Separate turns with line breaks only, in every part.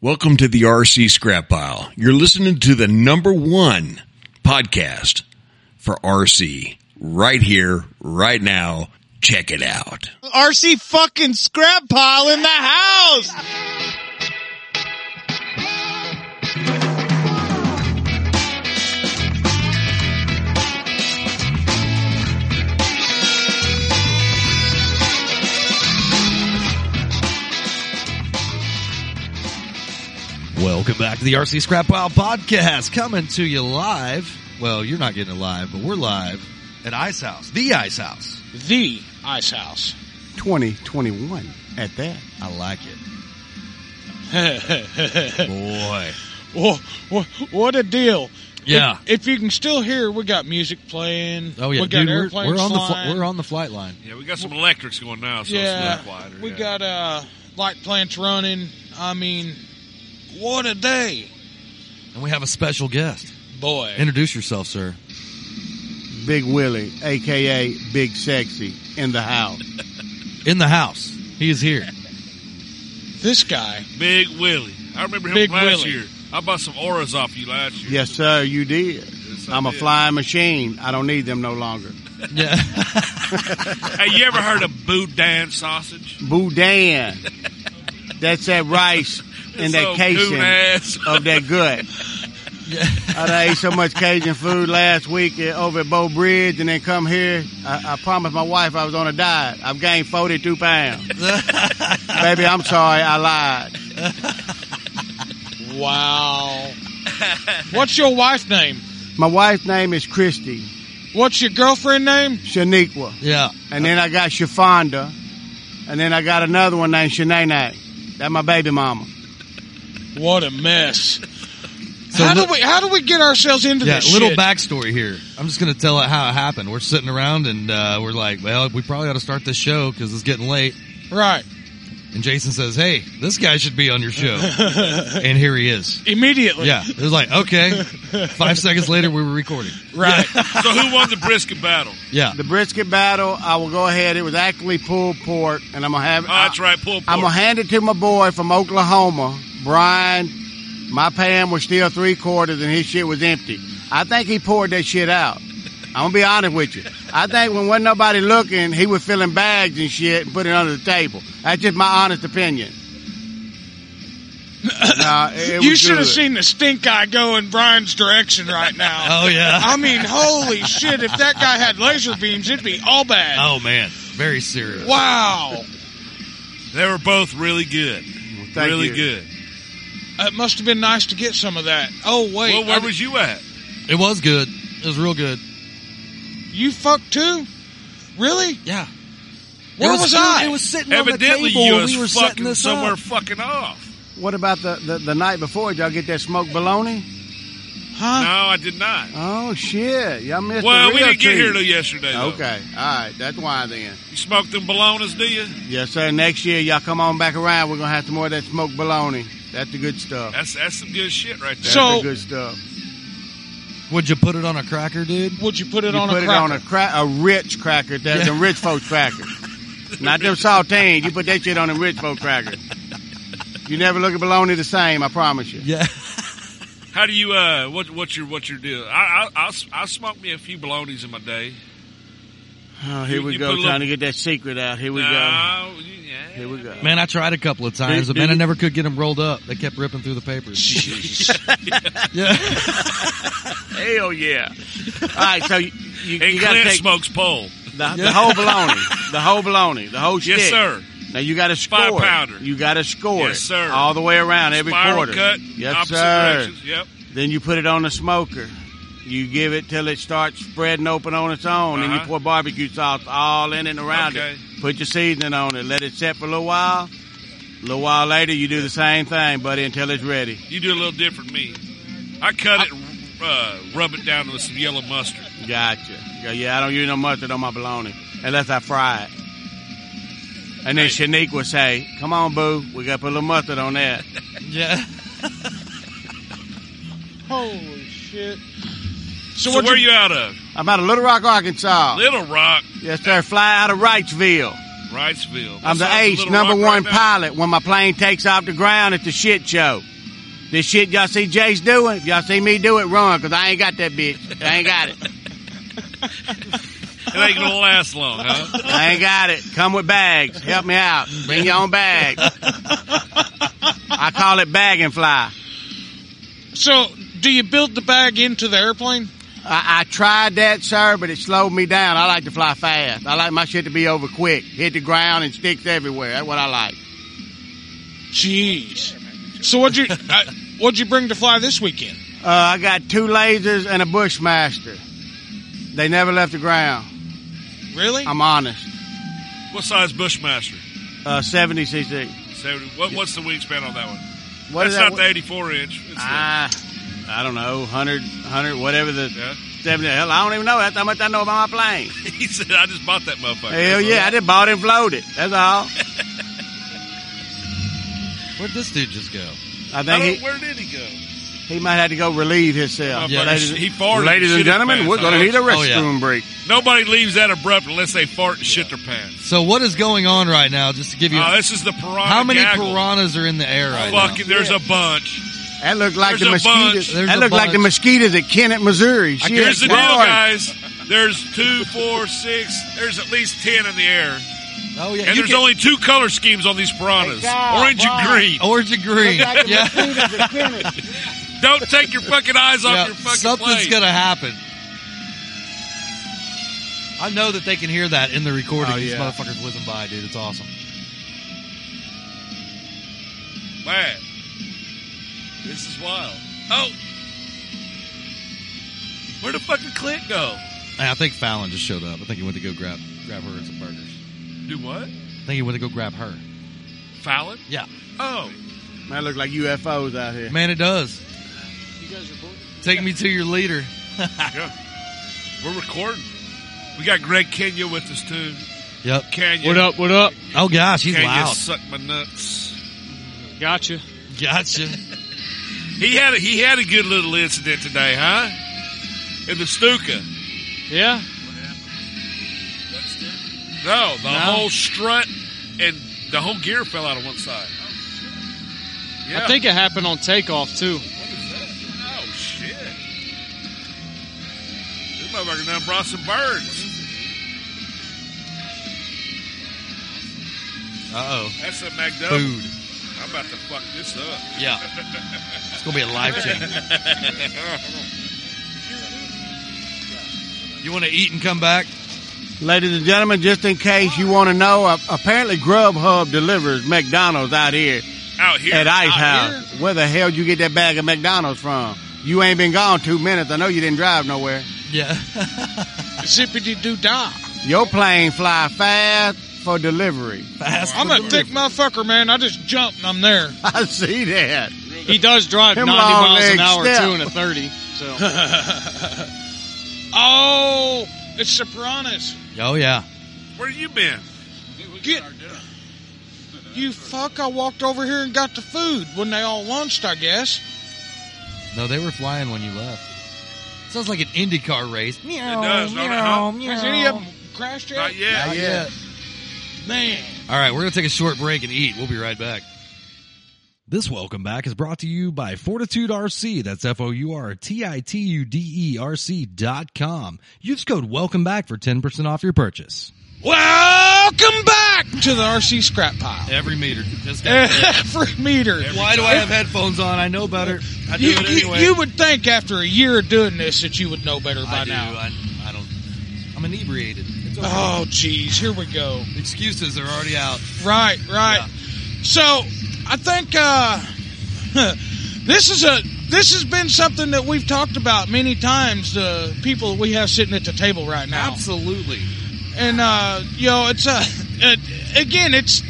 Welcome to the RC Scrap Pile. You're listening to the number one podcast for RC right here, right now. Check it out.
RC fucking scrap pile in the house.
Welcome back to the RC Scrap Pile Podcast, coming to you live. Well, you're not getting it live, but we're live at Ice House, the Ice House.
The ice house.
2021 at that.
I like it. Boy.
Oh, wha- what a deal.
Yeah.
If, if you can still hear, we got music playing.
Oh yeah,
We got
dude, we're,
airplanes
we're on the fl-
flying.
we're on the flight line.
Yeah, we got some electrics going now, so
yeah.
it's a little quieter.
we
yeah.
got uh light plants running. I mean, what a day,
And we have a special guest.
boy.
Introduce yourself, sir.
Big Willie, aka Big Sexy, in the house.
In the house. He is here.
this guy.
Big Willie. I remember him
Big
from last
Willie.
year. I bought some auras off you last year.
Yes, sir, you did.
Yes, I
I'm a
did.
flying machine. I don't need them no longer.
Yeah.
Hey, you ever heard of boudin sausage?
Boudin. That's that rice and
It's
that
so
casing
goon ass.
of that gut. I done ate so much Cajun food last week uh, over at Bow Bridge and then come here. I, I promised my wife I was on a diet. I've gained 42 pounds. Baby, I'm sorry. I lied.
Wow. What's your wife's name?
My wife's name is Christy
What's your girlfriend name?
Shaniqua.
yeah.
And then I got Shafonda. And then I got another one named Shanaynay. That's my baby mama.
What a mess.
So
how
li-
do we how do we get ourselves into
Yeah,
this
little
shit?
backstory here. I'm just going to tell it how it happened. We're sitting around and uh, we're like, well, we probably ought to start this show because it's getting late.
Right.
And Jason says, "Hey, this guy should be on your show," and here he is.
Immediately.
Yeah, it was like okay. Five seconds later, we were recording.
Right.
So who won the brisket battle?
Yeah,
The brisket battle, I will go ahead. It was actually pulled pork, and I'm gonna have.
Oh, that's right, pulled pork.
I'm gonna hand it to my boy from Oklahoma, Brian. My Pam was still three quarters, and his shit was empty. I think he poured that shit out. I'm gonna be honest with you. I think when wasn't nobody looking, he was filling bags and shit and putting it under the table. That's just my honest opinion. Nah, it- it
you
was
should have
good.
seen the stink eye go in Brian's direction right now.
Oh, yeah.
I mean, holy shit! If that guy had laser beams, it'd be all bad.
Oh man, very serious.
Wow,
They were both really good.
thank
really
you.
good.
Uh, it must have been nice to get some of that. Oh wait,
Well, where
I-
was you at?
It was good. It was real good.
you fucked too? Really?
Yeah.
Where was, I?
It was sitting
Evidently,
on the table.
you
when
was
we were setting
fucking
this
somewhere
up.
fucking off.
What about the, the, the night before? Did y'all get that smoked bologna?
huh?
No, I did not.
Oh shit, y'all missed.
Well,
the
we
real
didn't get
treat.
here till yesterday. though.
Okay, all right. That's why then.
You smoked them ballonas, do you?
Yes, sir. Next year, y'all come on back around. We're gonna have some more of that smoked bologna. That's the good stuff.
That's that's some good shit right there.
So-
Oh. That's the good stuff.
Would you put it on a cracker, dude?
Would you put it
you
on
put
a
it on
cracker?
a crack, a rich cracker. That's
Yeah.
the rich folks cracker, not them saltines. You put that shit on a rich folk cracker. You never look at bologna the same. I promise you.
Yeah.
How do you uh what what's your what's your deal? I I I, I smoked me a few balonies in my day.
Oh, here
You-
we
you
go,
put a
trying
little-
to get that secret out. Here we go.
No, you- yeah.
Here we go.
Man, I tried a couple of times, but
Did-
man, I
did-
never could get them rolled up. They kept ripping through the papers. Yeah.
Hell yeah! All right, so you, you,
And
you gotta
Clint
take
smokes pole.
the, the whole baloney, the whole baloney, the whole shit.
Yes, sir.
Now you got to score.
Five
it.
pounder.
You got to score
Yes,
it
sir.
all the way around every
Spiral
quarter.
cut.
yes,
opposite
sir.
directions. Yep.
Then you put it on the smoker. You give it till it starts spreading open on its own, and you
Uh-huh.
pour barbecue sauce all in and around
Okay.
it. Put your seasoning on it. Let it set for a little while. A little while later, you do the same thing, buddy, until it's ready.
You do a little different than me. I cut it, uh, rub it down with some yellow mustard.
Gotcha. Yeah, Yeah, I don't use no mustard on my bologna unless I fry it. And then
Hey.
Shanique would say, "Come on, boo, we got to put a little mustard on that."
yeah.
Holy shit! So,
So,
what'd
where you out of?
I'm out of Little Rock, Arkansas.
Little Rock.
Yes, sir. Fly out of Wrightsville.
Wrightsville.
I'm the
That's
ace,
Little
number
Rock
one
right now.
pilot when my plane takes off the ground at the shit show. This shit y'all see Jace doing, if y'all see me do it, run, because I ain't got that bitch. I ain't got it.
It ain't gonna last long, huh?
I ain't got it. Come with bags. Help me out. Bring your own bag. I call it bag and fly.
So, do you build the bag into the airplane?
I, I tried that, sir, but it slowed me down. I like to fly fast. I like my shit to be over quick. Hit the ground and sticks everywhere. That's what I like.
Jeez. So what'd you uh, what'd you bring to fly this weekend?
Uh, I got two lasers and a Bushmaster. They never left the ground.
Really?
I'm honest.
What size Bushmaster?
Uh, 70cc.
Seventy. What, what's the wingspan on that one?
What
That's
is
not
that?
the eighty-four inch. It's the-
Ah, I don't know, 100, 100, whatever the
yeah.
70. Hell, I don't even know. That's how much I know about my plane.
He said, "I just bought that motherfucker."
Hell yeah, I just bought and floated. That's all.
Where'd this dude just go?
I
I don't,
think
where did he go?
he, he might have to go relieve himself.
Yeah.
Motherfucker, he farted.
Ladies
shit
and
his
gentlemen,
pants.
we're going to need a
Oh, yeah.
restroom break.
Nobody leaves that abrupt unless they fart and shit their pants.
So what is going on right now? Just to give you,
Oh, this is the piranha.
how many
gaggle.
piranhas are in the air right now?
Fucking, there's a bunch.
That looked like
There's
the
a
mosquitoes.
bunch.
There's
That
a
looked like the
bunch.
mosquitoes at Kennett, Missouri. Shit,
Here's the deal,
Lord.
guys. There's two, four, six. There's at least ten in the air,
Oh yeah,
and
you
there's
can-
only two color schemes on these piranhas:
God,
orange and
Brian.
green.
orange and green.
Looked like the
yeah,
mosquitoes at Kennett.
Don't take your fucking eyes off
Yeah,
your fucking
something's
plane.
gonna happen. I know that they can hear that in the recording.
Oh,
These
yeah.
motherfuckers whizzing by, dude. It's awesome.
Man, this is wild. Oh, where the fucking click go?
Hey, I think Fallon just showed up. I think he went to go grab grab her some burgers.
Do what?
I think he went to go grab her.
Fallon?
Yeah,
Oh,
Man, look like UFOs out here.
man, it does. Take me to your leader.
yeah. We're recording. We got Greg Kenya with us too.
Yep.
Kenya,
up? What up?
Oh gosh, he's
Kenya,
loud.
suck my nuts.
Gotcha.
Gotcha.
He had a, he had a good little incident today, huh? In the Stuka.
Yeah.
No, the
No.
whole strut and the whole gear fell out of one side. Yeah.
I think it happened on takeoff too.
What is that? Oh shit! This motherfucker done brought some birds.
Uh oh.
That's a McDouble.
Food.
I'm about to fuck this up.
Yeah. It's gonna be a life change. You want to eat and come back?
Ladies and gentlemen, just in case you want to know, uh, apparently Grubhub delivers McDonald's out here
Out here
at Ice
out here?
House. Where the hell you get that bag of McDonald's from? You ain't been gone two minutes. I know you didn't drive nowhere.
Yeah.
Zippity doo dah.
Your plane fly fast for delivery.
Fast.
I'm a thick motherfucker, man. I just jump and I'm there.
I see that.
He does drive
Him
90 miles
long-legged
an hour
step.
too and a 30. So. oh, it's the piranhas.
Oh yeah.
Where you been?
Get. You fuck! I walked over here and got the food when they all lunched, I guess.
No, they were flying when you left. Sounds like an IndyCar race.
It does. don't it, huh?
Has any of them crashed yet?
Not yet.
Not yet.
Man.
All right, we're going to take a short break and eat. We'll be right back. This welcome back is brought to you by Fortitude RC. That's F O U R T I T U D E R C dot com. Use code welcome back for 10% off your purchase.
Welcome back to the RC Scrap Pile.
Every meter. This
Every meter.
Why do I have headphones on? I know better. I
You, you- you would think after a year of doing this that you would know better by
I do.
now.
I, I don't. I'm inebriated. It's okay.
Oh, jeez. Here we go.
Excuses are already out.
Right, right. So I think uh, this is a this has been something that we've talked about many times. The people that we have sitting at the table right now,
Absolutely.
and uh, you know, it's a it, again, it's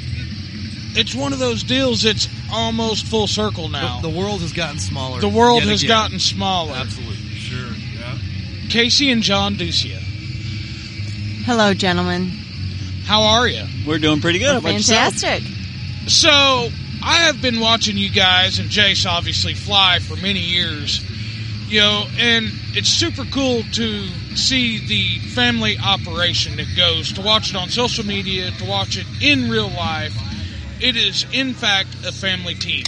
it's one of those deals. that's almost full circle now.
The, the world has gotten smaller.
The world
yet
has
again.
gotten smaller.
Absolutely.
Sure. Yeah.
Casey and John Ducia,
Hello, gentlemen.
how are you?
We're doing pretty good. How about yourself?
Fantastic.
So I have been watching you guys and Jace obviously fly for many years, you know, and it's super cool to see the family operation that goes to watch it on social media, to watch it in real life. It is, in fact, a family team.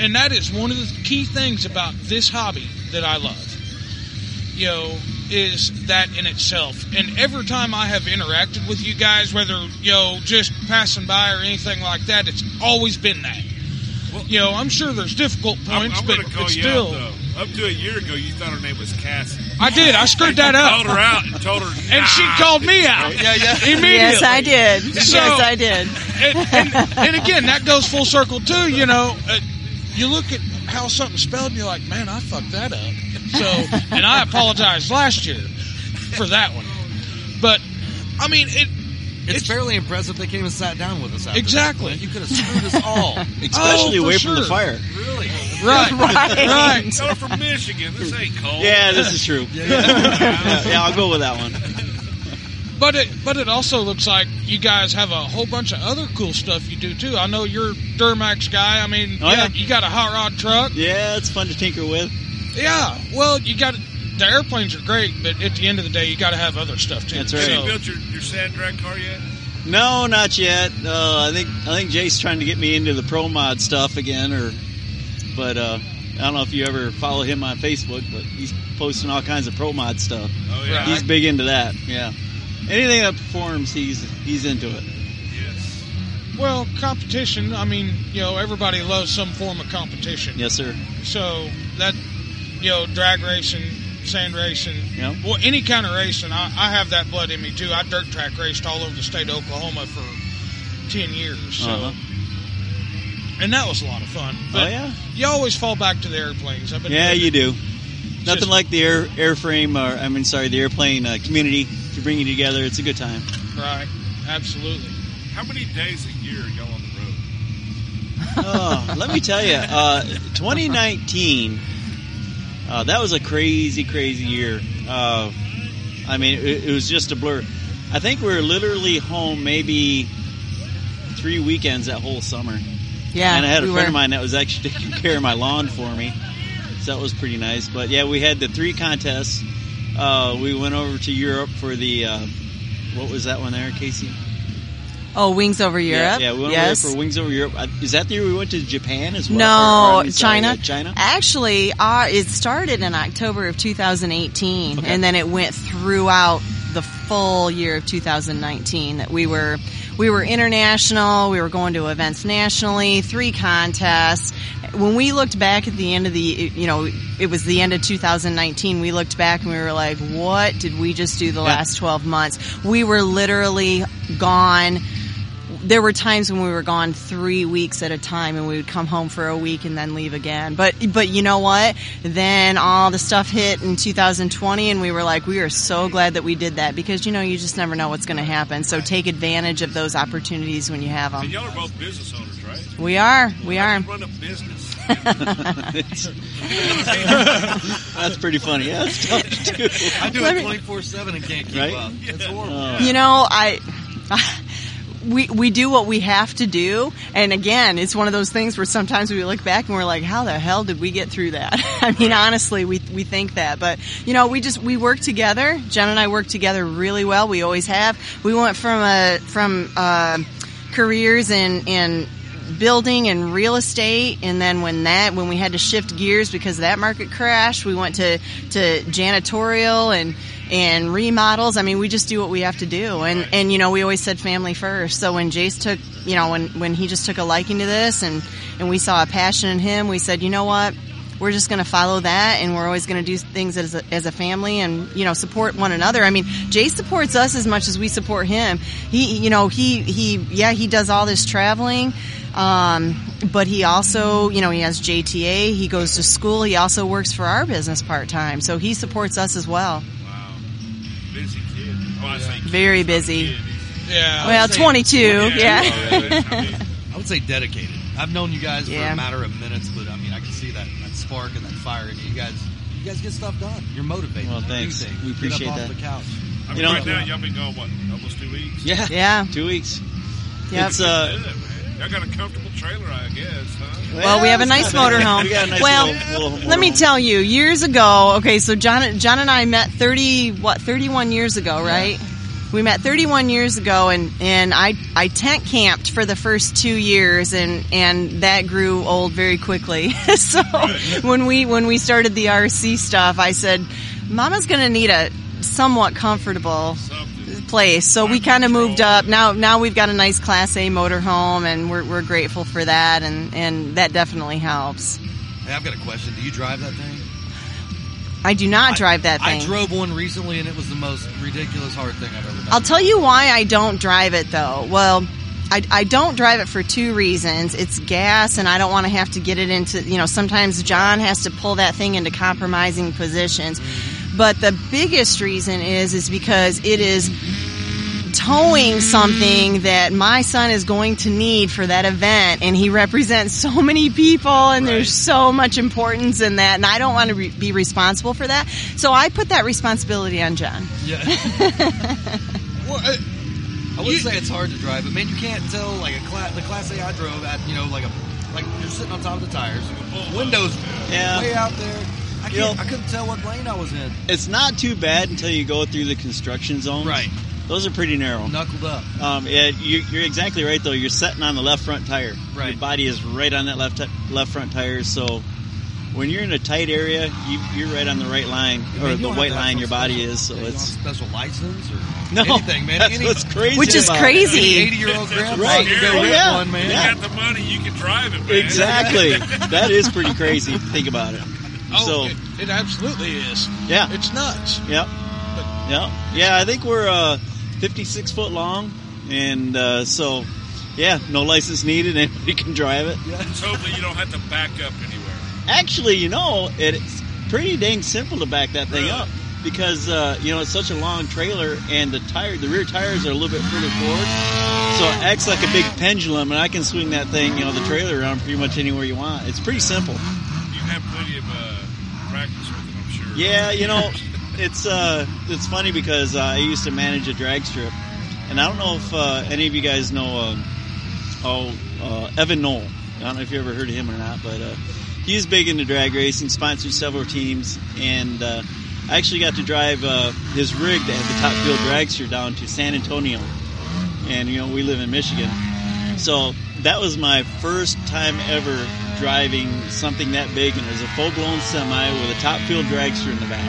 And that is one of the key things about this hobby that I love, you know, is that in itself. And every time I have interacted with you guys, whether, you know, just passing by or anything like that, it's always been that. you know, I'm sure there's difficult
I'm,
points,
I'm
but
going to call
it's
you
still.
out, though. Oh, Up to a year ago, you thought her name was Cassie.
I did. I screwed that
I
up.
Called her out and told her,
And she
"Nah."
called me out.
Yeah, yeah.
Immediately.
Yes, I did.
So-
yes, I did.
And, and, and again, that goes full circle too. You know, uh, you look at how something's spelled, and you're like, man, I fucked that up. So, and I apologized last year for that one. But I mean, it.
It's, fairly impressive they came and sat down with us. After
Exactly. Oh,
That. You could have screwed us all.
Especially
for
away from
sure.
the fire.
really?
Right,
Right.
right.
Tell her from Michigan. This ain't cold.
Yeah, this is true. Yeah, yeah, I'll go with that one.
But it, but it also looks like you guys have a whole bunch of other cool stuff you do too. I know you're Duramax guy. I mean,
Oh, yeah.
you got a hot rod truck.
Yeah, it's fun to tinker with.
Yeah, well, you got the airplanes are great, but at the end of the day, you got to have other stuff too.
That's
Have
right.
you built your, your sand drag car yet?
No, not yet. Uh, I think I think Jay's trying to get me into the pro mod stuff again, or but uh, I don't know if you ever follow him on Facebook, but he's posting all kinds of pro mod stuff.
Oh, yeah.
Right.
He's big into that. Yeah, anything that performs, he's he's into it.
Yes.
Well, competition. I mean, you know, everybody loves some form of competition.
Yes, sir.
So that, you know, drag racing, sand racing,
Yeah.
well, any kind of racing. I, I have that blood in me too. I dirt track raced all over the state of Oklahoma for ten years. So,
Uh-huh.
and that was a lot of fun.
Oh
But
yeah,
you always fall back to the airplanes. I've been
yeah, you do. Nothing
Just-
like the air airframe, or I mean, sorry, the airplane uh, community. If you bring it together, it's a good time.
right, absolutely.
How many days a year are y'all on the road?
oh, let me tell you, uh, 2019, uh, that was a crazy, crazy year. Uh, I mean, it, it was just a blur. I think we were literally home maybe three weekends that whole summer.
Yeah,
and I had a
we
friend
were.
of mine that was actually taking care of my lawn for me. So that was pretty nice. But yeah, we had the three contests. Uh, we went over to Europe for the, uh, what was that one there, Casey?
Oh, Wings Over Europe.
Yeah, yeah we went
yes.
over there for Wings Over Europe. I- Is that the year we went to Japan as well? Or- or,
No,
I mean, sorry,
China.
uh, China.
Actually, uh, it started in October of 2018,
Okay.
and then it went throughout the full year of 2019. That we were we were international. We were going to events nationally, three contests. When we looked back at the end of the, you know, it was the end of 2019. We looked back and we were like, "What did we just do the last 12 months?" We were literally gone there were times when we were gone three weeks at a time and we would come home for a week and then leave again but but you know what then all the stuff hit in 2020 and we were like we are so glad that we did that because you know you just never know what's going to happen so take advantage of those opportunities when you have
And
them
y'all are both business owners, right?
we are we
How
are
do you run a business.
That's pretty funny. Yeah, that's tough to do.
I do
Let
it
me-
twenty four seven and can't keep
Right?
up. It's horrible.
Uh,
you know i we we do what we have to do and again it's one of those things where sometimes we look back and we're like how the hell did we get through that i mean honestly we we think that but you know we just we work together jen and i work together really well we always have we went from a from uh careers in in building and real estate and then when that when we had to shift gears because of that market crash we went to to janitorial and and remodels i mean we just do what we have to do and and you know we always said family first so when jace took you know when when he just took a liking to this and and we saw a passion in him we said you know what we're just going to follow that and we're always going to do things as a, as a family and you know support one another i mean jay supports us as much as we support him he you know he he yeah he does all this traveling um, but he also you know he has jta he goes to school he also works for our business part-time so he supports us as well
wow. Busy kid. Oh, I say kid,
Very
he's not a
busy.
kid, he's-
Yeah.
well
say-
22 yeah,
Yeah. I mean,
I would say dedicated. I've known you guys for
Yeah.
a matter of minutes, but I mean, I can see that, that spark and that fire in you. You guys, you guys get stuff done. You're motivated.
Well,
You do
thanks.
things.
We
Get
appreciate
up
that.
Off the couch.
I mean,
You know-
right now, y'all been gone, what, almost two weeks?
Yeah.
Yeah.
Two weeks.
Yep.
It's uh,
Good, man. Y'all got a comfortable trailer, I guess, huh?
Well, we have a nice motorhome.
We got a nice
well,
little- little
let me
motorhome.
tell you, years ago. Okay, so John, John and I met thirty what thirty one years ago, right? We met thirty one years ago, and and I I tent camped for the first two years, and and that grew old very quickly. so when we when we started the RC stuff, I said, Mama's going to need a somewhat comfortable
Something.
place. So we kind of moved up. Now now we've got a nice Class A motorhome, and we're, we're grateful for that, and, and that definitely helps.
Hey, I've got a question. Do you drive that thing?
I do not drive that
I
thing.
drove one recently, and it was the most ridiculous hard thing I've ever done.
I'll tell you why I don't drive it though. Well, I, I don't drive it for two reasons. It's gas, and I don't want to have to get it into, you know, sometimes John has to pull that thing into compromising positions. But the biggest reason is, is because it is towing something that my son is going to need for that event and he represents so many people and there's so much importance in that and I don't want to re- be responsible for that. So I put that responsibility on John.
Well, uh,
I wouldn't say it's hard to drive, but man, you can't tell like a class. The class A I drove at, you know, like a like you're sitting on top of the tires, windows
Yeah.
way out there. I can't,
You know-
I couldn't tell what lane I was in.
It's not too bad until you go through the construction zones.
Right.
Those are pretty narrow.
Knuckled up.
Um, yeah, you, you're exactly right though. You're sitting on the left front tire.
Right.
Your body is right on that left ti- left front tire. So when you're in a tight area, you, you're right on the right line
Man,
or
you
the
don't have
white
to have
line
no
your body
special-
is. So
yeah, you don't
it's
have special license or
no
anything, man.
That's
Any-
what's crazy.
Which is
about it.
crazy.
Eighty year old grandpa,
Right.
you go
Oh,
rip
yeah.
one, man.
Yeah.
You got the money, you can drive it, man.
Exactly. that is pretty crazy. if you Think about it.
oh,
so
it, it absolutely is.
yeah.
It's nuts.
Yep. Yep. Yeah, I think we're uh, 56 foot long, and uh, so yeah, no license needed. Anybody can drive it.
Just hopefully you don't have to back up anywhere.
Actually, you know, it's pretty dang simple to back that thing
Really?
up because uh, you know it's such a long trailer, and the tire, the rear tires are a little bit further forward, so it acts like a big pendulum, and I can swing that thing, you know, the trailer around pretty much anywhere you want. It's pretty simple.
You have plenty of uh, practice with it, I'm sure.
Yeah, you know, it's uh, it's funny because uh, I used to manage a drag strip, and I don't know if uh, any of you guys know um, oh uh, Evan Knoll. I don't know if you ever heard of him or not, but uh, he's big into drag racing, sponsored several teams, and uh, I actually got to drive uh, his rig that had the Top Fuel dragster down to San Antonio, and you know we live in Michigan, so that was my first time ever driving something that big, and it was a full-blown semi with a top field dragster in the back.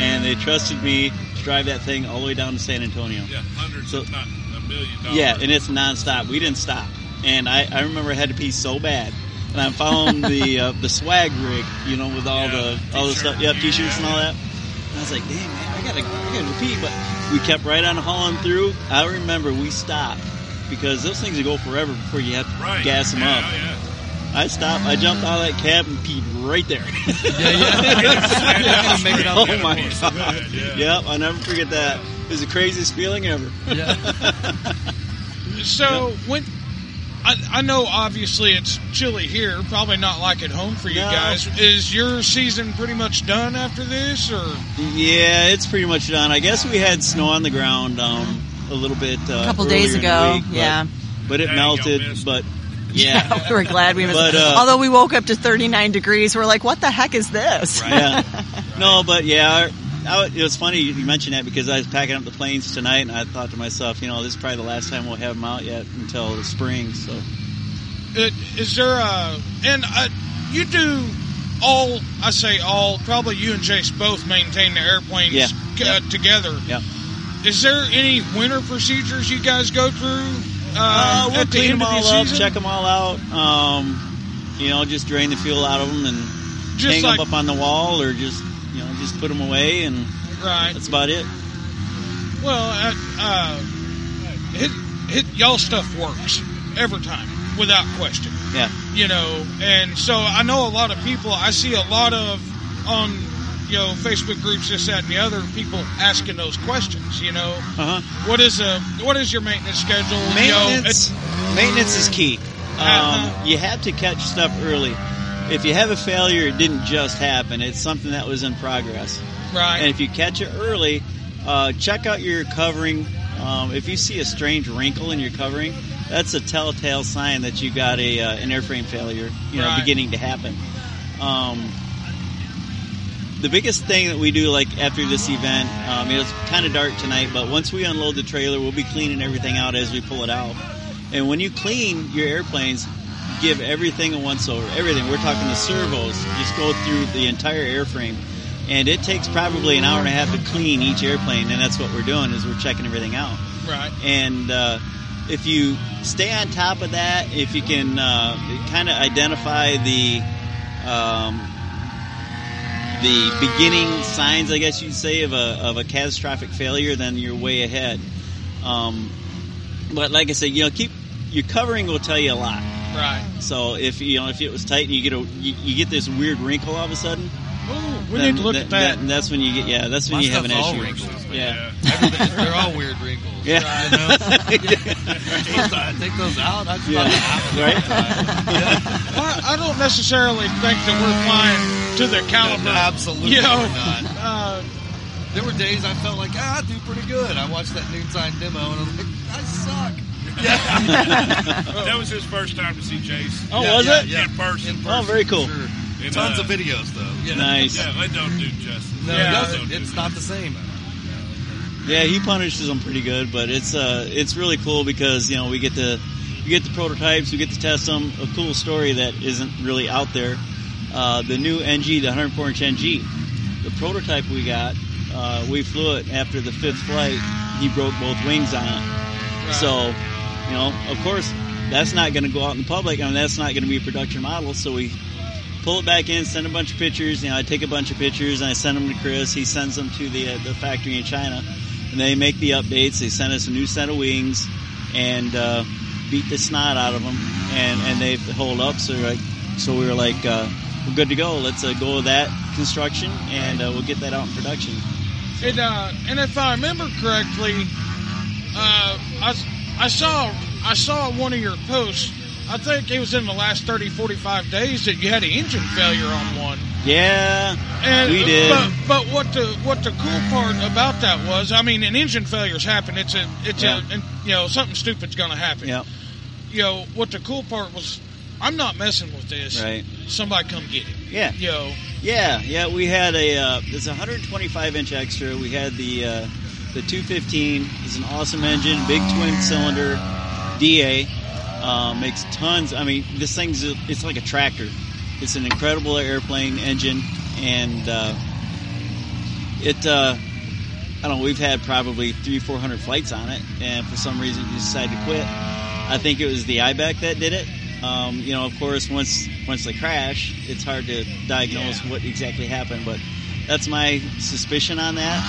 And they trusted me to drive that thing all the way down to San Antonio.
Yeah, hundreds,
So-
if not a million dollars.
Yeah, and it's nonstop. We didn't stop, and I, I remember I had to pee so bad. And I found the uh, the swag rig, you know, with all
Yeah,
the all the
t-shirt,
stuff, yeah,
yeah.
t-shirts and all that. And I was like, damn man, I gotta I gotta pee. But we kept right on hauling through. I remember we stopped because those things go forever before you have to
right.
gas them
yeah,
up.
Yeah.
I stopped. I jumped out of that cab and peed right there.
Yeah, make it up.
oh my
Of course,
god!
yeah.
Yep, I'll never forget that. It was the craziest feeling ever.
So when I, I know, obviously it's chilly here, probably not like at home for you
No.
guys. Is your season pretty much done after this, or
Yeah, it's pretty much done. I guess we had snow on the ground um, a little bit uh,
A couple days
earlier in the
ago,
week, but-
yeah.
but it
Dang, y'all
melted.
missed.
But yeah,
we were glad we missed
But, uh,
Although we woke up to 39 degrees, we're like, what the heck is this?
yeah. No, but yeah, I, I, it was funny you mentioned that because I was packing up the planes tonight, and I thought to myself, you know, this is probably the last time we'll have them out yet until the spring. So
it, is there a? And uh you do all. I say all. Probably you and Jace both maintain the airplanes
Yeah.
c- uh, together.
yeah.
Is there any winter procedures you guys go through?
Uh,
Uh,
we'll
at the
clean
end
them
of
all
the
up,
season?
check them all out. Um, you know, just drain the fuel out of them and
Just
hang
like-
them up on the wall, or just you know, just put them away, and
Right.
that's about it.
Well, uh, uh, hit, hit y'all stuff works every time without question.
Yeah.
You know, and so I know a lot of people. I see a lot of on you know Facebook groups, this, that, and the other. People asking those questions. You know,
Uh huh.
what is a what is your maintenance schedule? You know,
Maintenance,
it's-
maintenance is key. Um,
Uh-huh.
you have to catch stuff early. If you have a failure, it didn't just happen. It's something that was in progress.
right.
And if you catch it early, uh, check out your covering. Um, if you see a strange wrinkle in your covering, that's a telltale sign that you got a uh, an airframe failure, you know,
Right.
beginning to happen. Um, the biggest thing that we do, like after this event, um, it was kind of dark tonight, but once we unload the trailer, we'll be cleaning everything out as we pull it out. And when you clean your airplanes, give everything a once over. Everything. We're talking the servos. Just go through the entire airframe, and it takes probably an hour and a half to clean each airplane. And that's what we're doing is we're checking everything out.
Right.
And uh, if you stay on top of that, if you can uh, kind of identify the um, the beginning signs, I guess you'd say, of a, of a catastrophic failure, then you're way ahead. Um, but like I said, you know, keep your covering will tell you a lot.
Right.
So if you know if it was tight and you get a you, you get this weird wrinkle all of a sudden,
Oh, we
then
need to look
that-
at that.
that- that's when you get yeah, that's when
My
you have an
stuff's all
issue.
wrinkles, but
yeah.
Everything- they're all weird wrinkles.
Yeah.
You know? I take those out. I just
Yeah.
right.
I, I don't necessarily think that we're flying to the caliber.
absolutely
you know,
not.
Uh,
There were days I felt like ah, I do pretty good. I watched that noontime demo and I was like, I suck.
That was his first time to see Jason.
Oh,
Yeah,
was
yeah,
it?
Yeah,
In person.
In
Oh, very
for
cool.
sure.
And,
Tons
uh,
of videos though. Yeah.
Nice.
Yeah, they don't do justice.
No,
Yeah.
it
They
doesn't.
don't do
it's
justice.
not the same.
Yeah, he punishes them pretty good, but it's uh, it's really cool because you know we get to we get the prototypes, we get to test them. A cool story that isn't really out there. Uh, the new NG, the 104 inch NG, the prototype we got, uh, we flew it after the fifth flight. He broke both wings on it. So, you know, of course, that's not going to go out in the public, and that's not going to be a production model. So we pull it back in, send a bunch of pictures. You know, I take a bunch of pictures and I send them to Chris. He sends them to the uh, the factory in China, and they make the updates. They send us a new set of wings, and uh, beat the snot out of them, and and they hold up. So we're like, so we were like, uh, we're good to go. Let's uh, go with that construction, and uh, we'll get that out in production.
It, uh, and if I remember correctly, uh, I, I saw I saw one of your posts. I think it was in the last 30, 45 days that you had an engine failure on one.
Yeah,
And,
we did.
But, but what the what the cool part about that was, I mean, an engine failure's happen. It's a it's
Yeah.
a and, you know something stupid's gonna happen.
Yep.
You know what the cool part was. I'm not messing with this.
Right.
Somebody come get it.
Yeah.
You know.
Yeah, yeah, we had a uh, it's a 125 inch extra. We had the uh, the 215. It's an awesome engine, big twin cylinder, DA uh, makes tons. I mean, this thing's a- it's like a tractor. It's an incredible airplane engine, and uh, it uh, I don't know. We've had probably three, four hundred flights on it, and for some reason, you decided to quit. I think it was the IBAC that did it. Um, you know, of course, once once they crash, it's hard to diagnose what exactly happened, but that's my suspicion on that.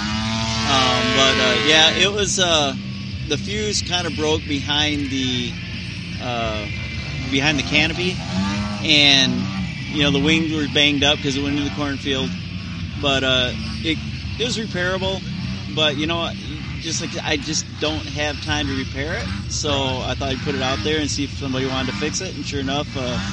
Um, but uh, yeah, it was uh, the fuse kind of broke behind the uh, behind the canopy, and you know the wings were banged up because it went into the cornfield. But uh, it it was repairable. But you know, just like I just don't have time to repair it, so I thought I'd put it out there and see if somebody wanted to fix it. And sure enough, uh,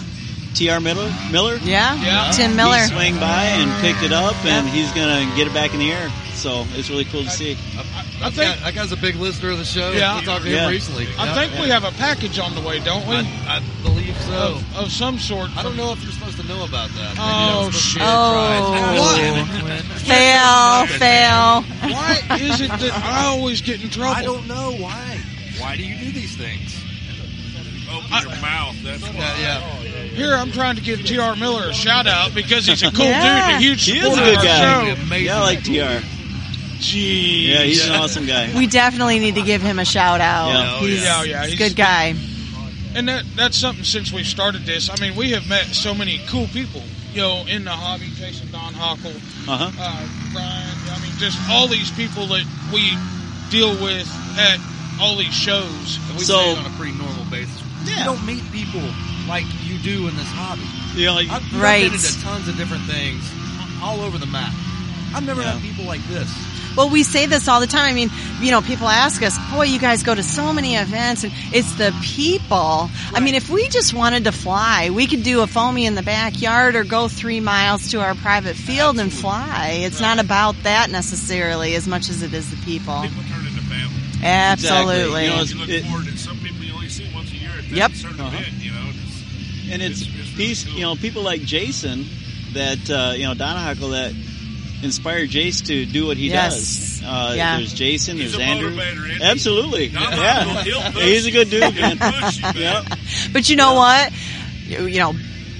T.R. Miller Miller
Yeah,
Yeah.
Tim Miller.
he swung by and picked it up, and he's gonna get it back in the air. So it's really cool to see.
I, I
That,
think
guy, that guy's a big listener of the show.
Yeah.
I talked to
Yeah.
him recently.
I
Yeah.
think we have a package on the way, don't we?
I, I believe so.
of, of some sort.
I don't know if you're supposed to know about that. Maybe I
Oh
was supposed
shit!
to-
Oh.
Damn it, Quinn.
Fail, fail.
Why is it that I always get in trouble?
I don't know why. Why do you do these things?
Open your mouth. That's why.
Yeah, yeah.
Here I'm trying to give T.R. Miller a shout out because he's a cool
Yeah.
dude, a huge
He is a
supporter
good
of our
guy.
show.
Amazing.
Yeah, I like Tr. Yeah,
Jeez.
he's an awesome guy.
We definitely need to give him a shout out.
Yeah.
Oh,
He's,
yeah. Yeah, yeah,
he's a
he's-
good guy.
And that that's something since we started this. I mean, we have met so many cool people, you know, in the hobby. Jason Don Hockle,
Uh huh.
uh, Brian. I mean, just all these people that we deal with at all these shows.
And we
So-
say it on a pretty normal basis.
Yeah.
You don't meet people like you do in this hobby.
You know, like,
I've I've
Right.
been into tons of different things all over the map. I've never
Yeah.
had people like this.
Well, we say this all the time. I mean, you know, people ask us, boy, you guys go to so many events and it's the people. I mean, if we just wanted to fly, we could do a foamy in the backyard or go three miles to our private field and fly. It's not about that necessarily as much as it is the people.
People turn into family.
Absolutely.
You know,
You look
It-
forward to some people you only see once a year. at
Yep.
a certain
Uh-huh.
event, you know. It's,
and it's,
It's- it's really
these
cool.
you know people like Jason that uh, you know Donahuckle that inspired Jace to do what he
Yes.
does. Uh,
Yeah.
There's Jason,
He's
there's
a
Andrew.
motivator, isn't he?
Absolutely,
Don
yeah,
Huckle, he'll push
he's a good dude,
He'll
man.
push you, man.
Yep.
But you know what? You, you know,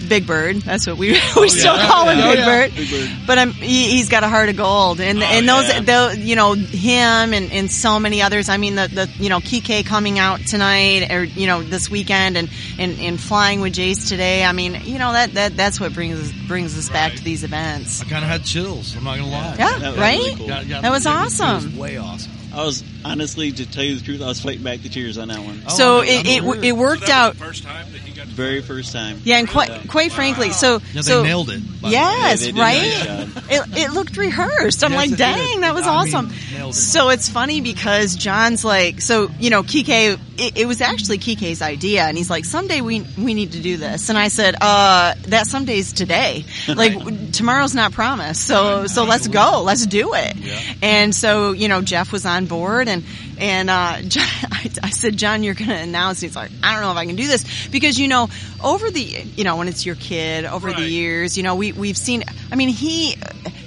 Big Bird. That's what we we still
yeah.
call him,
Oh,
Big
yeah.
Bird.
Big Bird.
But I'm, he, he's got a heart of gold, and
Oh,
and those,
yeah.
tho- you know, him and, and so many others. I mean, the, the you know Kike coming out tonight, or you know this weekend, and, and, and flying with Jace today. I mean, you know that, that that's what brings us- brings us back to these events.
I kind of had chills. I'm not gonna lie.
Yeah,
That was
right.
really cool.
Got- got-
That was
it it
awesome.
was way awesome.
I was honestly, to tell you the truth, I was fighting back the tears on that one.
Oh,
so
I'm- I'm aware.
it, it it
So that
worked
was
out.
the first time that he got to
Very first time.
Yeah, and quite quite frankly, so
Yeah, they
so
nailed it. by the way.
Yes,
Yeah, they did a nice
right.
job.
It, it looked rehearsed. I'm
Yes, it
like,
did.
dang, that was
I mean,
awesome.
nailed it.
so it's funny because John's like, so you know, Kike. It, it was actually Kike's idea, and he's like, someday we we need to do this. And I said, uh, that someday's today. Like w- tomorrow's not promised. So so let's go. Let's do it. And so you know, Jeff was on board, and and uh, John, I, I said, John, you're going to announce. And he's like, I don't know if I can do this because you know, over the you know, when it's your kid, over the
Right.
years, you know, we we've seen. I mean, he,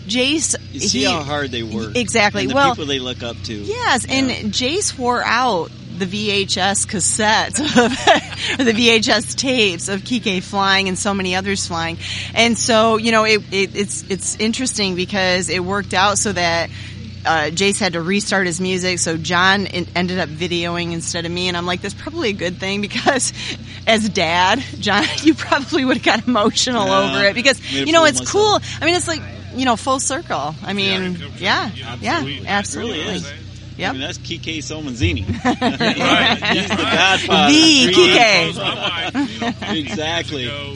Jace,
You see
he,
how hard they work.
Exactly.
And the
Well-
people they look up to.
Yes, and Jace wore out the VHS cassettes of or the VHS tapes of Kike flying and so many others flying, and so you know it, it, it's it's interesting because it worked out so that. Uh, Jace had to restart his music, so John en- ended up videoing instead of me, and I'm like, that's probably a good thing because, as dad, John, you probably would have got emotional
Yeah.
over it because
Made a
you know
fool of
it's
myself.
cool. I mean, it's like you know full circle. I mean,
it comes from-
yeah,
yeah,
yeah,
absolutely.
absolutely.
It really is. I
Yep.
mean, that's Kike Somanzini.
Right.
He's the godfather.
The
Really
Kike.
Close my mind, you know, 50 years
Exactly.
ago,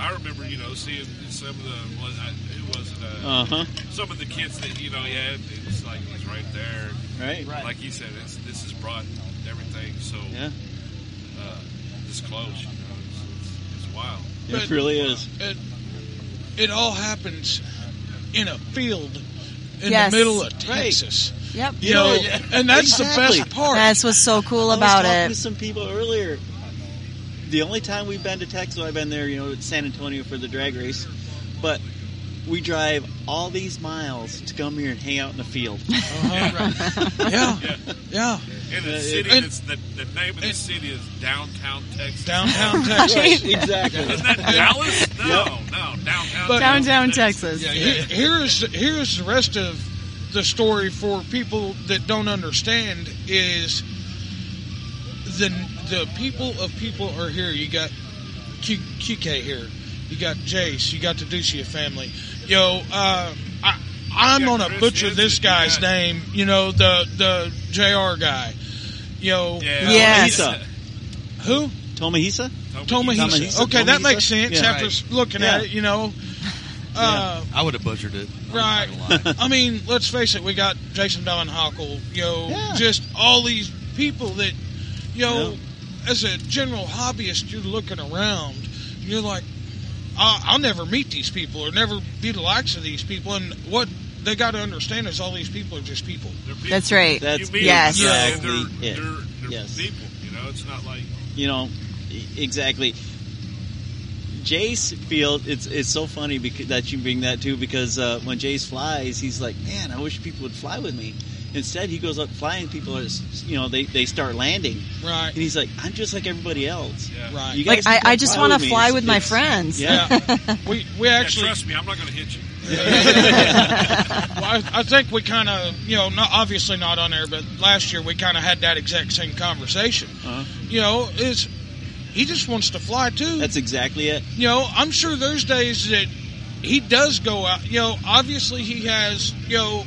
I remember, you know, seeing some of the what, I, who was it? Uh,
Uh-huh.
some of the kids that you know he had. It was like he's right there.
Right. Right.
Like he said, it's, this has brought everything so
Yeah.
uh, this close. You know, it's, it's, it's wild.
It really is.
it, it all happens in a field in
Yes.
the middle of
Right.
Texas.
Yep.
You know,
yeah.
and that's
Exactly.
the best part.
That's what's so cool about
I was talking
it.
to some people earlier. The only time we've been to Texas, I've been there, you know, at San Antonio for the drag race, but we drive all these miles to come here and hang out in the field.
Uh-huh.
Uh,
yeah, yeah.
And the
it-
city,
and-
that's the, the name of the city is downtown Texas.
Downtown Texas.
exactly.
Isn't that Dallas? No, no, downtown.
But-
Downtown Texas.
He- Here is here is the rest of the story for people that don't understand is the the people of people are here. You got Q, QK here. You got Jace. You got the Ducia family. Yo, uh, I, I'm
Yeah,
gonna
Chris
butcher
Hughes
this
is
guy's
the guy.
name. You know the the Jr. guy. Yo,
Yes.
Tomahisa.
who?
Tomahisa?
Tomahisa.
Tomahisa.
Okay, that
Tomahisa?
makes sense
Yeah.
after s looking
Yeah.
at it. You know. Uh,
I would have butchered it. I'm
Right.
not gonna lie.
I mean, let's face it, we got Jason Don Hockle, yo,
Yeah.
just all these people that, yo, as a general hobbyist, you're looking around, and you're like, I- I'll never meet these people or never be the likes of these people. And what they got to understand is all these people are just people.
That's right.
That's
you mean,
Yes.
yeah, they're,
exactly
they're,
it.
they're
Yes.
people. You know, it's not like
you know e- exactly jace field it's it's so funny because, that you bring that too because uh, when jace flies he's like man i wish people would fly with me instead he goes up flying people are s- you know they, they start landing
Right.
and he's like i'm just like everybody else
yeah.
Right.
You
Like
guys
I,
can
I just
fly
want to
with me.
fly
It's-
with my
it's-
friends.
yeah
we we
Yeah,
actually,
trust me, I'm not going to hit you.
well, I, I think we kind of, you know, not obviously not on there, but last year we kind of had that exact same conversation.
Uh-huh.
You know, is he just wants to fly too?
that's exactly it
you know, I'm sure there's days that he does go out. You know, obviously he has, you know,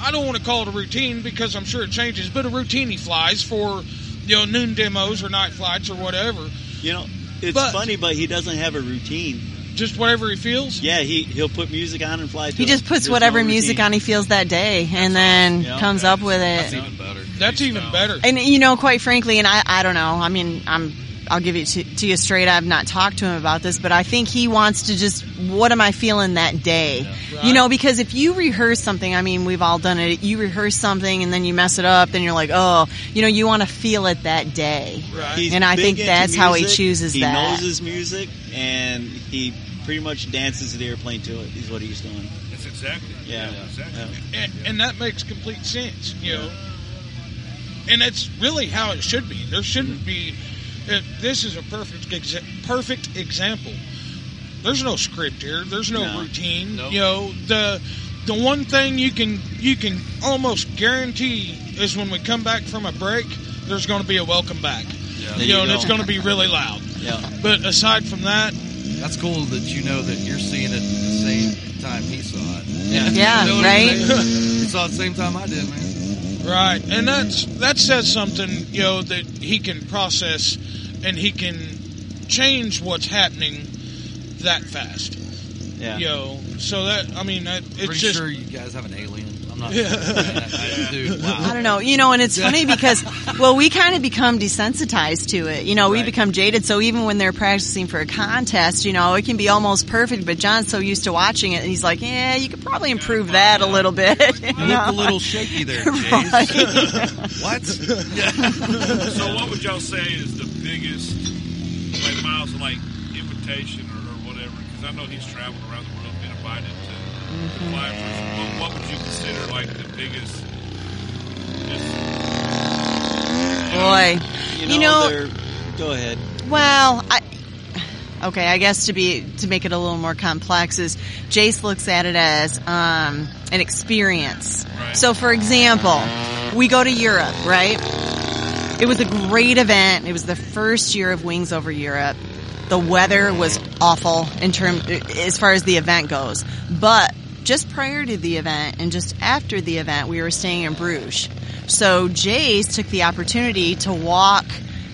I don't want to call it a routine because I'm sure it changes, but a routine he flies for, you know, noon demos or night flights or whatever.
you know it's
But-
funny but he doesn't have a routine
Just whatever he feels.
yeah he he'll put music on and fly to
He
it.
just puts
There's
whatever
no
music
routine.
on he feels that day and then
Yeah.
comes up with it.
Even better.
That's even better.
And you know, quite frankly, and I, I don't know. I mean, I'm I'll give it to, to you straight. I've not talked to him about this, but I think he wants to just, what am I feeling that day? You know, because if you rehearse something, I mean, we've all done it. You rehearse something and then you mess it up, then you're like, oh, you know, you want to feel it that day.
He's
And I
big
think
into
that's how he
music.
chooses
He
that.
knows his music, and he pretty much dances to the airplane to it. Is what he's doing.
That's exactly.
Yeah.
exactly.
Yeah.
and, and that makes complete sense, you know. And that's really how it should be. There shouldn't be. uh, This is a perfect exa- perfect example. There's no script here. There's no,
No.
routine.
Nope.
You know the the one thing you can you can almost guarantee is when we come back from a break, there's going to be a welcome back.
Yeah.
There
you
you
know, and
go.
it's going to be really loud.
Yeah.
But aside from that,
That's cool that you know that you're seeing it the same time he saw it. Yeah,
Yeah,
You know what I'm
right?
saying? you saw it the same time I did, man.
Right, and that's that says something, you know, that he can process and he can change what's happening that fast,
Yeah.
you know. So that I mean, that, it's
Pretty
just
sure you guys have an alien. I'm not.
Yeah.
I, dude, wow.
I don't know. You know, and it's funny because, well, we kind of become desensitized to it. You know, we
Right.
become jaded. So even when they're practicing for a contest, you know, it can be almost perfect, but John's so used to watching it and he's like, yeah, you could probably improve that a little bit. you
You looked a
know?
little shaky there, Jace.
Right.
What?
So what would y'all say is the biggest, like Miles, like invitation or, or whatever? Because I know he's traveled around the world, been invited to, to fly for us. What, what would you consider like the biggest? Just,
Boy.
You know.
You know-
they're- go ahead.
Well, I, okay, I guess to be to make it a little more complex is Jace looks at it as um, an experience. So, for example, we go to Europe, right? It was a great event. It was the first year of Wings over Europe. The weather was awful in term as far as the event goes, but just prior to the event and just after the event, we were staying in Bruges. So Jace took the opportunity to walk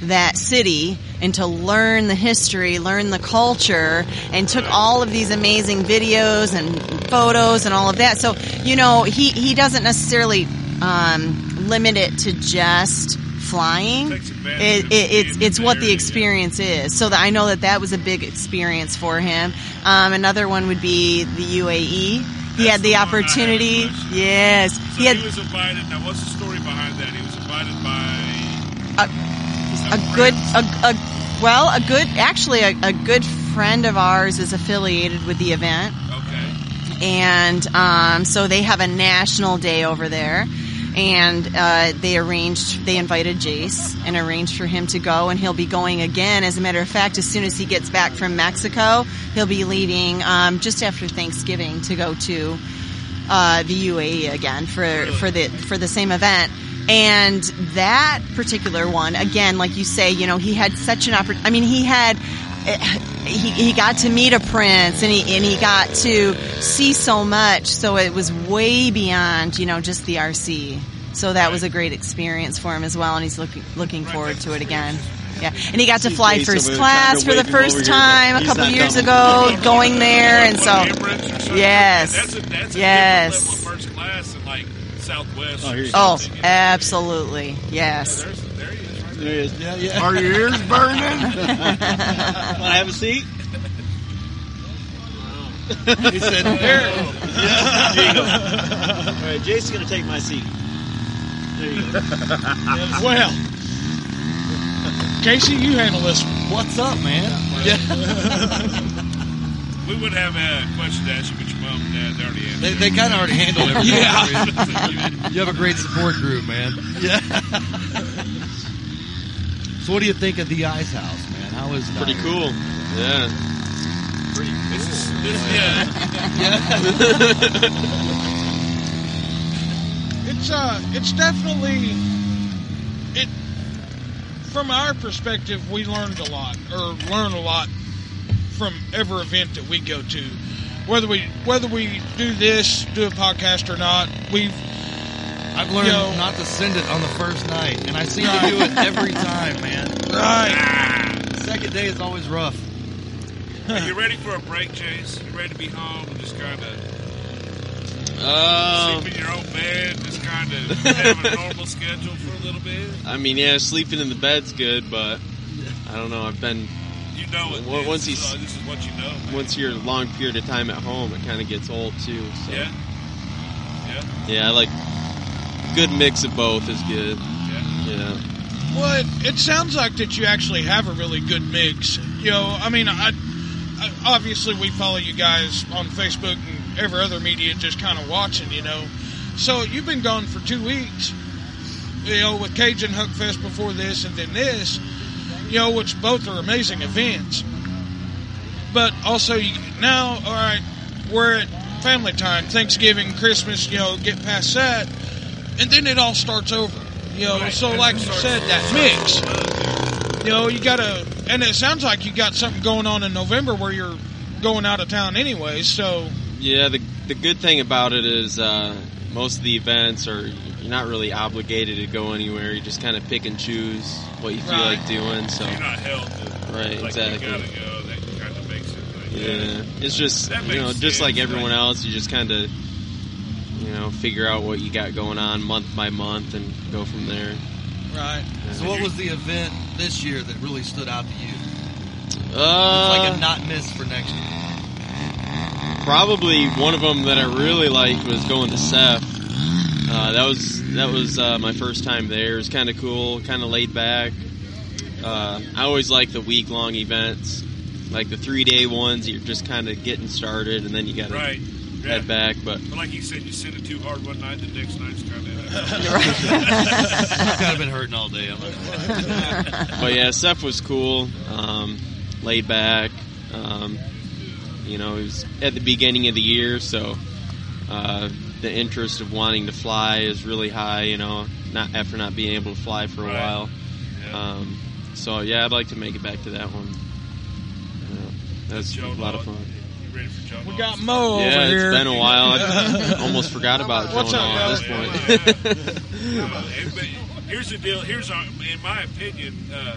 that city and to learn the history, learn the culture, and took all of these amazing videos and photos and all of that. So you know, he he doesn't necessarily um, limit it to just flying.
Takes advantage
It,
of
it, it's
being
it's what
there,
the
yeah.
experience is. So that I know that that was a big experience for him. Um, another one would be the UAE. He
That's
had the,
the one I had
opportunity.
mentioned.
Yes,
so
he had
was invited. Now, what's the story behind that? He was invited by
a good a, a well a good actually a, a good friend of ours is affiliated with the event
okay.
and um, so they have a national day over there and uh, they arranged they invited jace and arranged for him to go and he'll be going again as a matter of fact as soon as he gets back from mexico he'll be leaving um, just after thanksgiving to go to uh, the uae again for, for the for the same event and that particular one again like you say you know he had such an opportunity i mean he had eh, he, he got to meet a prince and he, and he got to see so much. So it was way beyond, you know, just the RC. So that was a great experience for him as well. And he's looking, looking forward to it again. Yeah. And he got to
See,
fly
Jason,
first
we're
class
trying to
for the
wave him over
first
here, but
time a
he's
couple
not
years
coming.
ago going there. And
Like
so,
Emirates or something?
Yes.
That's a, that's a
Yes.
different level of first class and like Southwest.
Oh,
or
here's-
oh,
something, you know?
absolutely. Yes.
There's, there he is. Right there.
There is. Yeah, yeah.
Are your ears burning?
Want to have a seat?
He said, there.
There you go. All right, Jason's gonna take my seat. There you go.
well. Casey, you handle this. one.
What's up, man? Yeah.
We would have a question to ask you, but your mom and dad they already answered.
They, they kind of already handled everything.
Yeah.
You have a great support group, man.
Yeah.
So, what do you think of the Ice House, man? How is it? out
Pretty
here?
cool. Yeah.
This is- this- yeah.
It's uh, it's definitely it. From our perspective, we learned a lot, or learn a lot from every event that we go to, whether we whether we do this, do a podcast or not. We've
I've learned
Yo.
not to send it on the first night, and I seem to do it every time, man.
right.
The second day is always rough.
Are you ready for a break, Jace? You ready to be home and just kind of
Um,
sleep in your own bed, just kind of
Uh,
have a normal schedule for a little bit?
I mean, yeah, sleeping in the bed's good, but I don't know. I've been
You know it.
Well, once
This is,
he's-
uh, this is what you know. man.
once you're a long period of time at home, it kind of gets old too. So.
Yeah. Yeah.
Yeah, I like good mix of both is good.
Yeah.
Yeah.
Well, it, it sounds like that you actually have a really good mix. You know, I mean, I, I obviously we follow you guys on Facebook and every other media, just kind of watching. You know, so you've been gone for two weeks. You know, with Cajun Huckfest before this, and then this. You know, which both are amazing events. But also you, now, all right, we're at family time, Thanksgiving, Christmas. You know, get past that, and then it all starts over. You know,
Right.
so like you said, that mix. You know, you got to, and it sounds like you got something going on in November where you're going out of town anyway. So,
Yeah, the, the good thing about it is uh, most of the events are you're not really obligated to go anywhere. You just kind of pick and choose what you feel
Right.
like doing. So
You're not held. To,
Right,
Like
exactly.
You gotta go. That kind of makes it. Like,
yeah, it's just
That
you know
makes
just like
sense,
everyone
right.
else, you just kind of you know figure out what you got going on month by month and go from there.
right.
So what was the event this year that really stood out to you?
Uh,
It's like a not miss for next year.
probably one of them that I really liked was going to Seth. Uh, that was that was uh, my first time there. It was kind of cool, kind of laid back. Uh, I always like the week long events, like the three day ones. You're just kind of getting started, and then you got to
Right. Yeah.
head back. But
But like you said, you send it too hard one night, the next night's kind of.
I've kind of been hurting all day. I'm like,
but yeah, Seth was cool, um, laid back. Um, you know, it was at the beginning of the year, so uh, the interest of wanting to fly is really high. You know, not after not being able to fly for a
Right.
while.
Yeah.
Um, so yeah, I'd like to make it back to that one. Yeah, that's a lot of fun.
You ready for John?
We got Mo over
yeah,
here.
it's been a while. I almost forgot about
What's up,
Jonah at
guys?
this point.
Well, it- but here's the deal. Here's our, in my opinion, uh,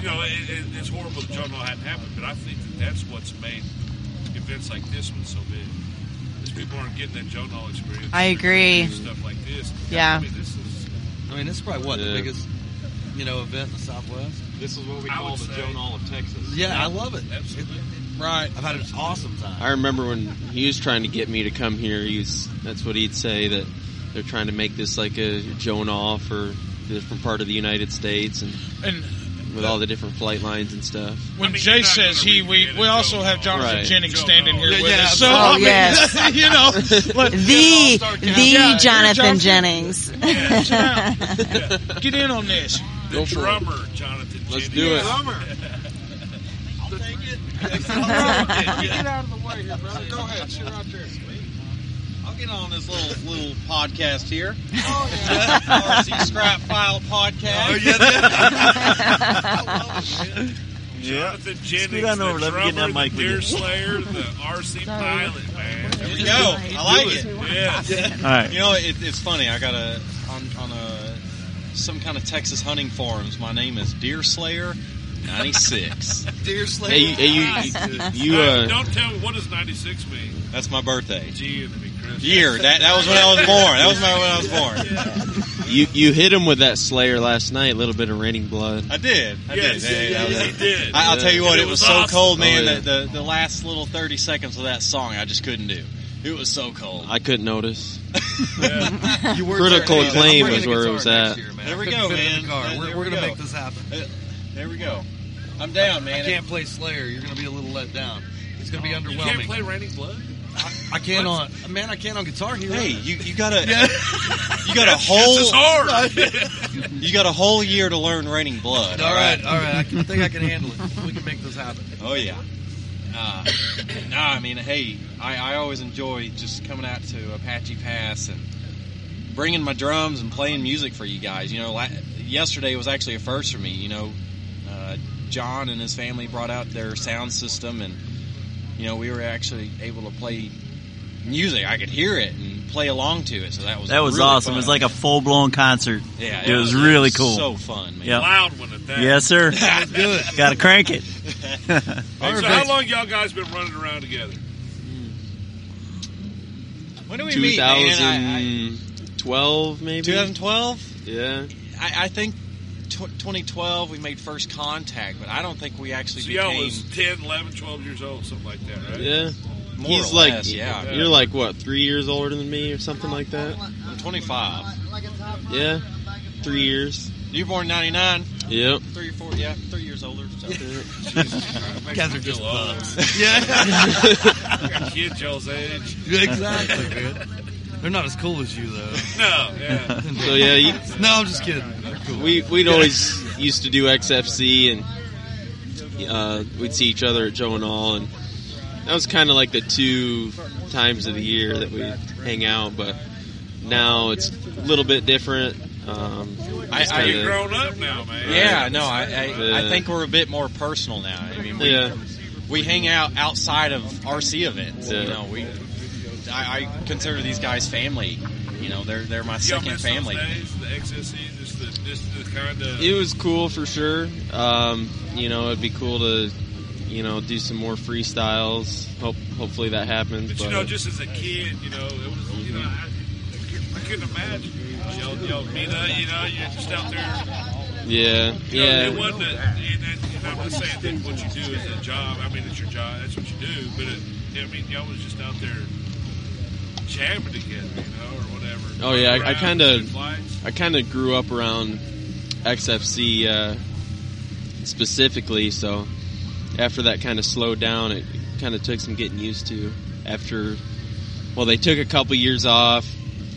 you know, it, it, it's horrible that John Law hadn't happened, but I think that that's what's made events like this one so big. Is people aren't getting that John Law experience.
I agree.
Stuff like this.
Yeah.
I mean, this is.
I mean, this is probably what the
Yeah.
biggest, you know, event in the Southwest.
this is what we
I call would the say- Joan
All of Texas.
Yeah, I love it.
Absolutely.
Right.
I've had an awesome time.
I remember when he was trying to get me to come here. He was, that's what he'd say that they're trying to make this like a Joan off or different part of the United States and
And
with all the different flight lines and stuff.
when
I mean,
Jay
you're not
says
gonna
he, we,
recreate
we
it,
also
Joe
have Jonathan
Right.
Jennings
Joe
standing
Dahl.
here
Yeah,
with
yeah,
us. So,
Oh,
Joe
I
Dahl.
mean,
Oh, Yes.
you know, let-
The
Yeah, you're
the Jonathan Jennings.
Reach out. Get in on this.
The
Go for it.
drummer, Jonathan.
Let's
Jennings.
do it.
Get out of the way here, brother. Go ahead. Sit right there.
I'll get on this little little podcast here.
Oh,
Oh,
RC Scrap File Podcast.
Oh,
Jonathan Jennings,
on over,
the
let me get
drummer,
that mic
the
with you.
Deerslayer, the RC pilot, man.
There we go. I like it.
Yes.
All right.
You know, it, it's funny. I got a on on a some kind of Texas hunting forums. My name is Deerslayer ninety six.
Deer Slayer.
Hey, you- hey you, you, you
Uh,
uh,
don't tell me what does 96 mean.
That's my birthday
G and then Chris.
year. That that was when I was born. That was my, when I was born.
you, you hit him with that Slayer last night, a little bit of raining blood.
I did. I
Yes,
did. Yeah, yeah,
yes,
yeah.
he did.
I, I'll tell you what.
And
It,
it
was,
was
so
awesome.
cold, man.
Oh, yeah.
that the, the last little thirty seconds of that song, I just couldn't do. It was so cold.
I couldn't notice.
You were
Critical
turning it up. I'm
acclaim
bringing
is
the
where it
guitar
was
next
at.
year, man.
There we
I couldn't
go,
fit it in the
man.
car.
There
We're,
we
we're gonna
go.
make this happen.
There we go. I'm down,
I
man.
can't play Slayer. You're gonna be a little let down. It's gonna be
You can't
underwhelming.
play Raining Blood?
I can't on man. I can't on Guitar Hero.
Hey, you, you got a you got a
This is
whole
hard.
you got a whole year to learn raining blood.
All right, all right. I can- I think I can handle it. We can make this happen.
Oh yeah. Uh, nah, I mean, hey, I, I always enjoy just coming out to Apache Pass and bringing my drums and playing music for you guys. You know, la- yesterday was actually a first for me. You know, uh, John and his family brought out their sound system, and you know, we were actually able to play music. I could hear it and play along to it, so that was
That was
really
awesome.
fun.
It was like a full blown concert.
yeah,
it was really cool.
So fun, man.
Yeah.
Loud one at that.
Yes, sir.
Good.
Got to crank it.
Hey, so how long y'all guys been running around together?
When do we meet, man? I- I-
2012, maybe?
2012.
Yeah.
I, I think tw 2012 we made first contact, but I don't think we actually
So
became.
y'all was 10, 11, 12 years old, something like that, right?
Yeah.
More
He's
or
like,
less, yeah.
You're like, what, three years older than me or something like that?
I'm 25.
Yeah. Three years.
You were born in 99.
Yep.
Three or four, yeah, three years older. So.
Guys are just bugs.
Yeah.
Got kids y'all's age.
exactly, dude. They're not as cool as you, though.
No, yeah.
So, yeah, you-
no, I'm just kidding. They're cool.
We, we'd always used to do XFC and uh, we'd see each other at Joe and All. And that was kind of like the two times of the year that we'd hang out. But now it's a little bit different. Um,
I-
it's
I-
kinda-
You're grown up now, man.
Yeah, no, I, I, I
Yeah.
think we're a bit more personal now. I mean, we,
Yeah.
we hang out outside of RC events.
Yeah.
You know, we I, I consider these guys family. You know, they're they're my
Y'all
second
miss
family.
Those days, the XSE, just the, just the kind of.
it was cool for sure. Um, you know, it'd be cool to, you know, do some more freestyles. Hope, hopefully that happens.
But you know, just as a kid, you know, it was, you know, I, I couldn't- I couldn't imagine. Y'all, y'all meet up, you know, you're just out there.
yeah,
You know,
Uh, yeah,
It wasn't a, and, that- and I'm not saying that what you do is a job. I mean, it's your job. That's what you do. But it, I mean, y'all was just out there jamming together, you know, or whatever.
Oh, yeah, I- I
Around,
kinda-
doing flights.
I kind of grew up around XFC uh, specifically, so after that kind of slowed down, it kind of took some getting used to. After, well, they took a couple years off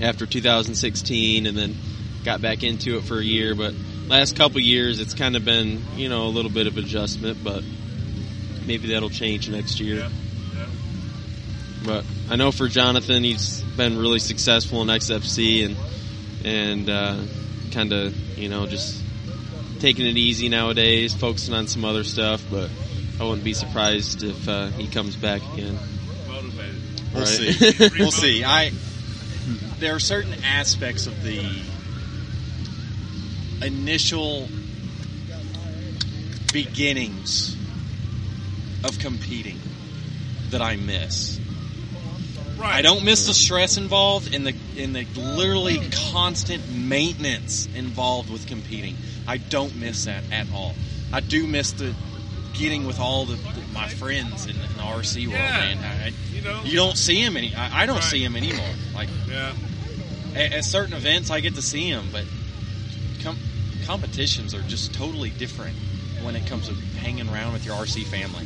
after 2016, and then got back into it for a year. But last couple years, it's kind of been you know a little bit of adjustment, but maybe that'll change next year.
Yeah, yeah.
But I know for Jonathan, he's been really successful in XFC and and uh, kind of you know just taking it easy nowadays, focusing on some other stuff. But I wouldn't be surprised if uh, he comes back again.
Motivated.
We'll
right?
see. we'll see. I there are certain aspects of the initial beginnings of competing that I miss.
Right.
I don't miss the stress involved in the in the literally constant maintenance involved with competing. I don't miss that at all. I do miss the getting with all the, the- my friends in, in the RC world,
Yeah.
man. I, I-
You know.
you don't see him any. I, I don't
Right.
see him anymore. Like
Yeah.
at, at certain events, I get to see him, but com- competitions are just totally different when it comes to hanging around with your RC family.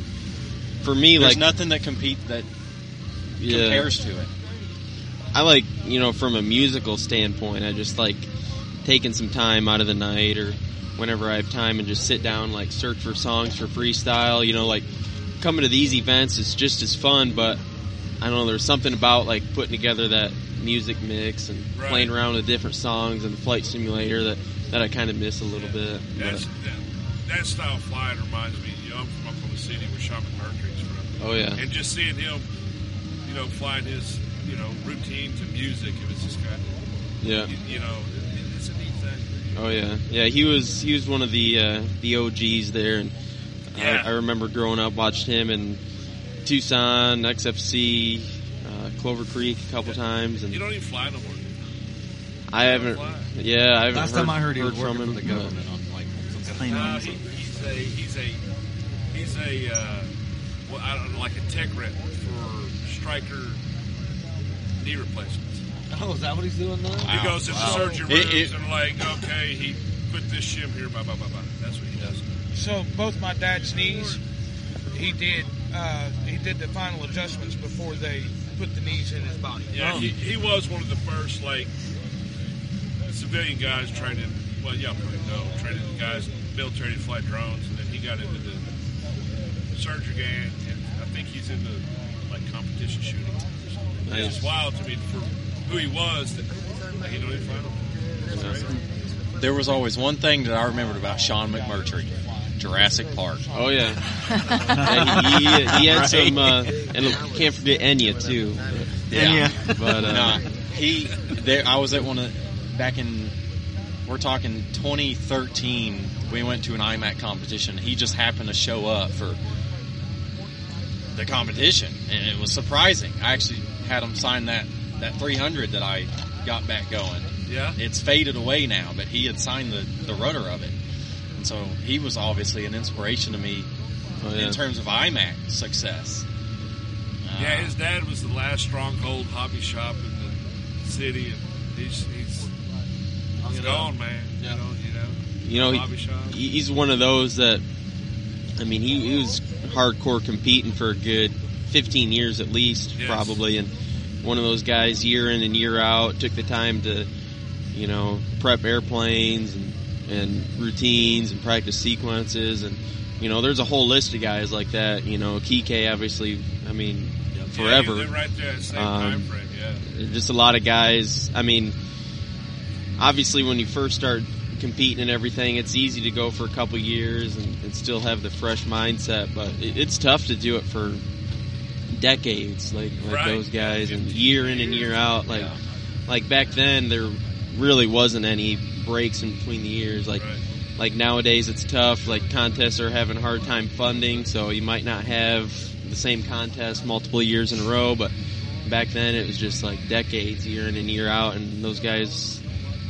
For me,
There's
like
nothing that compete that
yeah.
compares to it.
I like, you know, from a musical standpoint, I just like taking some time out of the night or whenever I have time and just sit down, like search for songs for freestyle. You know, like coming to these events is just as fun, but I don't know, there's something about like putting together that music mix and
Right.
playing around with different songs and the flight simulator that, that I kind of miss a little bit.
That's,
But,
that, that style of flying reminds me. You know, I'm from Oklahoma City, where Shaman Mercury's from,
oh, yeah.
and just seeing him, you know, flying his, you know, routine to music. It was just kind of,
Yeah.
you, you know, it, it's a neat thing.
Oh yeah, yeah. He was he was one of the uh, the OGs there, and uh,
Yeah.
I, I remember growing up watched him in Tucson, XFC, uh, Clover Creek a couple times,
You
and
don't even fly no more.
I haven't. Yeah, I haven't.
Last
heard,
time I heard he was
from
working
him.
for the government on like some kind of
No, he, he's a he's a he's a uh, well, I don't know, like a tech rep for striker knee replacements.
Oh, is that what he's doing now?
He goes into surgery
It-
rooms
it-
and like, okay, he put this shim here, blah blah blah blah. That's what he does.
So both my dad's knees, he did uh, he did the final adjustments before they put the knees in his body.
Yeah, he, he was one of the first like civilian guys training. Well, y'all probably know training guys military to fly drones, and then he got into the surgery gang, and I think he's into like competition shooting. It's just wild to me for who he was. That like, he don't even fly no more. It's crazy.
There was always one thing that I remembered about Sean McMurtry, Jurassic Park.
Oh yeah. yeah he, he, he had some, uh, and I can't forget Enya too.
Yeah.
But uh,
Nah, he. There, I was at one of back in. We're talking 2013. We went to an IMAC competition. He just happened to show up for the competition, and it was surprising. I actually had him sign that that 300 that I got back going.
Yeah.
It's faded away now, but he had signed the the rudder of it. And so he was obviously an inspiration to me
Oh, yeah.
in terms of IMAC success.
Yeah, his dad was the last stronghold hobby shop in the city, and he's he's, he's
it
gone, man. You know, you know,
you know,
hobby
he,
shop.
he- he's one of those that, I mean, he, he was hardcore competing for a good 15 years at least,
Yes.
probably, and one of those guys year in and year out took the time to, you know, prep airplanes and, and routines and practice sequences and. You know, there's a whole list of guys like that. You know, Kike, obviously, I mean, forever.
Yeah, he- right there, same
Um,
time frame. Yeah.
just a lot of guys. I mean, obviously, when you first start competing and everything, it's easy to go for a couple years and, and still have the fresh mindset. But it, it's tough to do it for decades, like like
Right.
those guys, and year in and year out. Like like back then, there really wasn't any breaks in between the years. Like
Right.
like nowadays, it's tough. Like contests are having a hard time funding, so you might not have the same contest multiple years in a row. But back then, it was just like decades, year in and year out, and those guys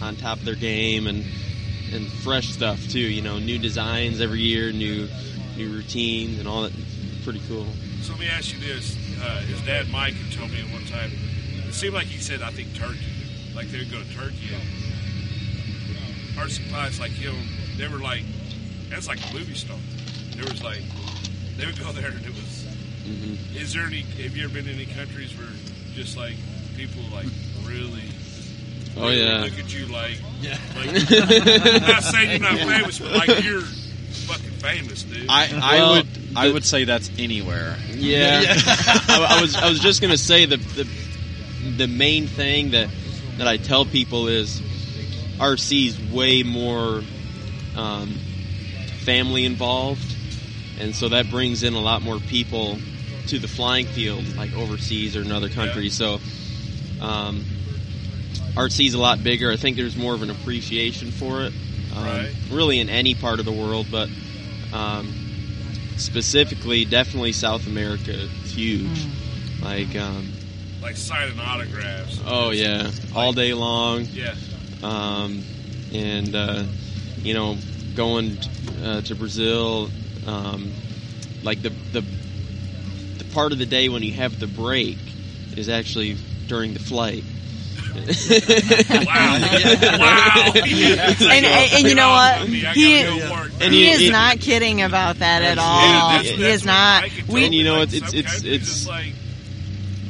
on top of their game and and fresh stuff too. You know, new designs every year, new new routines, and all that. Pretty cool.
So let me ask you this: uh, His dad Mike had told me at one time. It seemed like he said, "I think Turkey, like they would go to Turkey." And RC Pies, like him, they were like, that's like a movie star. There was like, they would go there, and it was.
Mm-hmm.
Is there any? Have you ever been to any countries where just like people like really?
Oh,
really
yeah.
Look at you like. like I'm not saying you're not famous, but like you're fucking famous, dude.
I I
Well,
would
I would say that's anywhere.
Yeah, I, I was I was just gonna say the, the the main thing that that I tell people is RC is way more um, family involved, and so that brings in a lot more people to the flying field, like overseas or in other countries. So. Um, RC's a lot bigger. I think there's more of an appreciation for it, um,
Right.
really in any part of the world, but um, specifically, definitely South America. It's huge. Like, um,
like signing autographs.
oh yeah, all day long.
Yeah.
Um, and uh, you know, going uh, to Brazil, um, like the the the part of the day when you have the break is actually during the flight.
Wow. Wow.
and, and, and you know what? He,
And
he
you-
is
it-
not kidding about that at
Yeah,
all.
that's-
He is not.
we-
and
And you know, it's- it's- it's-
just
it's-
like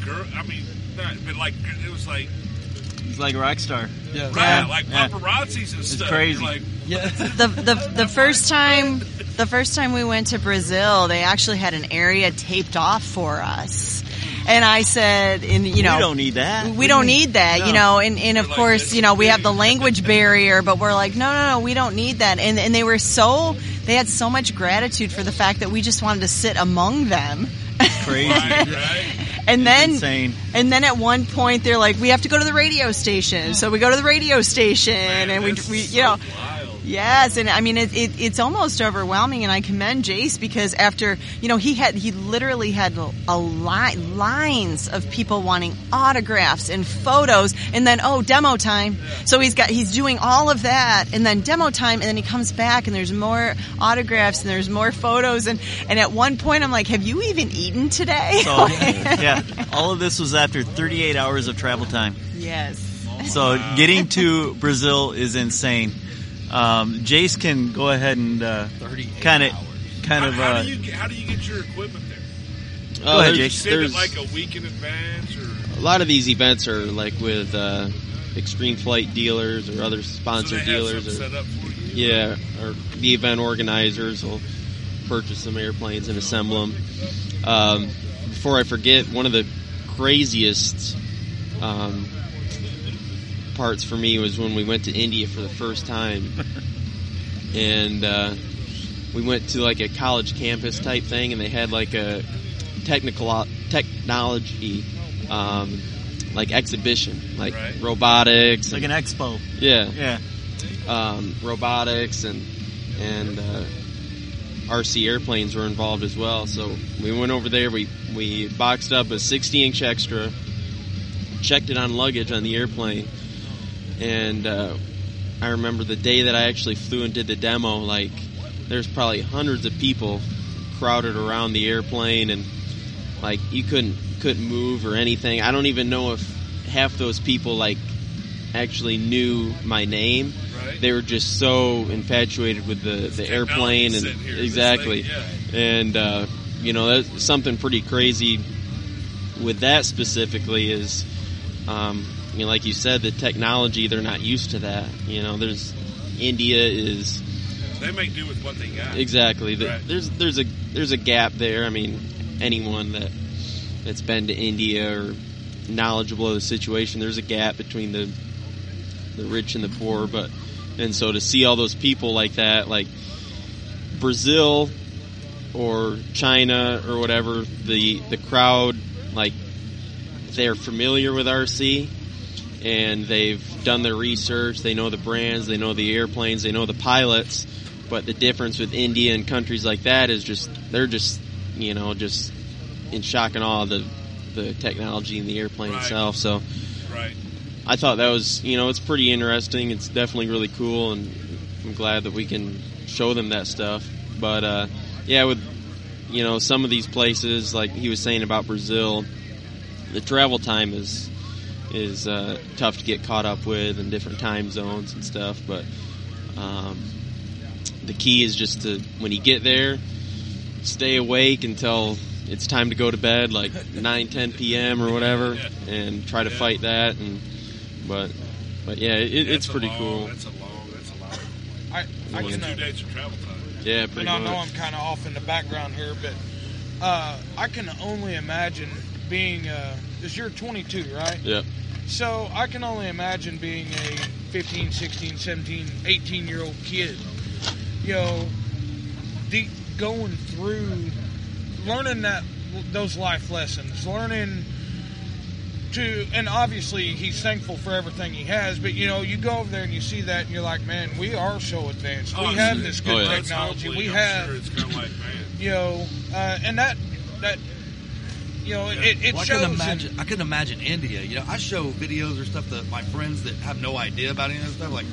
girl. I mean, not, but like it was like
He's like a rock star.
right,
Yeah.
like
Yeah.
paparazzis and stuff.
crazy.
You're like
the, the, the first time the first time we went to Brazil, they actually had an area taped off for us. And I said, in you know,
we don't need that.
we don't need that, you know, and, and of
We're like,
course,
this
you know, we have the language barrier, but we're like, no, no, no, we don't need that. And, and they were so, they had so much gratitude for the fact that we just wanted to sit among them.
Crazy.
right, right.
And then,
Insane.
and then at one point they're like, we have to go to the radio station. So we go to the radio station and we,
That's
we,
so
you know,
wild.
Yes, and I mean it, it, it's almost overwhelming, and I commend Jace because after you know he had he literally had a line lines of people wanting autographs and photos, and then oh demo time. So he's got he's doing all of that, and then demo time, and then he comes back, and there's more autographs, and there's more photos, and and at one point I'm like, have you even eaten today?
So, yeah, all of this was after 38 hours of travel time.
yes.
So getting to Brazil is insane. Um, Jace can go ahead and uh, kind of, kind
How,
of.
how
Uh,
do you get, how do you get your equipment there?
Oh,
ahead,
there's-
Jake.
Send it
there's-
like a week in advance, or
a lot of these events are like with uh, extreme flight dealers or other
so
sponsor
they have
dealers
something
or
set up for you.
yeah or the event organizers will purchase some airplanes and assemble them um, before i forget one of the craziest um, parts for me was when we went to india for the first time and uh, we went to like a college campus type thing, and they had like a technical technology um, like exhibition, like
Right.
robotics,
like
and,
an expo.
yeah,
Yeah.
um, robotics, and and uh, RC airplanes were involved as well. So we went over there. We we boxed up a 60 inch extra, checked it on luggage on the airplane, and uh, I remember the day that I actually flew and did the demo. Like there's probably hundreds of people crowded around the airplane, and like you couldn't couldn't move or anything. I don't even know if half those people like actually knew my name.
Right.
They were just so infatuated with the, the airplane and
sitting here, this
exactly,
thing,
and uh, you know that's something pretty crazy with that specifically is, um, you know, like you said, the technology they're not used to that. You know, there's India is
They make do with what they got.
Exactly. The-
Right.
There's there's a there's a gap there. I mean, anyone that that's been to India or knowledgeable of the situation, there's a gap between the the rich and the poor. But and so to see all those people like that, like Brazil or China or whatever, the the crowd like they're familiar with RC and they've done their research. They know the brands, they know the airplanes, they know the pilots. But the difference with India and countries like that is just they're just you know just in shock and awe of the the technology and the airplane
Right.
itself. So
Right.
I thought that was you know it's pretty interesting. It's definitely really cool, and I'm glad that we can show them that stuff. But uh, yeah, with you know some of these places, like he was saying about Brazil, the travel time is is uh, tough to get caught up with in different time zones and stuff. But um, the key is just to when you get there, stay awake until it's time to go to bed, like 9, 10 p.m. or whatever, and try to fight that. And but but yeah, it, it's
That's a
pretty
long-
cool.
That's a long. That's a lot.
I, I
That's
can, uh,
two days of travel time.
Yeah, pretty
and I know
much.
I'm kind of off in the background here, but uh, I can only imagine being. Uh, 'cause you're 22, right?
Yep.
So I can only imagine being a 15, 16, 17, 18 year old kid. You know, the, going through, learning that those life lessons, learning to, and obviously he's thankful for everything he has. But you know, you go over there and you see that, and you're like, man, we are so advanced.
Oh,
we have
sure.
this good
Oh, yeah.
technology.
Hopefully,
We
I'm
have,
Sure it's kind of like man.
you know, uh, and that that. You know,
Yeah.
it, it
Well, I
shows.
couldn't
in-
imagine. I couldn't imagine India. You know, I show videos or stuff to my friends that have no idea about any of this stuff. Like,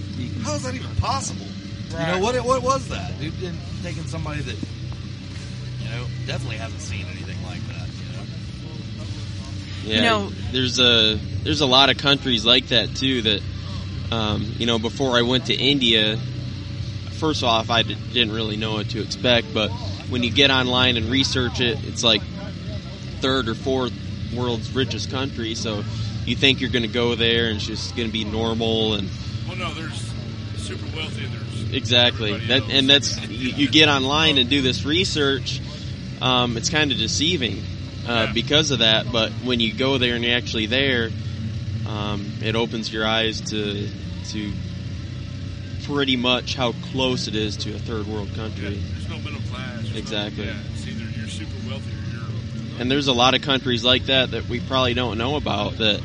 how is that even possible? You
Right.
know what? What was that? Dude, and taking somebody that you know definitely hasn't seen anything like that. You know?
Yeah,
You know-
there's a there's a lot of countries like that too. That um, you know, before I went to India, first off, I d- didn't really know what to expect. But when you get online and research it, it's like third or fourth world's richest country. So you think you're going to go there and it's just going to be normal and
Well, no, there's super wealthy. There's
Exactly.
everybody
That
else.
and that's you, you get online and do this research. Um, it's kind of deceiving uh,
Yeah.
because of that. But when you go there and you're actually there, um, it opens your eyes to to pretty much how close it is to a third world
Yeah,
country.
there's no middle class. there's no-
Exactly.
yeah, it's either you're super wealthy or you're.
And there's a lot of countries like that that we probably don't know about that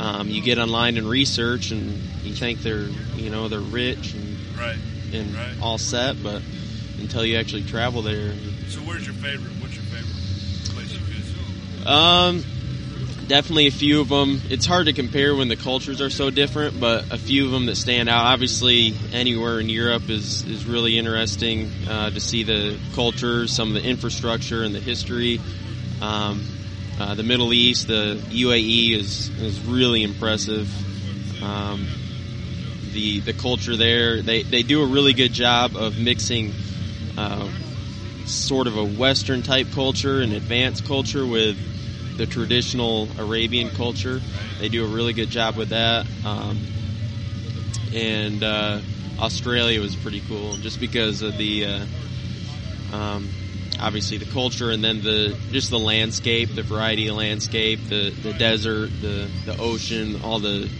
um, you get online and research and you think they're you know they're rich and,
Right.
and
Right.
all set, but until you actually travel there.
So, where's your favorite? What's your favorite place you visit?
Um, definitely a few of them. It's hard to compare when the cultures are so different, but a few of them that stand out. Obviously, anywhere in Europe is is really interesting uh, to see the culture, some of the infrastructure, and the history. Um, uh, the Middle East, the UAE is is really impressive. Um, the the culture there, they they do a really good job of mixing. Uh, sort of a Western type culture and advanced culture with the traditional Arabian culture. They do a really good job with that. Um, and uh, Australia was pretty cool just because of the uh, um, obviously the culture and then the just the landscape, the variety of landscape, the, the desert, the, the ocean, all the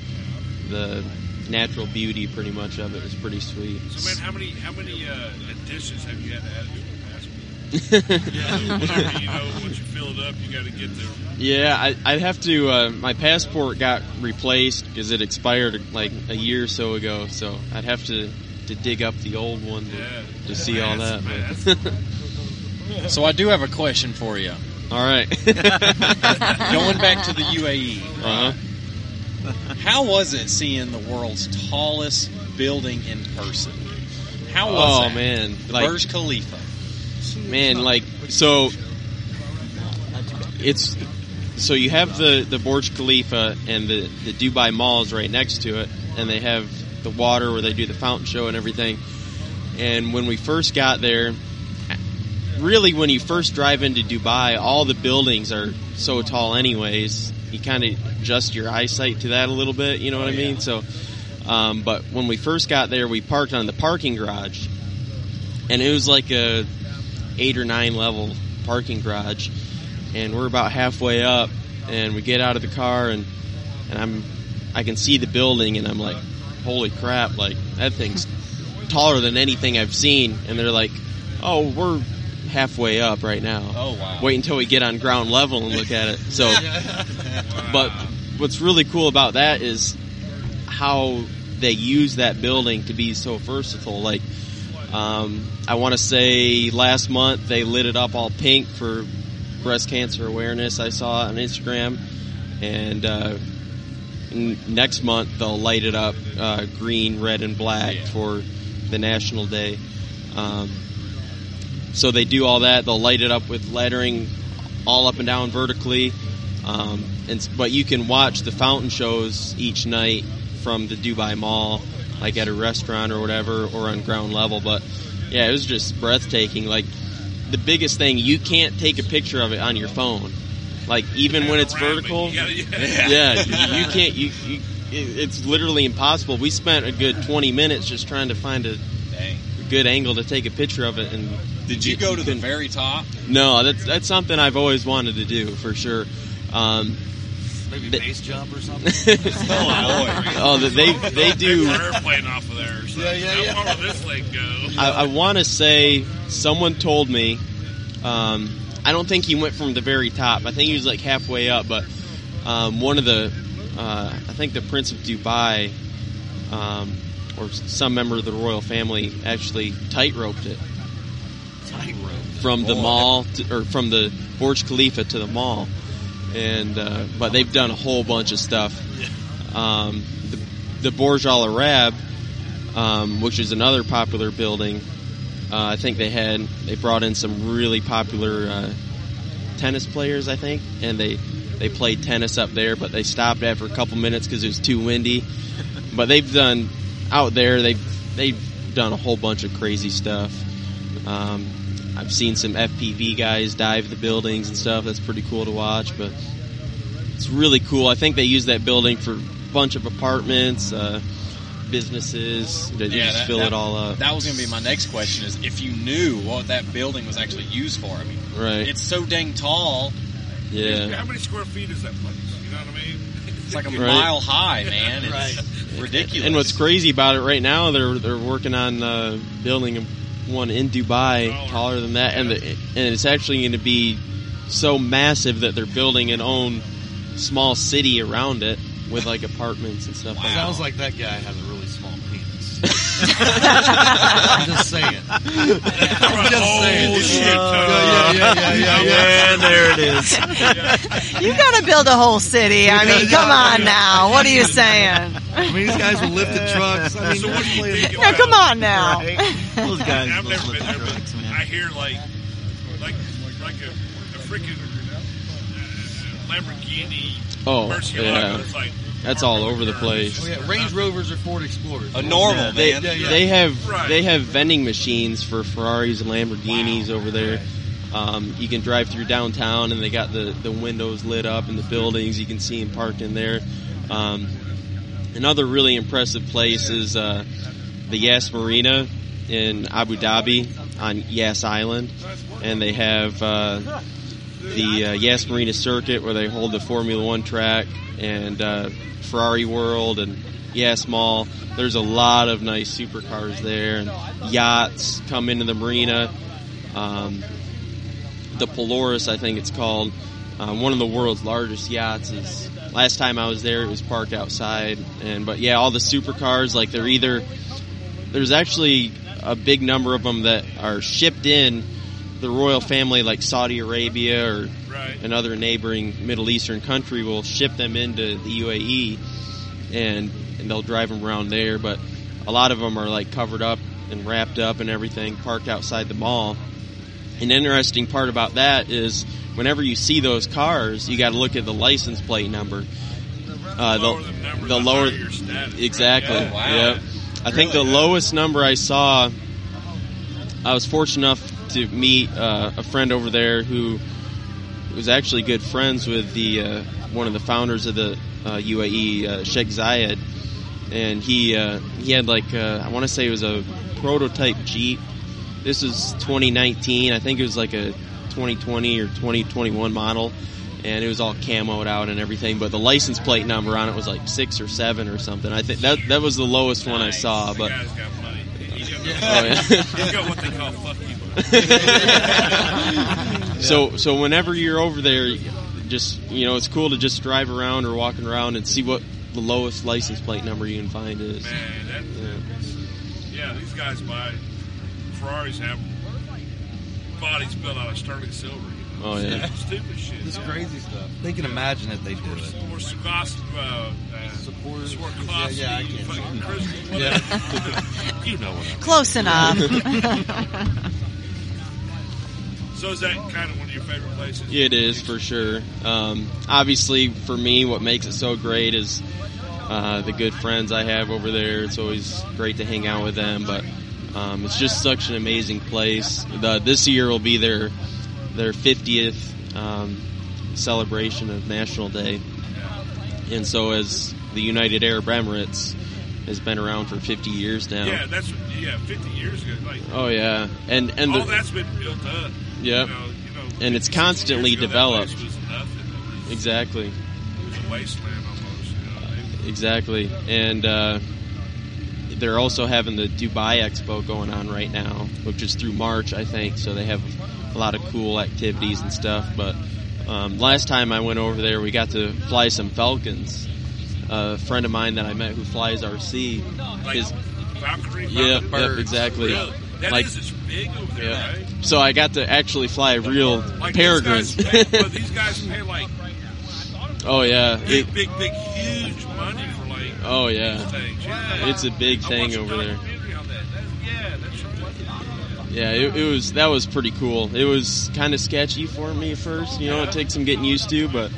the natural beauty pretty much of it was pretty sweet.
So, man, how many how many uh, dishes have you had to add to your passport? yeah, whatever, you know, once you fill it up, you got to get the
Yeah, I, I'd have to. Uh, my passport got replaced because it expired like a year or so ago. So I'd have to, to dig up the old one to,
Yeah.
to see all that.
Man,
but-
So I do have a question for you.
all right. uh-huh.
Going back to the E, UAE, how was it seeing the world's tallest building in person? How was
oh,
that?
man,
the
like
Burj Khalifa.
man, like so. It's so you have the the Burj Khalifa and the the Dubai Mall is right next to it, and they have the water where they do the fountain show and everything. And when we first got there, really when you first drive into Dubai, all the buildings are so tall anyways. You kind of adjust your eyesight to that a little bit, you know what I mean? So, um, but when we first got there, we parked on the parking garage, and it was like a eight or nine level parking garage, and we're about halfway up, and we get out of the car, and and I'm I can see the building, and I'm like, holy crap, like that thing's taller than anything I've seen, and they're like, oh, we're halfway up right now.
Oh, wow.
Wait until we get on ground level and look at it. So, but what's really cool about that is how they use that building to be so versatile. Like, um, I want to say last month they lit it up all pink for breast cancer awareness. I saw it on Instagram, and uh, n- next month they'll light it up uh, green, red, and black for the National Day. Um, so they do all that. They'll light it up with lettering all up and down vertically. Um, and s- but you can watch the fountain shows each night from the Dubai Mall, like at a restaurant or whatever, or on ground level. But yeah, it was just breathtaking. Like the biggest thing, you can't take a picture of it on your phone. Like even when it's vertical, yeah, you you can't. You, you it- it's literally impossible. We spent a good twenty minutes just trying to find a
Dang.
good angle to take a picture of it. And
Did you
it-
go to the
couldn't-
very top?
No, that's that's something I've always wanted to do for sure. Um,
Maybe
They-
base jump or something.
oh, that they they do.
They were airplane off of there. So
Yeah, yeah, yeah.
How far will this thing go?
I, I want to say someone told me. Um, I don't think he went from the very top. I think he was like halfway up. But um, one of the, uh, I think the Prince of Dubai, um, or some member of the royal family, actually tightroped it from the mall to, or from the Burj Khalifa to the mall. And uh, but they've done a whole bunch of stuff. Um, the, the Burj Al Arab, um, which is another popular building. Uh, I think they had they brought in some really popular uh, tennis players, I think, and they they played tennis up there, but they stopped after a couple minutes because it was too windy. But they've done out there they've they've done a whole bunch of crazy stuff. Um, I've seen some FPV guys dive the buildings and stuff. That's pretty cool to watch, but it's really cool. I think they use that building for a bunch of apartments, uh, businesses. They just fill it all up.
That was going to be my next question: is if you knew what that building was actually used for. I mean,
right.
it's so dang tall;
yeah.
How many square feet is that place? You know what I mean?
it's like a
Right.
mile high, man. It's ridiculous.
And what's crazy about it right now, they're they're working on uh, building one in Dubai
Taller.
taller than that, and the, and it's actually going to be so massive that they're building an own small city around it with like apartments and stuff. like
Sounds
that.
like that guy has a really small penis. I'm just saying. I'm just saying.
Oh, shit.
Yeah, yeah, yeah, yeah, yeah.
there it is.
You gotta build a whole city. I mean, come on now. What are you saying?
I mean, these guys will lift the trucks. I mean,
So what do you think
Now,
about-
come on now.
Those guys must
I've never
lift
been
the
there,
trucks,
but
man.
I hear like, like, like a, a freaking uh, Lamborghini
Oh,
Murcielago.
yeah.
It's like
That's all over the place.
Oh, yeah, Range Rovers or Ford Explorers.
a normal
They
man?
yeah.
they have
Right.
they have vending machines for Ferraris and Lamborghinis over there. Um, you can drive through downtown, and they got the the windows lit up in the buildings. You can see them parked in there. Um, another really impressive place is uh, the Yas Marina in Abu Dhabi on Yas Island, and they have uh, the uh, Yas Marina Circuit where they hold the Formula One track and uh, Ferrari World and Yas Mall. There's a lot of nice supercars there, and yachts come into the marina. Um, the Polaris, I think it's called, um, one of the world's largest yachts. Is last time I was there, it was parked outside, and but yeah, all the supercars like they're either there's actually a big number of them that are shipped in the royal family, like Saudi Arabia or
Right.
another neighboring Middle Eastern country, will ship them into the E UAE, and and they'll drive them around there. But a lot of them are like covered up and wrapped up and everything, parked outside the mall. An interesting part about that is whenever you see those cars, you got to look at the license plate number. Uh, the lower, the, lower
higher your status, right?
exactly.
Yeah, Oh, wow.
Yep. I think the
Really?
lowest number I saw. I was fortunate enough to meet uh, a friend over there who was actually good friends with the uh, one of the founders of the uh, UAE, uh, Sheikh Zayed, and he uh, he had like uh, I want to say it was a prototype Jeep. This is 2019. I think it was like a 2020 or 2021 model, and it was all camoed out and everything. But the license plate number on it was like six or seven or something. I think that that was the lowest one I saw. But
Guy's got money. He- he got-
Oh, yeah.
He's got what they call fuck you.
so so whenever you're over there, just you know, it's cool to just drive around or walking around and see what the lowest license plate number you can find is.
Man, that, yeah. these guys buy Ferraris have bodies built out of sterling silver. You know?
Oh, yeah.
Stupid shit.
This
yeah.
crazy stuff.
They can imagine that they do it.
Or Sagos, uh, uh,
Support-
Swarovski,
yeah, yeah, I can't-
fucking Chris-
Yeah.
whatever. you know what I
Close enough.
mean. So is that kind of one of your favorite places?
It is for sure. Um, obviously, for me, what makes it so great is uh, the good friends I have over there. It's always great to hang out with them, but um, it's just such an amazing place. The, this year will be their their 50th um, celebration of National Day, and so as the United Arab Emirates has been around for 50 years now.
Yeah, that's what- yeah. Fifty years ago, like
Oh yeah, and and
all
the,
that's been built up.
Yep.
You know, you know,
And
50 years
it's constantly
ago, that
developed.
place was nothing. It was-
exactly.
it was a wasteland almost. You know, they
Exactly, and uh, they're also having the Dubai Expo going on right now, which is through March, I think. So they have a lot of cool activities and stuff. But um, last time I went over there, we got to fly some Falcons. a friend of mine that I met who flies RC,
Like
his
Valkyrie?
Yeah,
Valkyrie?
yep, exactly.
Really? That
Like-
is- it's big over there,
yeah.
right?
So I got to actually fly a real
Like
peregrine.
These guys, pay, well, these guys pay like
oh yeah, it,
big, big, big, huge money for like
oh yeah.
things. Yeah.
It's a big
I
thing
watched a
over there.
documentary on that. That's- yeah, that's
Yeah, it, it was that was pretty cool. It was kind of sketchy for me at first, you know. It takes some getting used to, but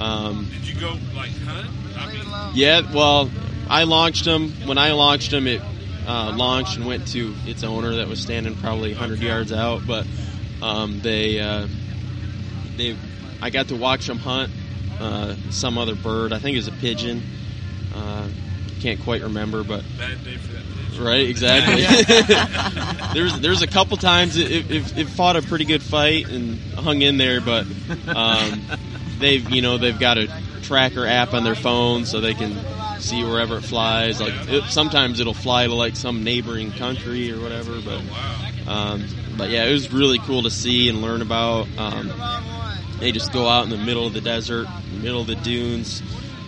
um,
Did you go like hunt? I mean,
yeah. Well, I launched them. When I launched them, it uh, launched and went to its owner that was standing probably 100 yards out. But um, they uh, they I got to watch them hunt uh, some other bird. I think it was a pigeon. Uh, can't quite remember, but
bad day for that. bitch.
Right, exactly. there's there's a couple times it, it, it, it fought a pretty good fight and hung in there, but um, they've you know they've got a tracker app on their phone so they can see wherever it flies. Like it, sometimes it'll fly to like some neighboring country or whatever, but um, but yeah, it was really cool to see and learn about. Um, they just go out in the middle of the desert, middle of the dunes,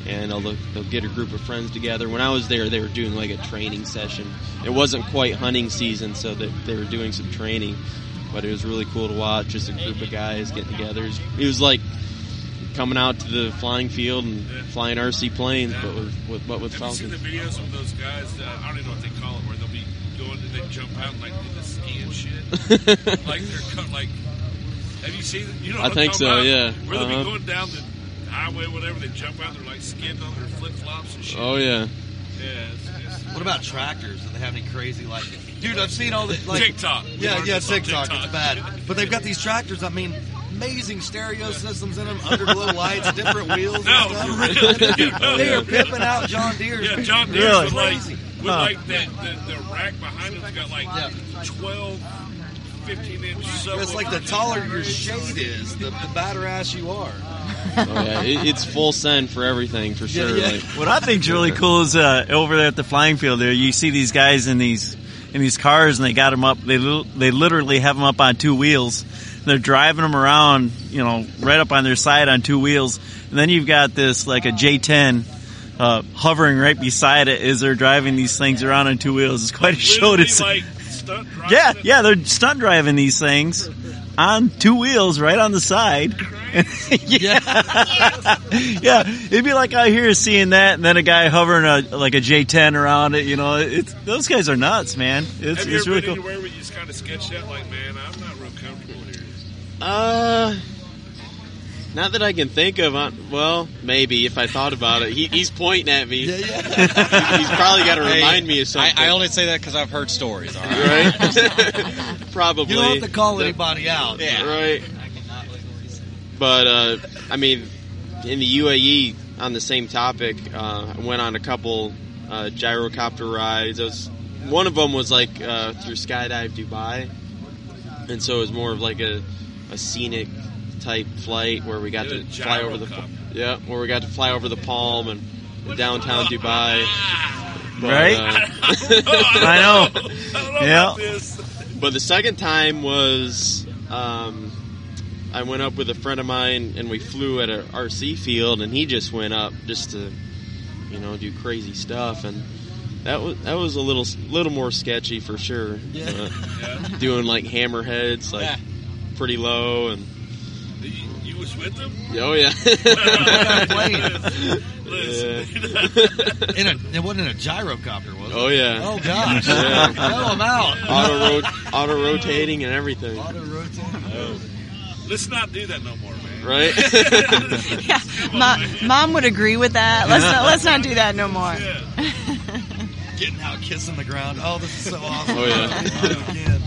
and they'll, they'll get a group of friends together. When I was there, they were doing like a training session. It wasn't quite hunting season, so they, they were doing some training, but it was really cool to watch. Just a group of guys getting together. It was, it was like coming out to the flying field and flying RC planes, but with, with but with
Have you seen
falcons.
the videos of those guys? Uh, I don't even know what they call it, where they'll be going and they jump out and like do the ski and shit. like they're cut like. Have you seen? You know,
I
what I'm
think
talking
so,
about?
yeah.
Where they'll
Uh-huh.
be going down the highway, whatever. They jump out. They're like skidding on their flip flops and shit.
Oh
Yeah.
yeah,
It's, it's,
What about tractors? Do they have any crazy like? Dude, I've seen all the like
TikTok. We
Yeah,
learned
yeah,
this on
TikTok. It's bad, but they've got these tractors. I mean, amazing stereo systems in them, underglow lights, different wheels.
No,
and
for real,
stuff.
dude, no.
they are pimping out John Deere.
Yeah, John Deere
Really?
was like,
Crazy.
with like that, the, the rack behind it's got like twelve, fifteen 12, 15 inch subwoofers.
It's like the taller your shade is, the, the badder ass you are.
oh, yeah. It, it's full send for everything for sure.
yeah.
Like,
What I think's really cool is uh, over there at the flying field. There, you see these guys in these in these cars, and they got them up. They li- they literally have them up on two wheels. They're driving them around, you know, right up on their side on two wheels. And then you've got this like a J10 uh, hovering right beside it as they're driving these things around on two wheels. It's quite a show
Literally,
to see.
like stunt driving
Yeah,
it.
yeah, they're stunt driving these things on two wheels right on the side. yeah. yeah, it'd be like out here seeing that, and then a guy hovering a like a J10 around it. You know, it's those guys are nuts, man. It's,
Have you
it's
ever
really
been
cool.
anywhere where you just kind of sketch out like, man, I'm not real comfortable here?
Uh, not that I can think of. uh, Well, maybe if I thought about it. He, he's pointing at me. He's probably got to remind me of something.
I, I only say that because I've heard stories. All right.
right? probably.
You don't have to call
The-
anybody out.
Yeah.
Right. But uh, I mean, in the UAE, on the same topic, uh, I went on a couple uh, gyrocopter rides. I was, one of them was like uh, through Skydive Dubai, and so it was more of like a, a scenic type flight where we got
Did
to
a
fly over the
gyrocopter.
yeah, where we got to fly over the Palm and downtown Dubai. But,
Right?
uh,
I know.
I don't know
Yeah.
about this.
But the second time was um, I went up with a friend of mine and we flew at a RC field and he just went up just to you know do crazy stuff and that was that was a little little more sketchy for sure.
Yeah.
Uh, doing like hammerheads like
Yeah.
pretty low and
You, you was with them?
oh yeah.
Listen,
Yeah.
In a, it wasn't in a gyrocopter, was it?
uh, oh yeah.
Oh, gosh.
Yeah.
No, I'm out.
Auto ro- auto rotating and everything,
Auto rotating.
Let's not do that no more, man.
right?
Yeah, mom, mom would agree with that. Let's not, let's not do that no more.
Yeah.
Getting out, kissing the ground. Oh, this is so awesome.
Oh, yeah.
Oh, again.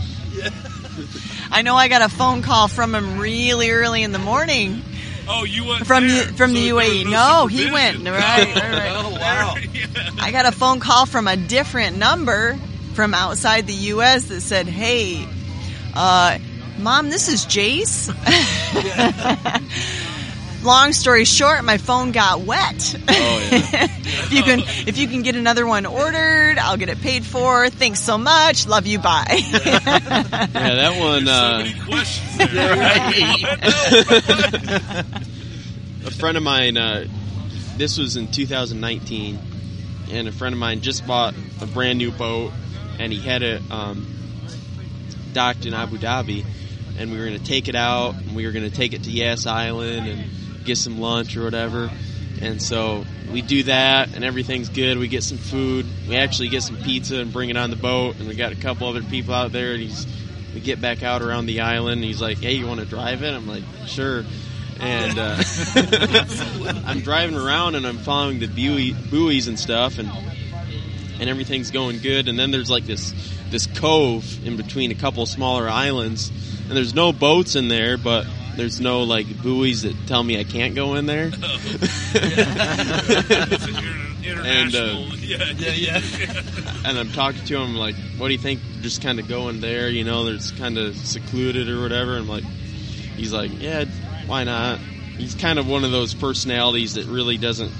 I know I got a phone call from him really early in the morning
Oh, you went
from
there,
the, from
so
the
there was
UAE. No, he went
supervision.
right. right, right.
Oh, wow.
I got a phone call from a different number from outside the U.S. that said, "Hey, uh, mom, this is Jace." Long story short, my phone got wet.
Oh,
if you can, if you can get another one ordered, I'll get it paid for. Thanks so much. Love you. Bye.
Yeah, that one.
So
Uh,
many questions there.
a friend of mine, uh, this was in 2019, and a friend of mine just bought a brand new boat, and he had it um, docked in Abu Dhabi, and we were going to take it out, and we were going to take it to Yas Island and get some lunch or whatever. And so we do that, and everything's good. We get some food. We actually get some pizza and bring it on the boat, and we got a couple other people out there, and he's. We get back out around the island. And he's like, "Hey, you want to drive it?" I'm like, "Sure." and uh, I'm driving around and I'm following the buoy, buoys and stuff, and and everything's going good. And then there's like this this cove in between a couple smaller islands, and there's no boats in there, but there's no like buoys that tell me I can't go in there.
Oh. It's an inter- international. yeah, yeah, yeah.
uh, and I'm talking to him like, "What do you think? Just kind of going there, you know? There's kind of secluded or whatever." I'm like, he's like, "Yeah, why not?" He's kind of one of those personalities that really doesn't.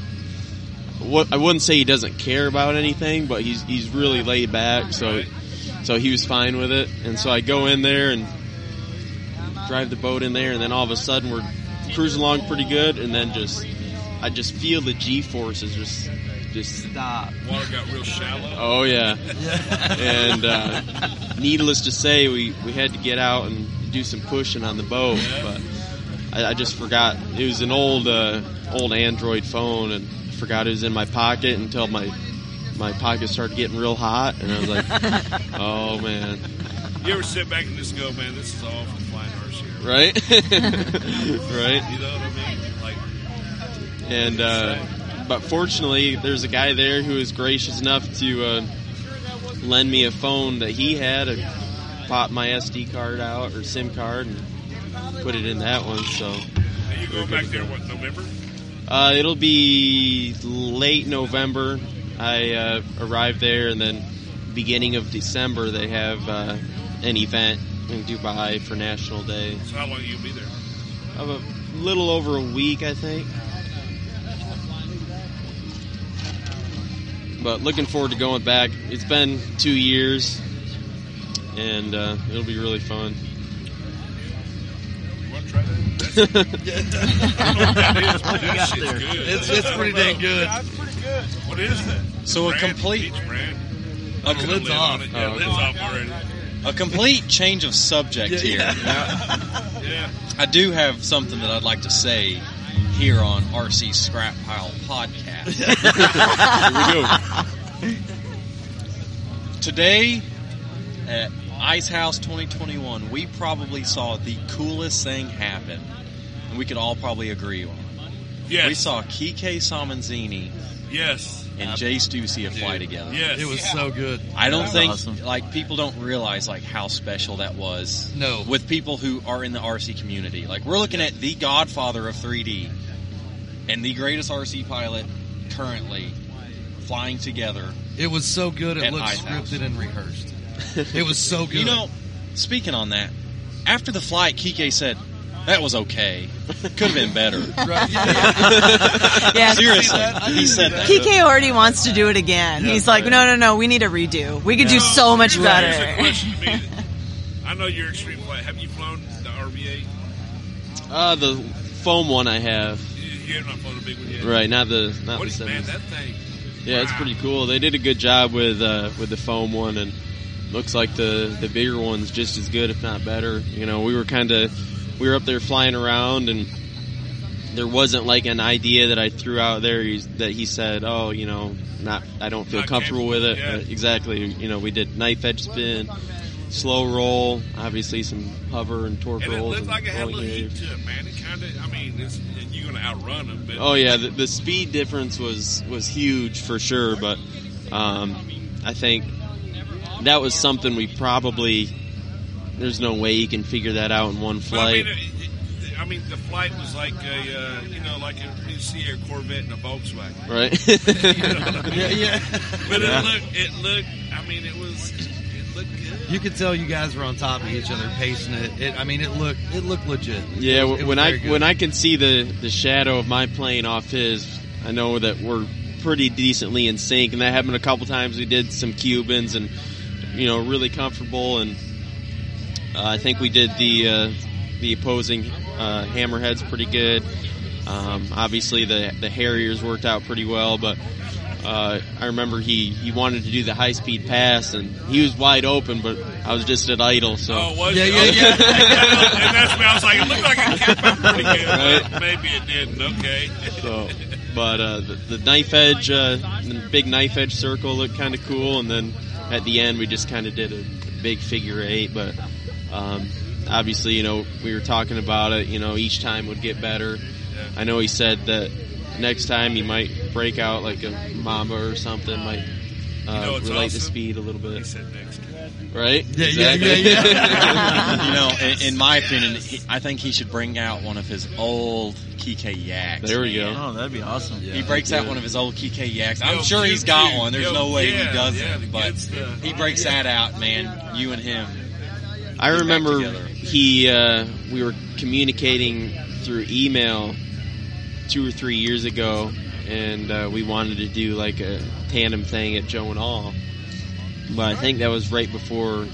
What I wouldn't say he doesn't care about anything, but he's he's really laid back, so so he was fine with it. And so I go in there and drive the boat in there, and then all of a sudden we're cruising along pretty good, and then just I just feel the G forces just just
Stop.
Water got real shallow.
Oh yeah, and uh, needless to say, we, we had to get out and do some pushing on the boat. But I, I just forgot it was an old uh, old Android phone, and I forgot it was in my pocket until my my pocket started getting real hot, and I was like, oh man,
You ever sit back and just go, man, this is all from flying horse here.
right, right.
You know what I mean? Like,
and uh, but fortunately, there's a guy there who was gracious enough to uh, lend me a phone that he had. I popped my SD card out or SIM card and put it in that one. So
and you go back there, what, November?
uh, it'll be late November. I uh, arrived there, and then beginning of December they have uh, an event in Dubai for National Day.
So how long you be there?
Of a little over a week, I think. But looking forward to going back. It's been two years, and uh, it'll be really fun.
You want to try that? That's that shit's good.
It's, it's pretty dang good.
What is that?
So a
Brand?
complete-
Peach brand.
Oh, the lid's
Lid
off.
on it. Yeah,
Oh,
lid's off already.
a complete change of subject here.
Yeah.
I do have something that I'd like to say here on RC Scrap Pile Podcast. Today at Ice House 2021, we probably saw the coolest thing happen, and we could all probably agree on. it.
Yes.
We saw Kike Samenzini
Yes.
and Jay Stussy fly together.
Uh, Yes.
It was so good.
I don't
That's
think
awesome.
like people don't realize like how special that was.
No.
with people who are in the RC community, like we're looking at the Godfather of 3D and the greatest RC pilot currently flying together.
It was so good. It
And
looked
Ice House.
scripted and rehearsed. It was so good.
You know, speaking on that, after the flight, Kike said that was okay. Could have been better.
Right, yeah,
Yeah.
Seriously, he said that.
Kike already wants to do it again. He's like, no, no, no, we need a redo. We could do so much
Here's a- here's a
better.
question to me that- I know you're extreme flight. Have you flown the RV8?
Uh, the foam one I have.
You, you haven't flown a big one yet.
Right, not the not
What
the
is,
seven.
man, that thing.
Yeah, it's
wow.
pretty cool. They did a good job with uh, with the foam one, and looks like the the bigger one's just as good, if not better. You know, we were kind of we were up there flying around, and there wasn't like an idea that I threw out there he's- that he said, "Oh, you know, not I don't feel
Not
comfortable
capable,
with it."
yeah.
But exactly. You know, we did knife edge spin, slow roll, obviously some hover and torque
And it
rolls.
looked
and
like it had a
rolling
little
wave.
heat to it, man. It kind of, I mean, it's, and you're going to outrun them. But
Oh yeah, the, the speed difference was was huge for sure, but um, I think that was something we probably there's no way you can figure that out in one
But, I
flight.
mean, it, it, I mean, the flight was like a, uh, you know, like a, you see a Corvette and a Volkswagen.
Right?
Yeah, yeah.
But it looked, it looked, I mean, it was, it looked good.
you could tell you guys were on top of each other, pacing it. it I mean, it looked it looked legit.
yeah,
It was- it was
when I
very good.
when I can see the the shadow of my plane off his, I know that we're pretty decently in sync, and that happened a couple times. We did some Cubans, and you know, really comfortable, and uh, I think we did the uh, the opposing uh, hammerheads pretty good. Um, obviously, the the Harriers worked out pretty well, but uh, I remember he he wanted to do the high speed pass, and he was wide open, but I was just at idle, so.
Oh, was
Yeah,
it?
yeah,
Okay.
yeah.
and that's when I was like, it looked like it kept up pretty good. but Maybe it didn't. Okay.
So, but uh, the, the knife edge, uh, the big knife edge circle looked kind of cool, and then at the end we just kind of did a big figure eight. But um, obviously, you know, we were talking about it. You know, each time would get better. I know he said that next time he might break out like a mamba or something, might uh,
know, it's
relate the
awesome.
speed a little
He
bit,
said next.
right?
Yeah, yeah, yeah,
you know, in, in my opinion, he, I think he should bring out one of his old Kike yaks.
there we go.
Oh, that'd be awesome.
He breaks out one of his old Kike yaks. I'm
Yo,
sure he's got
Q-Q.
one. There's
Yo,
no way
yeah,
he doesn't.
yeah, the
but
good stuff.
he breaks that out, man. You and him.
I
back
remember
together.
he uh, we were communicating through email two or three years ago, and uh, we wanted to do like a tandem thing at Joe and All, but I think that was right before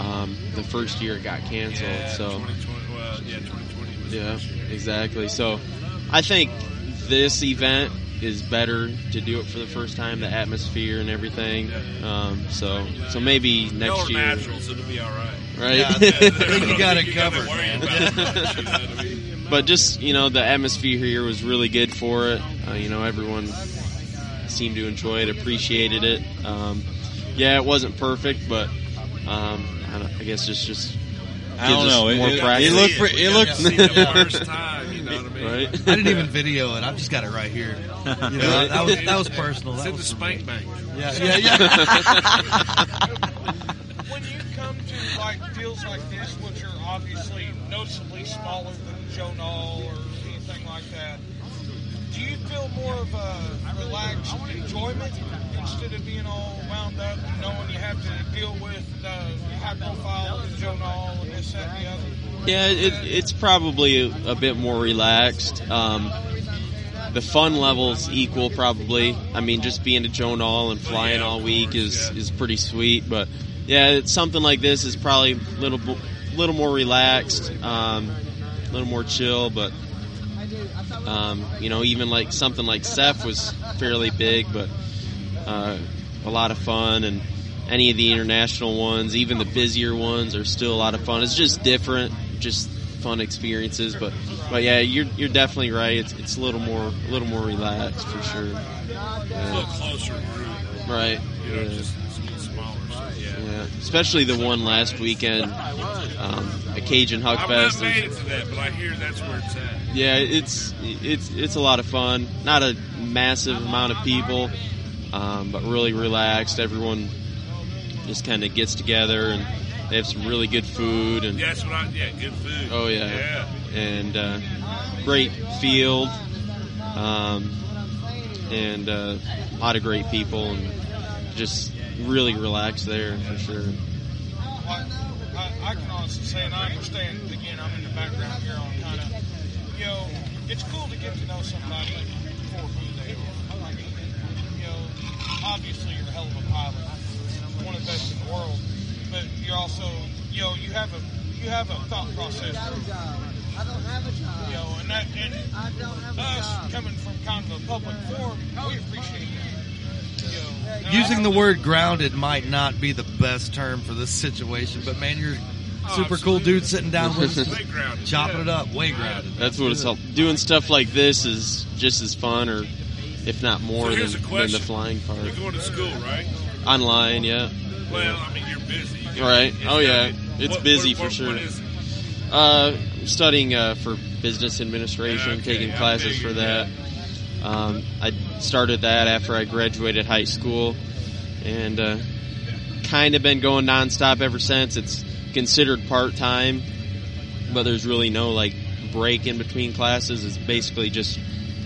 um, the first year it got canceled.
Yeah,
so
2020, well, yeah, 2020 was
yeah, exactly. So I think this event is better to do it for the first time, the atmosphere and everything. Um, so so maybe next
Y'all are
year,
naturals. It'll be all right.
right?
I
think you got it covered, man.
but just you know the atmosphere here was really good for it uh, you know everyone seemed to enjoy it appreciated it um, yeah it wasn't perfect but um, I, don't, I guess it's just
I
Gives
don't
us
know. It,
more
it-
practice.
it looked. pre- It looked.
See the first time, you know what I mean?
right
I didn't even video it. I've just got it right here. You know, that was that was personal.
It's
That
in the
was for
spank
me.
bank.
Yeah, yeah, yeah.
When you come to like deals like this, which are obviously noticeably smaller than Jonal or anything like that, do you feel more of a relaxed enjoyment instead of being all wound up, and knowing you have to deal with uh, high profile and Jonal and this, that, and the other?
Yeah, it, it's probably a, a bit more relaxed. Um, the fun levels equal probably. I mean, just being a Joan all and flying all week is is pretty sweet. But yeah, it's something like this is probably a little bo- little more relaxed, um, a little more chill. But um, you know, even like something like Seth was fairly big, but uh, a lot of fun and any of the international ones, even the busier ones, are still a lot of fun. It's just different, just fun experiences. But but yeah, you're you're definitely right. It's it's a little more a little more relaxed for sure.
a
Yeah.
little closer group.
Right.
You know,
Yeah.
just it's a little smaller. So yeah.
Yeah, especially the one last weekend, um, a Cajun Huck
I've not
Fest.
made it to that, but I hear that's where it's at.
Yeah, it's it's it's a lot of fun. Not a massive amount of people, um, but really relaxed. Everyone just kind of gets together, and they have some really good food and
Yeah, that's what I. Yeah, good food.
Oh yeah,
Yeah.
and uh, great field, um, and uh, a lot of great people, and just really relaxed there for sure.
I, I, I can honestly say, and I understand, again, I'm in the background here on kind of, you know, it's cool to get to know somebody for who they are. I mean, you know, obviously you're a hell of a pilot, one of the best in the world, but you're also, you know, you have a, you have a thought process. You know, and that, and us coming from kind of a public forum, we appreciate that. You know, and I
Using
don't
the word grounded might not be the best term for this situation, but man, you're a super cool dude sitting down with us,
Oh, Way grounded,
chopping
yeah.
it up, way grounded.
That's what it's all. Doing stuff like this is just as fun, or if not more,
So
than,
here's a
than
question.
the flying part.
You're going to school, right?
Online, yeah.
Well, I mean, you're busy. You-
Right.
it's
Oh, yeah.
not-
It's
what-
busy
what-
for
what-
sure.
What is it?
Uh, I'm studying uh, for business administration,
Yeah, okay,
taking
I
classes for
figured,
that. Um, I started that after I graduated high school, and uh, kind of been going nonstop ever since. It's considered part time, but there's really no like break in between classes. It's basically just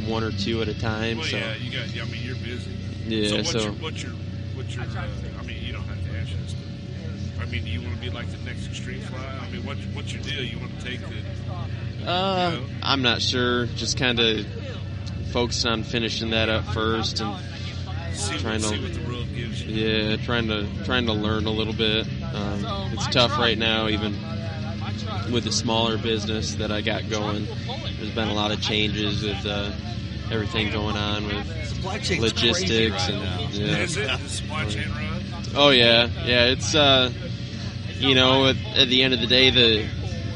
one or two at a time.
Well,
so
yeah, you got. I mean, you're busy.
Yeah,
So what's
so-
your what's your what's your? Uh, I mean, you don't have to answer this. But, I mean, do you want to be like the next extreme fly? I mean, what what's your deal? You want to take the?
Uh, I'm not sure. Just kind of focusing on finishing that up first, and
See, what-
Trying to-
see what the world gives you.
yeah, trying to trying to learn a little bit. Um, it's tough right now, even with the smaller business that I got going. There's been a lot of changes with uh, everything going on with
Supply chain's crazy
logistics
right now.
and yeah.
Is it the supply chain run?
Oh yeah, yeah. It's uh, you know, at, at the end of the day, the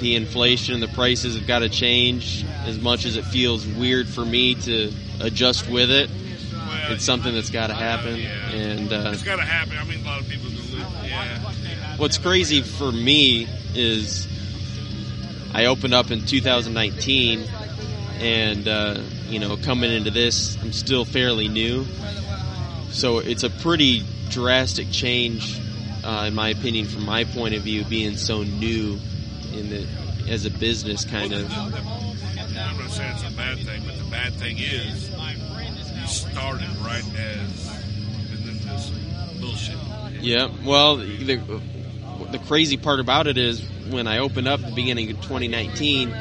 the inflation, the prices have got to change. As much as it feels weird for me to adjust with it,
Well,
it's something that's got to happen.
Yeah.
And uh,
It's got to happen. I mean, a lot of people are going to lose. Yeah.
what's crazy for me is I opened up in 2019, and uh, you know, coming into this, I'm still fairly new, so it's a pretty drastic change, uh, in my opinion, from my point of view, being so new in the as a business kind of.
Well, the- the- I'm not saying it's a bad thing, but the bad thing is you started right as and then this bullshit.
Yeah. Well, the, the crazy part about it is when I opened up the beginning of 2019,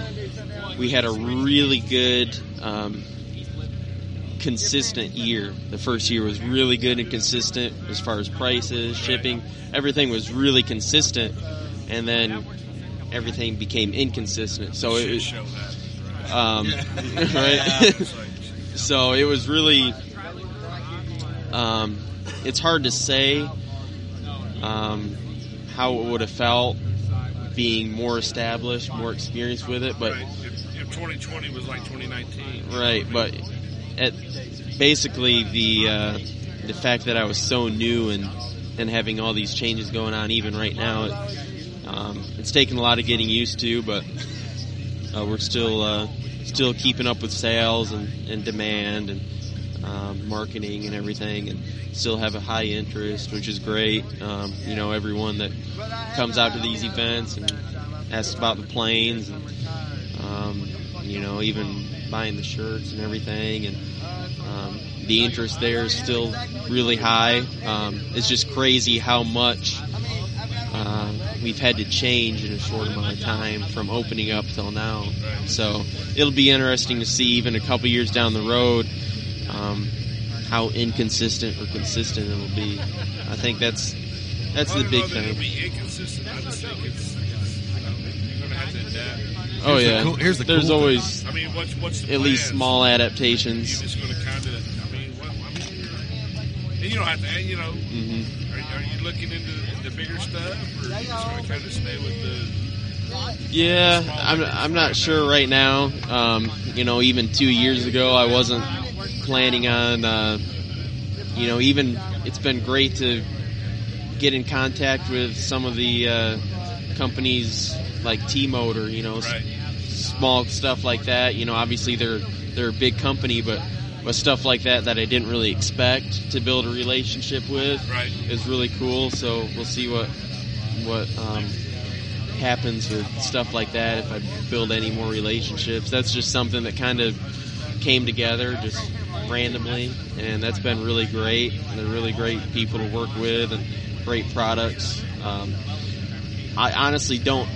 we had a really good, um, consistent year. The first year was really good and consistent as far as prices, shipping, everything was really consistent, and then everything became inconsistent. So
Shit
it,
show happens, right?
um,
Yeah,
right.
it's like,
So it was really, um, it's hard to say um, how it would have felt being more established, more experienced with it. But
right, if, if 2020 was like 2019,
right, but at basically the uh, the fact that I was so new and and having all these changes going on, even right now, it, um, it's taken a lot of getting used to. But uh, we're still uh, still keeping up with sales and, and demand and um, marketing and everything, and still have a high interest, which is great. Um, you know, everyone that comes out to these events and asks about the planes, and um, you know, even buying the shirts and everything, and um, the interest there is still really high. Um, it's just crazy how much uh, we've had to change in a short amount of time from opening up till now. So it'll be interesting to see even a couple years down the road um, how inconsistent or consistent it'll be. I think that's that's
I
the
don't
big
know that
thing.
It'll be inconsistent. I just think it's, it's I don't think you're going to have to adapt.
Oh
Here's the
yeah,
cool- here's the
there's
cool thing.
always
I mean, what's what's the
at least
plans?
small
You're
adaptations.
just going to kind of. I mean, what, I mean, And you don't have to, and, you know,
Mm-hmm.
are, are you looking into the, the bigger stuff or you just going to kind of stay with the.
Yeah, I'm, I'm not sure right now. Um, you know, even two years ago, I wasn't planning on, uh, you know, even it's been great to get in contact with some of the uh, companies like T Motor, you know, s- small stuff like that. You know, obviously they're they're a big company, but but stuff like that that I didn't really expect to build a relationship with
Right.
is really cool. So we'll see what what um, happens with stuff like that if I build any more relationships. That's just something that kind of came together just randomly, and that's been really great. They're really great people to work with and great products. Um, I honestly don't,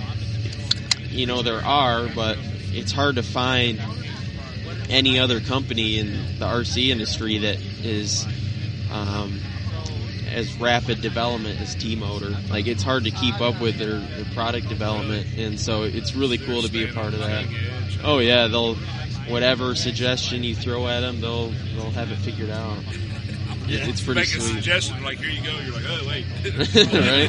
you know, there are, but it's hard to find any other company in the RC industry that is um, as rapid development as T Motor. Like it's hard to keep up with their, their product development, and so it's really cool to be a part of that. Oh yeah, they'll whatever suggestion you throw at them, they'll they'll have it figured out. It's pretty
Make a
sweet.
suggestion like here you go. You're like oh wait,
Right?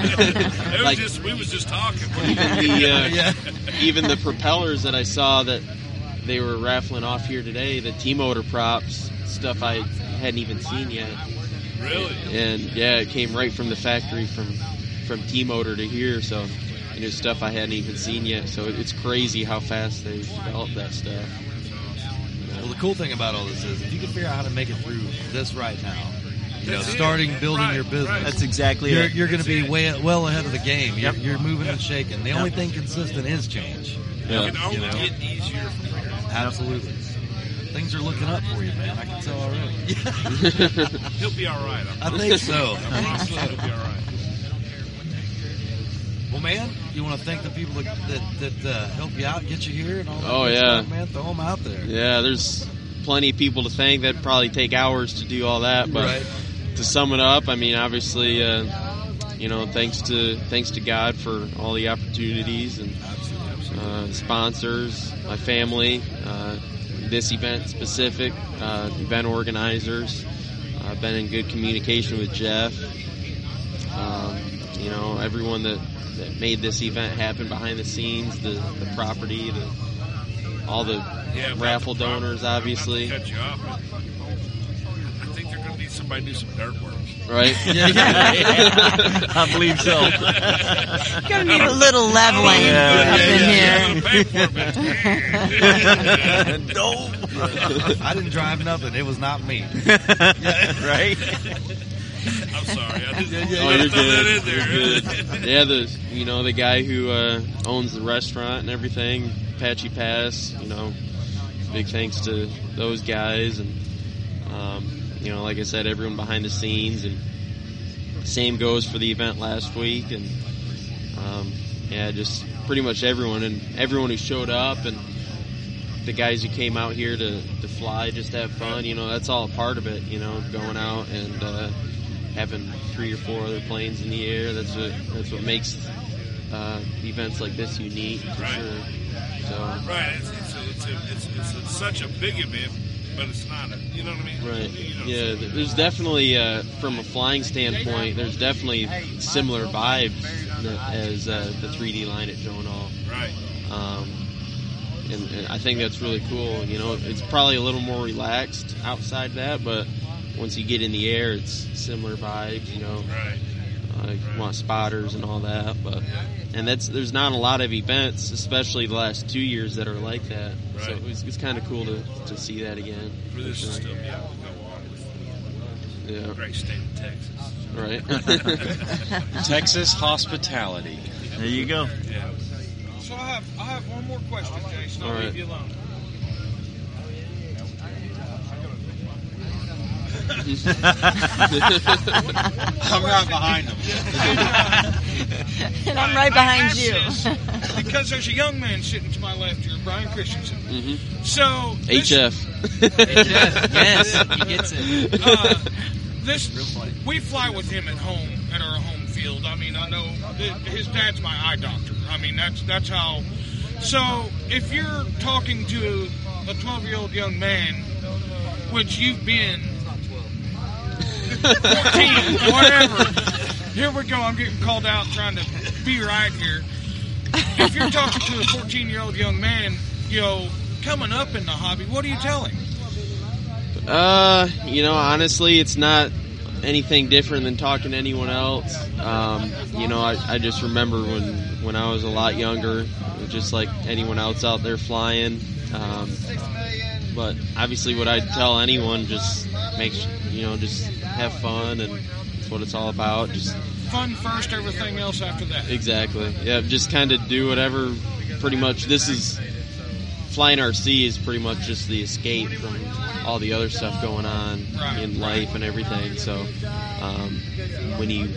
it was
Like-
just we was just talking.
even the uh, even the propellers that I saw that they were raffling off here today, the T-motor props stuff I hadn't even seen yet.
Really?
And yeah, it came right from the factory from from T-motor to here, so and it was stuff I hadn't even seen yet. So it's crazy how fast they developed that stuff.
Well, the cool thing about all this is if you can figure out how to make it through this right now, you know,
That's it.
starting building
Right,
your business.
right. That's exactly
you're,
it.
You're going to
That's
be
it.
way well ahead of the game. You're, you're moving and shaking. The
Yep.
only thing consistent is change.
Yeah.
It
You know?
only get easier from here.
Absolutely. Things are looking up for you, man. I can tell already.
He'll be all right.
I think so.
I promise you, he'll be all right.
Well, man, you want to thank the people that that, that uh, help you out, get you here, and all that
Oh,
good
yeah.
stuff, man. Throw them out there.
Yeah, there's plenty of people to thank. That'd probably take hours to do all that. But
Right.
to sum it up, I mean, obviously, uh, you know, thanks to thanks to God for all the opportunities and uh, sponsors, my family, uh, this event specific, uh, event organizers. I've been in good communication with Jeff. Um, you know, everyone that, that made this event happen behind the scenes, the, the property, the all the
Yeah, about
raffle
the property.
donors,
I'm about to
obviously.
Cut you off. but I think they're going to need somebody to do some dirt work.
Right?
Yeah.
I believe so.
Gonna need a little leveling
Yeah,
up
yeah,
in
yeah.
no.
here.
I didn't drive nothing. It was not me.
Right?
I'm sorry. I just,
Oh, you're
throw that in
good.
there.
You're good. Yeah, the you know the guy who uh, owns the restaurant and everything, Apache Pass. You know, big thanks to those guys and um, you know, like I said, everyone behind the scenes and same goes for the event last week and um, yeah, just pretty much everyone and everyone who showed up and the guys who came out here to, to fly just to have fun, you know, that's all a part of it, you know, going out and uh, having three or four other planes in the air. That's what that's what makes uh, events like this unique for
Right.
sure. So
Right. It's, it's, a, it's, a, it's, it's a, such a big event, but it's not a. You know what I mean?
Right.
You know,
Yeah. th- There's definitely, uh, from a flying standpoint, there's definitely similar vibes that, as uh, the 3D line at Jonal.
Right.
Um, and, and I think that's really cool. You know, it's probably a little more relaxed outside that, but once you get in the air, it's similar vibes. You know,
right.
Uh, you want spotters and all that, but and that's there's not a lot of events, especially the last two years that are like that. So
Right.
it was, it's kind of cool to, to see that again.
For this
sure.
to still be able to go on with
Yeah.
the great state of Texas.
Right.
Texas hospitality.
There you go.
Yeah.
So I have I have one more question, Jason. I'll
All right.
leave you alone.
I'm right behind him.
And I'm right behind
asked
you.
this because there's a young man sitting to my left here, Brian Christensen.
Mm-hmm.
So this-
HF.
Uh, this we fly with him at home at our home field. I mean, I know th- his dad's my eye doctor. I mean, that's that's how. So if you're talking to a 12 year old young man, which you've been, 14, whatever. Here we go. I'm getting called out trying to be right here. If you're talking to a 14 year old young man, you know, coming up in the hobby, what do you tell him?
Uh, you know, honestly, it's not anything different than talking to anyone else. Um, you know, I, I just remember when when I was a lot younger, just like anyone else out there flying. Um, but obviously, what I tell anyone just makes you know just have fun and that's what it's all about. Just
Fun first, everything else after that.
exactly, yeah, just kind of do whatever. Pretty much, this is flying RC is pretty much just the escape from all the other stuff going on in life and everything. So um, when you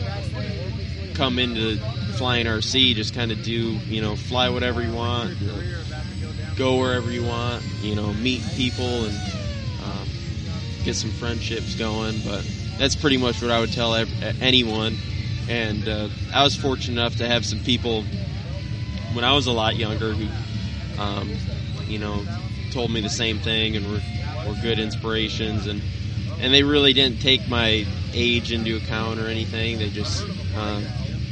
come into flying RC, just kind of do you know fly whatever you want, you know, go wherever you want, you know meet people and um, get some friendships going. But that's pretty much what I would tell ev- anyone. And uh, I was fortunate enough to have some people when I was a lot younger who, um, you know, told me the same thing and were, were good inspirations and and they really didn't take my age into account or anything. They just um,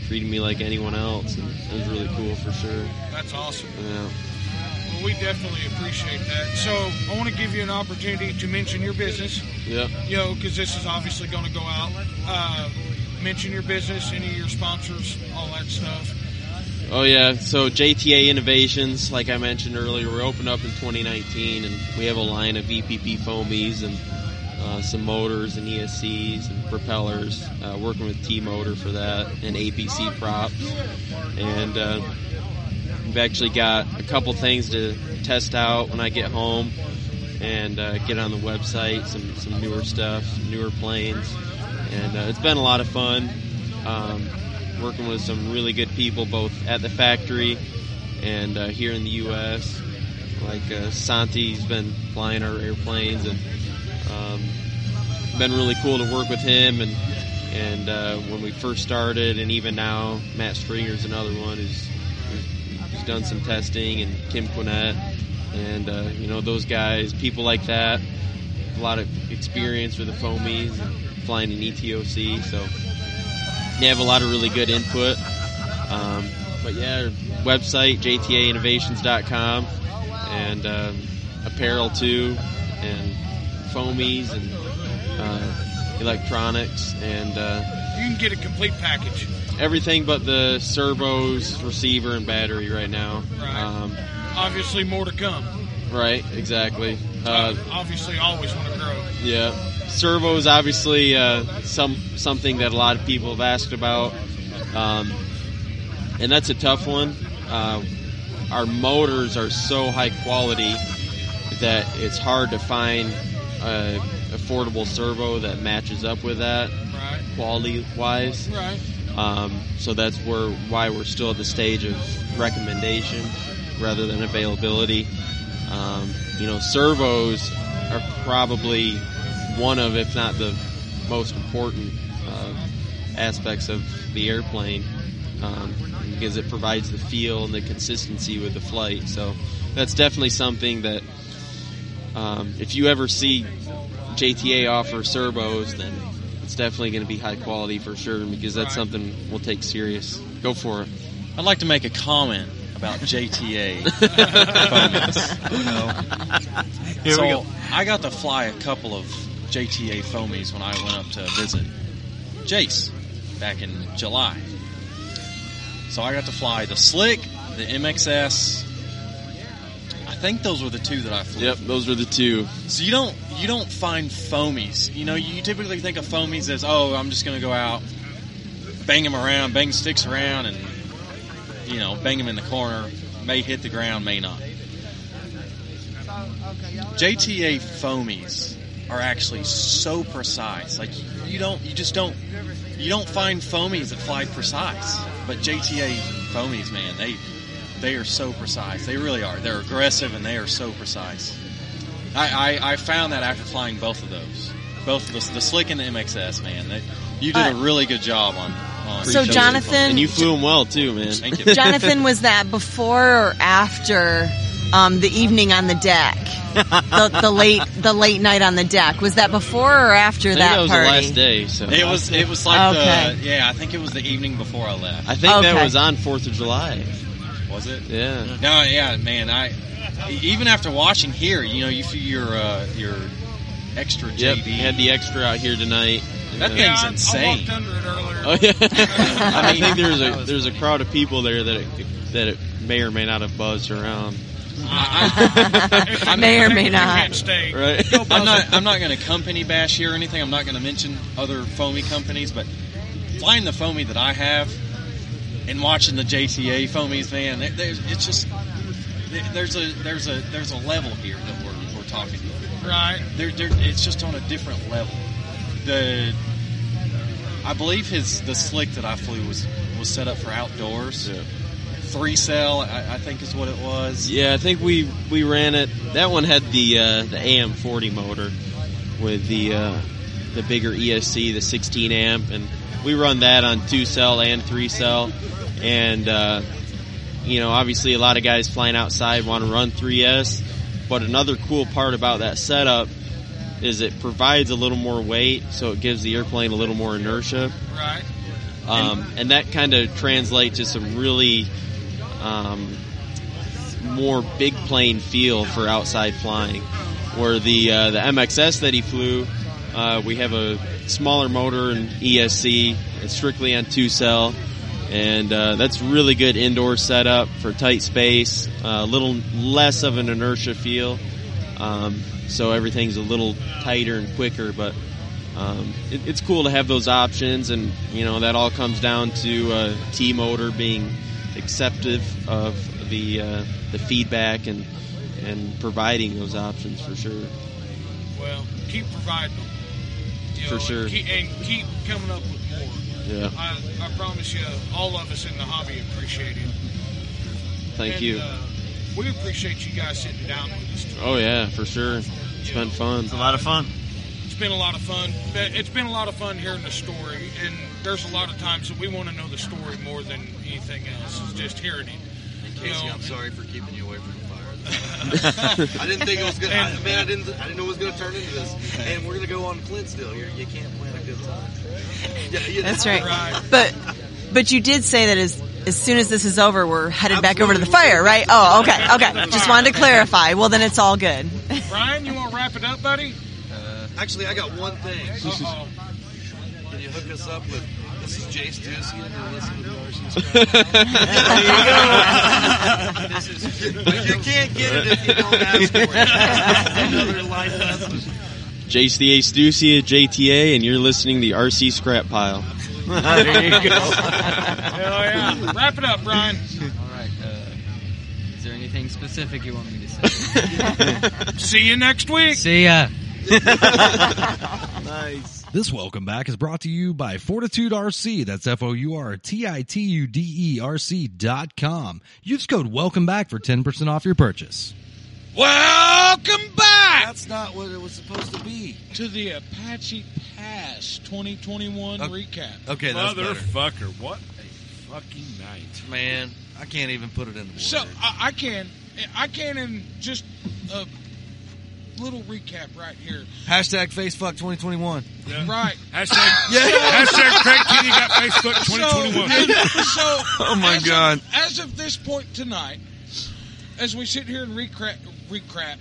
treated me like anyone else, and it was really cool for sure.
That's awesome.
Yeah.
Well, we definitely appreciate that. So I want to give you an opportunity to mention your business.
Yep.
you know, because this is obviously going to go out. Uh, mention your business, any of your sponsors, all that stuff.
Oh yeah, so JTA Innovations, like I mentioned earlier, we opened up in 2019, and we have a line of VPP foamies and uh, some motors and ESCs and propellers. Uh, working with T Motor for that and APC props, and uh, we've actually got a couple things to test out when I get home and uh, get on the website. Some some newer stuff, newer planes, and uh, it's been a lot of fun. Um, working with some really good people, both at the factory and uh, here in the U.S. Like uh, Santi's been flying our airplanes, and um, been really cool to work with him. And and uh, when we first started, and even now, Matt Stringer's another one who's who's done some testing, and Kim Quinette, and uh, you know those guys, people like that, a lot of experience with the foamies, and flying in E ETOC, so they have a lot of really good input. Um, but yeah, website jtainnovations.com and um, apparel too, and foamies and uh, electronics and uh,
You can get a complete package.
everything but the servos, receiver, and battery right now.
Right.
Um,
Obviously, more to come.
right, exactly. Uh,
Obviously, always want to grow.
Yeah, servo is obviously uh, some something that a lot of people have asked about, um, and that's a tough one. Uh, our motors are so high quality that it's hard to find a affordable servo that matches up with that
Right.
quality wise.
Right.
Um, so that's where why we're still at the stage of recommendation rather than availability. Um, you know, servos are probably one of, if not the most important uh, aspects of the airplane um, because it provides the feel and the consistency with the flight. So that's definitely something that um, if you ever see JTA offer servos, then it's definitely going to be high quality for sure because that's something we'll take serious. Go for it.
I'd like to make a comment about JTA.
Here
so
we go.
I got to fly a couple of JTA foamies when I went up to visit Jace back in July. So I got to fly the Slick, the MXS. I think those were the two that I flew.
Yep, those are the two.
So you don't you don't find foamies. You know, you typically think of foamies as oh, I'm just going to go out, bang them around, bang sticks around, and you know, bang them in the corner. May hit the ground, may not. JTA foamies are actually so precise. Like you don't, you just don't, you don't find foamies that fly precise. But JTA foamies, man, they they are so precise. They really are. They're aggressive and they are so precise. I, I, I found that after flying both of those, both of the, the slick and the MXS, man. They, you did a
Uh,
really good job on. on
So
JTA
Jonathan-
foamies.
And you flew them well too, man.
thank you.
Jonathan, was that before or after um, the evening on the deck, the, the late the late night on the deck. Was that before or after
I think
that,
that was
party?
the last day. So
It was it was like
Okay.
the yeah, I think it was the evening before I left.
I think
Okay.
that was on Fourth of July.
Was it?
Yeah.
No, yeah, man. I even after watching here, you know, you feel your uh, your extra
Yep.
JD.
Had the extra out here tonight.
That
Yeah.
thing's
I- I
insane.
walked under it earlier.
Oh yeah. I think there's a there's a crowd of people there that it, that it may or may not have buzzed around.
If they
May or
protect
may
you,
not.
can't stay.
Right.
I'm not I'm not going to company bash here or anything. I'm not going to mention other foamy companies, but flying the foamy that I have and watching the JTA foamies, man, there, there's it's just there- there's a there's a there's a level here that we're, we're talking.
Right.
There, there, it's just on a different level. The I believe his the slick that I flew was was set up for outdoors. Three cell, I, I think is what it was.
Yeah, I think we we ran it. That one had the uh, the AM40 motor with the uh, the bigger ESC, the 16 amp, and we run that on two cell and three cell. And uh, you know, obviously, a lot of guys flying outside want to run 3s. But another cool part about that setup is it provides a little more weight, so it gives the airplane a little more inertia
Right.
um, and that kind of translates to some really um, more big plane feel for outside flying. Where the uh, the MXS that he flew, uh, we have a smaller motor and ESC. It's strictly on two cell, and uh, that's really good indoor setup for tight space. uh, A little less of an inertia feel, um, so everything's a little tighter and quicker, but um, it, it's cool to have those options, and you know that all comes down to uh, T motor being acceptive of the uh, the feedback and and providing those options for sure.
Well, keep providing them. You
For
know,
sure.
And keep, and keep coming up with more.
Yeah,
I, I promise you, all of us in the hobby appreciate it.
thank
And,
you.
Uh, we appreciate you guys sitting down with us.
oh yeah, for sure. It's been fun.
It's a lot of fun.
It's been a lot of fun. But It's been a lot of fun hearing the story, and there's a lot of times that we want to know the story more than anything else. It's just hearing it. You
Casey,
know,
I'm sorry for keeping you away from the fire. I didn't think it was gonna. I, man, I didn't. I didn't know it was gonna turn into this. And we're gonna go on Clint's deal here. You can't plan a good time. Yeah,
uh,
you
That's
know.
right.
Right.
But but you did say that as as soon as this is over, we're headed back over to the
Absolutely.
fire, right? Oh, okay, okay. Just wanted to clarify. Well, then it's all good.
Brian, you want to wrap it up, buddy?
Uh, Actually, I got one thing.
Uh-oh.
Can you hook us up with? This is Jace Dusian. You're listening to Darcy's This is, you can't get it if you don't ask for it. Another life lesson.
JCA Stucia, JTA, and you're listening to the RC Scrap Pile.
Hell yeah. wrap it up, Brian.
All right. Uh, is there anything specific you want me to say?
See you next week.
See ya.
This welcome back is brought to you by Fortitude RC. That's F O U R T I T U D E R C dot com. Use code welcome back for 10% off your purchase.
Welcome back
That's not what it was supposed to be.
to the Apache Pass 2021
Okay.
recap.
Okay, that's better.
Motherfucker, what a fucking night.
Man, I can't even put it in the word.
So I, I can, I can, in just a little recap right here.
Hashtag FaceFuck2021.
Right.
Hashtag, hashtag Craig Kitty got Facebook
So,
2021.
and so
Oh, my
as
God.
Of, as of this point tonight, as we sit here and recrap, recrap.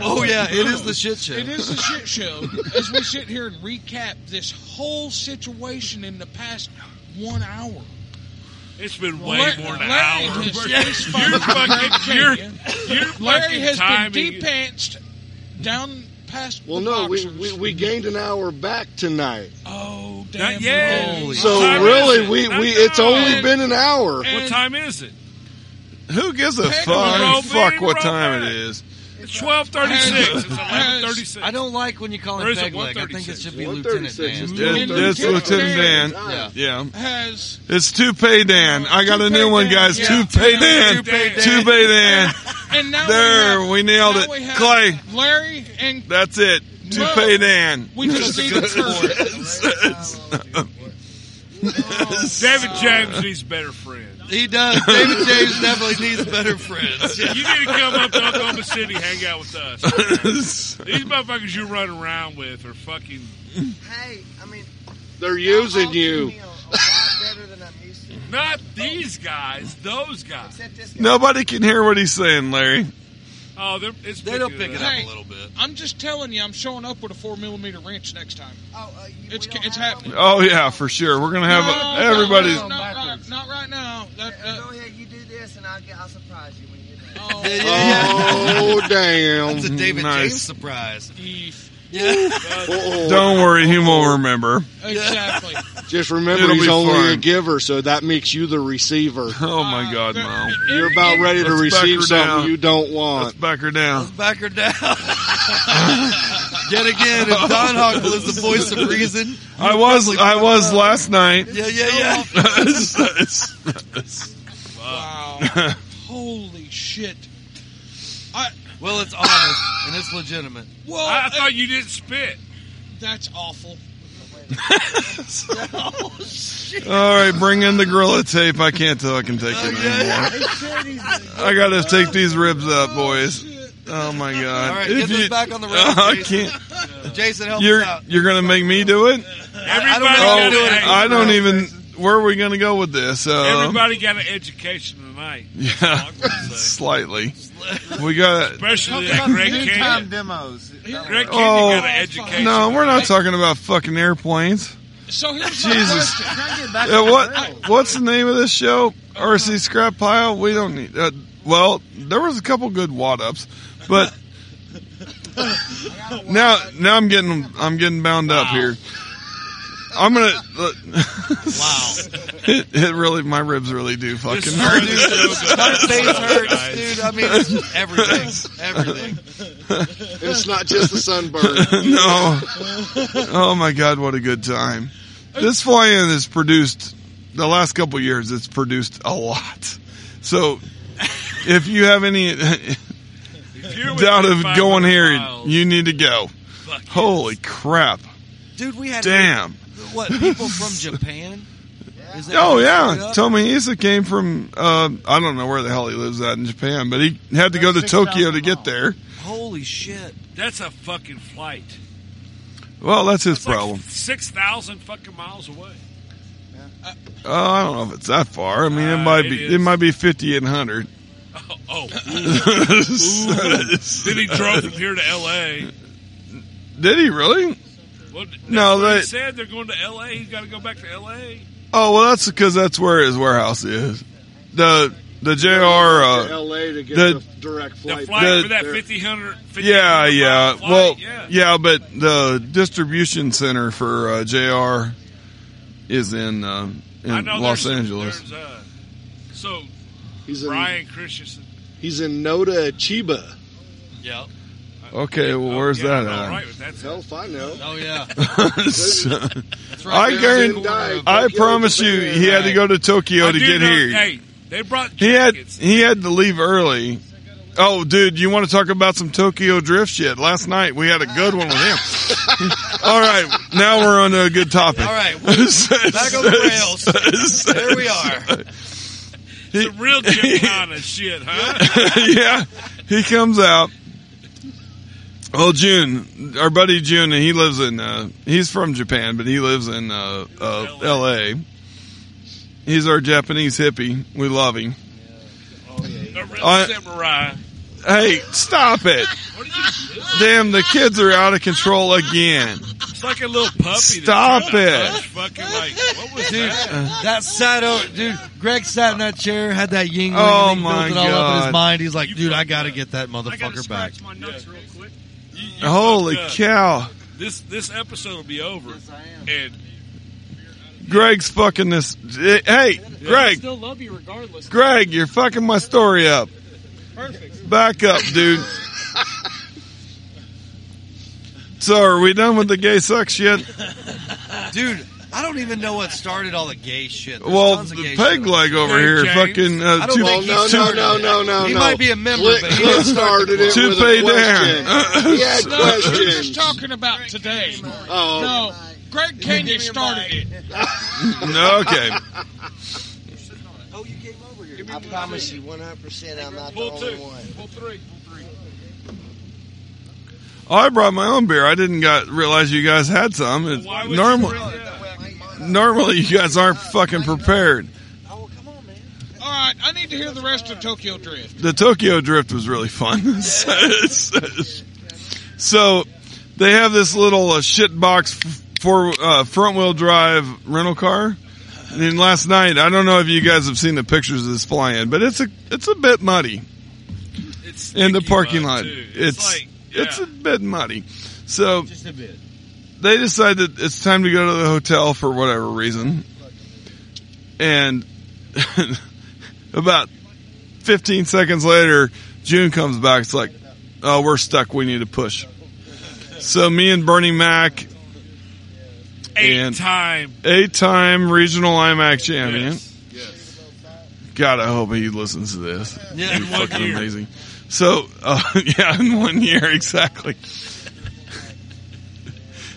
Oh yeah, it is the shit show.
It is a shit show. as we sit here and recap this whole situation in the past one hour.
It's been way
Larry-
more than an
Larry
hour.
has-
You're
he's fucking
fucking, you're,
Craig
you're
Larry
fucking
has
timing.
been depanced down past
Well,
the
no, we,
boxers.
we, we gained an hour back tonight.
Oh, damn.
Not yet.
right.
Holy
So
Time is
really,
it?
we,
Not
we it's
now.
only
And-
been an hour.
What
And-
time is it?
Who gives a
Heck,
roll,
flying fuck
baby,
what
roll
time
back.
it is?
It's 1236. It's 1136.
I don't like when you call
Or
him
is it
Pegleg. I think it
136?
should be Lieutenant
136 is
Mm-hmm.
Dan.
Yeah,
It's,
Lieutenant
it's
Dan.
Lieutenant Dan.
Yeah.
Yeah.
Has
It's Toupee Dan. I got a
Toupee
new one,
Dan,
guys.
yeah.
Toupee Dan.
Toupee Dan.
Toupee Dan.
and now
There,
we, have,
we nailed
now
it.
we have
Clay.
Larry, and
That's it.
No.
Toupee Dan.
we just need a turd.
David James needs better friends.
He does. David James definitely needs better friends.
you need to come up to Oklahoma City, hang out with us. These motherfuckers you run around with are fucking.
Hey, I mean, they're using you.
Not these guys, those guys.
Nobody can hear what he's saying, Larry.
Oh, they're, it's
They'll
picking
pick it up a little
bit.
I'm just telling you, I'm showing up with a four millimeter wrench next time. Oh, uh, you, it's it's happening.
Oh yeah, for sure. We're gonna have
No,
a, everybody's.
No, no, not, right, not right now. That, uh, go ahead, you do this, and I'll, I'll surprise you when you do. Oh,
Oh, damn.
That's a David
Nice.
James surprise.
Uh-oh.
Don't worry, he won't remember.
Exactly.
Just remember,
It'll
he's
be
only a
fun.
giver, so that makes you the receiver.
Oh my God, Mom!
You're about ready to
Let's back
receive
her
something
down.
you don't want.
Let's back her down.
Back her down. Yet again, if Don Hockle is the voice of reason,
I was I was last night.
Yeah, yeah,
Wow. Holy shit. I,
well, it's honest and it's legitimate.
well,
I, I thought you didn't spit.
That's awful.
oh, shit.
All right, bring in the gorilla tape. I can't tell I can take
Oh,
it anymore. I gotta take these ribs out, boys. Oh my God!
All right,
If
get this
you-
back on the road.
I
Jason.
can't.
Jason, help
You're
us out.
you're gonna make me do it? Oh,
Everybody got an education.
I don't even. Where are we gonna go with this? Uh,
Everybody got an education tonight.
yeah, slightly. We got.
Especially that Greg
time
Canyon.
demos.
Greg Canyon
Oh,
got an education.
no, we're not talking about fucking airplanes.
So here's my
Jesus.
question.
Uh, what what's the name of this show? RC Scrap Pile. We don't need. Uh, well, there was a couple good wad ups, but now now I'm getting I'm getting bound up here. I'm gonna. wow. It, it really my ribs really do fucking hurt.
My face hurts, dude. I mean, it's everything, everything.
It's not just the sunburn.
no. Oh my God, what a good time. This fly-in is produced, the last couple years, it's produced a lot. So if you have any
you're
doubt
within
of
500
going here,
miles,
you need to go.
Fuck
Holy crap.
Dude, we had
Damn.
what people from Japan. Is that
Oh
how they
yeah,
showed up?
Tomi Isa came from uh, I don't know where the hell he lives at in Japan, but he had to go to Tokyo to get there.
Holy shit!
That's a fucking flight.
Well, that's his problem.
Six thousand fucking miles away. Uh,
Oh, I don't know if it's that far. I mean, it might
it
be.
is.
It might be fifty and hundred.
Oh,
Ooh.
then he drove from here to L.A.
Did he really?
Well, that's
No,
what he
they-
said they're going to L.A. He's got to go back to L.A.
Oh well, that's because that's where his warehouse is. The the Jr.
to
Uh,
L.A. to get
the-
the, direct flight.
The flight
The-
for that
there.
1500
yeah, yeah.
flight,
Well,
yeah.
yeah, but the distribution center for uh, Jr. is in uh,
I
in
know
Los
there's-
Angeles.
there's, uh, so
He's in-
Brian Christensen.
He's in Noda, Chiba.
Yeah.
Okay, well, where's
Oh, Yeah,
that uh,
all
at?
right with that.
Hell if I know.
Oh yeah.
I
right.
guarantee.
Died.
I
Tokyo,
promise you,
Japan.
he had to go to Tokyo
I
to
do
get
know-
here.
Hey, they brought
He had
jackets.
he had to leave early. Oh, dude, you want to talk about some Tokyo drift shit? Last night we had a good one with him. All right, now we're on a good topic.
All right, back on the rails. There we are.
Some real Gymkhana shit, huh?
yeah, he comes out. Well, June, our buddy June, and he lives in. Uh, he's from Japan, but he lives in uh, uh, L.A. He's our Japanese hippie. We love him.
A real
I-
samurai.
Hey, stop it! Damn, the kids are out of control again.
It's like a little puppy. that's
Stop
trying to
it.
touch Fucking like, what was
Dude,
that?
that sat over, dude. Greg sat in that chair, had that ying
Oh,
built
my
it all up in
God.
his mind. He's like, dude, I gotta get that motherfucker back.
my nuts real quick.
Holy cow!
This this episode will be over. And
Greg's fucking this. Hey, Greg,
still love you regardless.
Greg, you're fucking my story up.
Perfect.
Back up, dude. So, are we done with the gay sex shit?
Dude, I don't even know what started all the gay shit. There's
Well,
tons of
the
gay
peg
shit.
leg over
Hey,
here,
James.
fucking
I
uh,
don't
two,
Oh
think
no
he's-
two,
no no no no!
He
no.
might be a member,
Clint,
but he
Clint
didn't start
started
the
it with
pay
a question.
down.
He had
No, we're just
questions.
talking about today.
Oh,
No, Greg Kenya started
No, okay.
it.
I promise you 100% I'm not the
Pull
only
two.
one.
Pull three. Pull three.
I brought my own beer. I didn't got realize you guys had some. It's normal. Normally, you guys aren't fucking prepared.
All right, I need to hear the rest of Tokyo Drift.
The Tokyo Drift was really fun. so they have this little uh, shit box f- four uh, front wheel drive rental car. And last night, I don't know if you guys have seen the pictures of this flying, but it's a it's a bit muddy in the parking lot. It's it's, a bit muddy. So
Just a bit.
they decide that it's time to go to the hotel for whatever reason. And about 15 seconds later, June comes back. It's like, oh, we're stuck. We need to push. So me and Bernie Mac. Eight
time.
Eight time regional IMAC champion. God, I hope he listens to this.
Yeah,
It'd
in
be
one
fucking
year.
amazing. So, uh, yeah, in one year, exactly.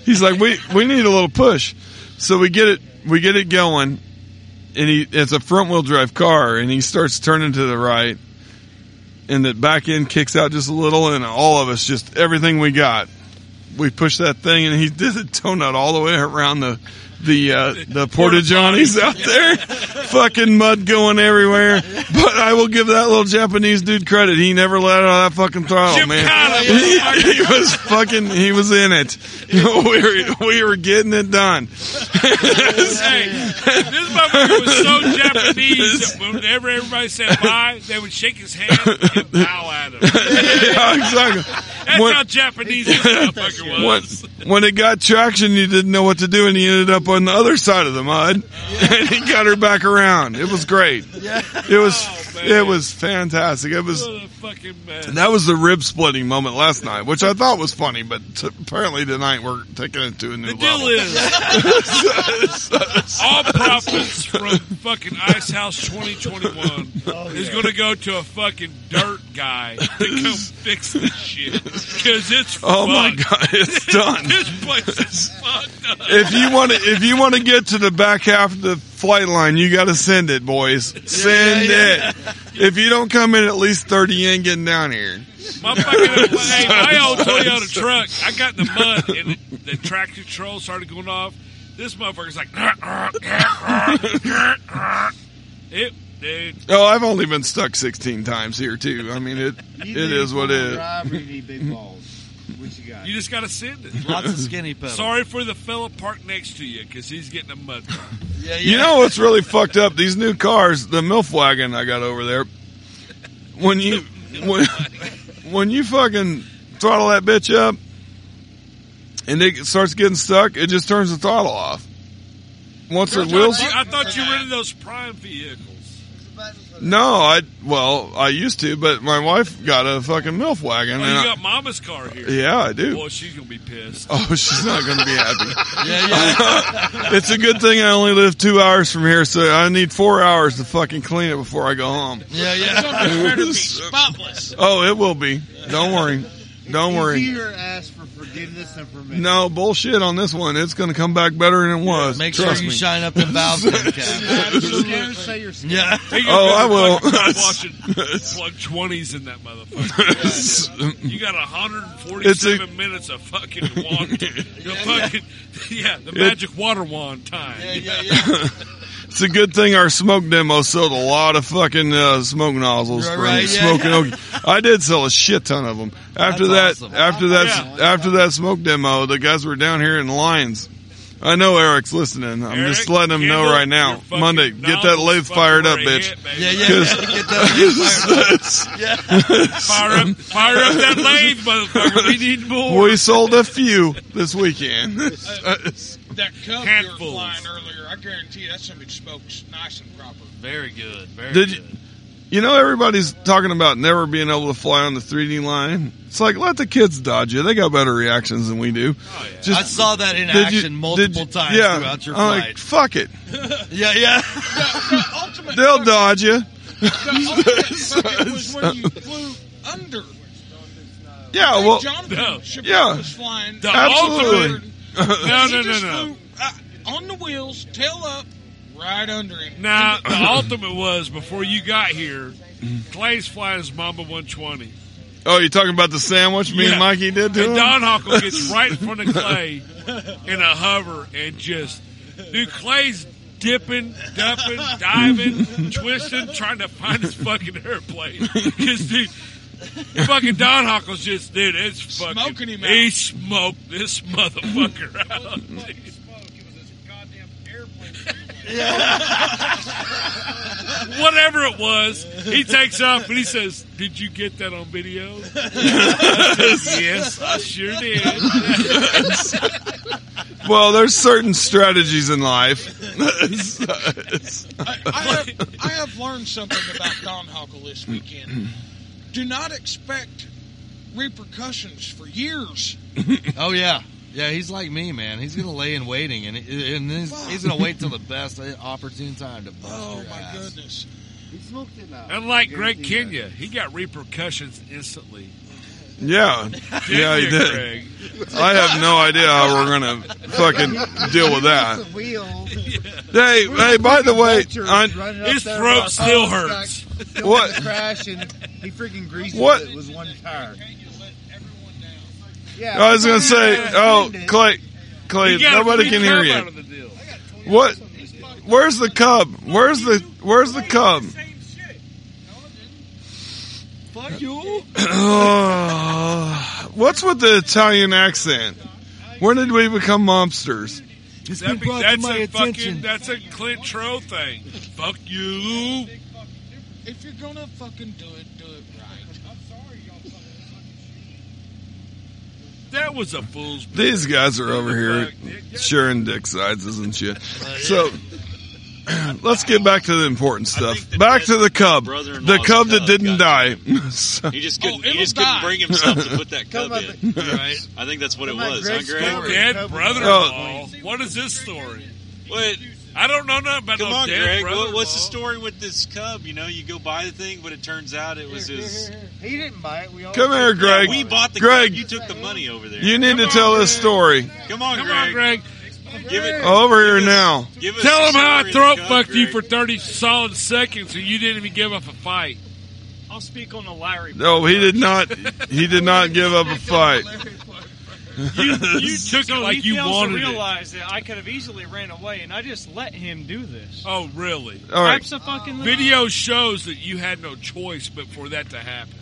He's like, we, we need a little push. So we get it, we get it going and he, it's a front wheel drive car and he starts turning to the right and the back end kicks out just a little and all of us, just everything we got, we push that thing and he did a donut all the way around the, the, uh, the porta johnnies out there. fucking mud going everywhere. But I will give that little Japanese dude credit. He never let out of that fucking throttle, man. He, he was fucking, he was in it. we, were, we were getting it done.
Hey, this motherfucker was so Japanese. that Whenever everybody said bye, they would shake his hand and bow at him.
yeah, exactly.
That's
When-
how Japanese this motherfucker
when,
was.
when it got traction, you didn't know what to do, and he ended up on the other side of the mud, and he got her back around. It was great. It was
Oh,
it was fantastic. It was that was the rib splitting moment last night, which I thought was funny, but t- apparently tonight we're taking it to a new level.
All profits from fucking Ice House 2021 is going to go to a fucking dirt guy to come fix this shit because it's
Oh my
fucked.
God, it's done.
this place is fucked up.
if you want to if you want to get to the back half of the flight line, you got to send it, boys. Send
yeah.
it. If you don't come in at least thirty, you ain't getting down here.
My fucking hey, my old Toyota truck. I got in the mud and the, the track control started going off. This motherfucker's like, it, dude.
Oh, I've only been stuck sixteen times here too. I mean, it it is what it is.
you just gotta send it.
Lots of skinny pedals.
Sorry for the fella parked next to you because he's getting a mud car. yeah,
You know what's really fucked up? These new cars, the MILF wagon I got over there. When you when, when you fucking throttle that bitch up and it starts getting stuck, it just turns the throttle off. Once the wheels
I thought you were into those prime vehicles.
No, I well, I used to, but my wife got a fucking MILF wagon
Oh,
and
you
I-
got Mama's car here.
Yeah, I do.
Boy, she's gonna be pissed.
Oh, she's not going to be happy. it's a good thing I only live two hours from here, so I need four hours to fucking clean it before I go home.
Yeah, yeah.
Something better be
spotless.
Oh, it will be. Don't worry. Don't worry.
Peter asked for forgiveness and permission.
No bullshit on this one. It's going to come back better than it was.
Make
Trust
sure you
me.
shine up the valves.
Yeah. Oh, I will.
Watching plug twenties in that motherfucker. You got 147 minutes of fucking water. You're fucking yeah, the
It-
magic water wand time. Yeah, yeah, yeah.
It's a good thing our smoke demo sold a lot of fucking uh, smoke nozzles
Right,
for
right, yeah,
smoking.
yeah.
oak. I did sell a shit ton of them. After
That's
that,
awesome.
after that, after that smoke demo, the guys were down here in Lyons. I know Eric's listening. I'm just letting him know right now. Monday, get that lathe fired up, bitch.
Yeah, yeah,
Because-
yeah, get that lathe fired up.
Fire up, fire up that lathe, motherfucker. We need more.
We sold a few this weekend.
That cup you were flying earlier, I guarantee you that somebody smokes nice and proper.
Very good. Very
Did you, you know everybody's talking about never being able to fly on the 3D line? It's like let the kids dodge you. They got better reactions than we do.
Oh, I saw that in
Did you-
action
did
multiple
you-
times
yeah.
throughout your
I'm like,
flight.
fuck it.
yeah, yeah.
They'll dodge you.
It was when you flew under.
yeah, well,
Jonathan Chabot
yeah,
was flying.
absolutely.
He
No, no,
just
no, no.
flew the wheels, tail up, right under him.
Now, the ultimate was before you got here, Clay's flying his Mamba 120.
Oh, you're talking about the sandwich me
Yeah.
and Mikey did to
And
him?
Don Huckle gets right in front of Clay in a hover and just, dude, Clay's dipping, dumping, diving, twisting, trying to find his fucking airplane. Because, dude, fucking Don Huckle's just, dude, it's fucking. Smoking him He smoked this motherfucker out. Whatever it was, he takes off and he says, "Did you get that on video?" yes, I sure did.
well, there's certain strategies in life.
I, I, have, I have learned something about Don Huckle this weekend. Do not expect repercussions for years.
oh yeah, yeah. He's like me, man. He's gonna lay in waiting, and and he's, he's gonna wait till the best opportune time to bust
Oh,
your
my
ass.
goodness.
Unlike Greg Kenya, he got repercussions instantly.
yeah, yeah, he
you,
did.
Craig?
I have no idea how we're gonna fucking deal with that. Hey, hey! By the way, I- What?
Crash and he freaking greased
What?
it with one tire. Yeah,
I was gonna say,
Yeah.
oh, Clay, Clay,
You got a
nobody
free
can
cup
hear
out of the
you. What? Where's the cub? Where's the Where's the cub?
Fuck you.
Oh, what's with the Italian accent? When did we become mobsters?
It's That be- that's a fucking that's a Clint Tro thing. Fuck you.
If you're gonna fucking do it, do it right. I'm sorry, y'all.
That was a fool's.
These guys are over here sharing dick sizes and shit. So let's get back to the important stuff. Back to the cub, the
brother-in-law's
cub that
cub
didn't die. So-
He just
Oh,
couldn't. he just couldn't bring himself to put that cub in. Right? I think that's what it was. Huh, Greg?
Dead brother-in-law. What is this story?
What?
I don't know nothing about
Come
no
on,
dead
Greg. What,
brother-in-law.
what's the story with this cub? You know, you go buy the thing, but it turns out it was his.
He didn't buy it. We all
Come here, Greg.
Yeah, we bought the
Greg.
cub. You took the money over there.
You need to tell this story.
Come on,
Come
Greg.
on, Greg.
Give it.
Over here now.
Give us
Tell
the
him how
story
I
of the
throat
cub,
fucked you
Greg.
for thirty solid seconds, and you didn't even give up a fight.
I'll speak on the Larry.
No, he did not. He did not give up a fight.
You took it
So
like
he
you
fails
wanted
to
it.
realize that I could have easily ran away, and I just let him do this.
Oh, really?
All right.
Abso-fucking-lutely.
Video shows that you had no choice but for that to happen.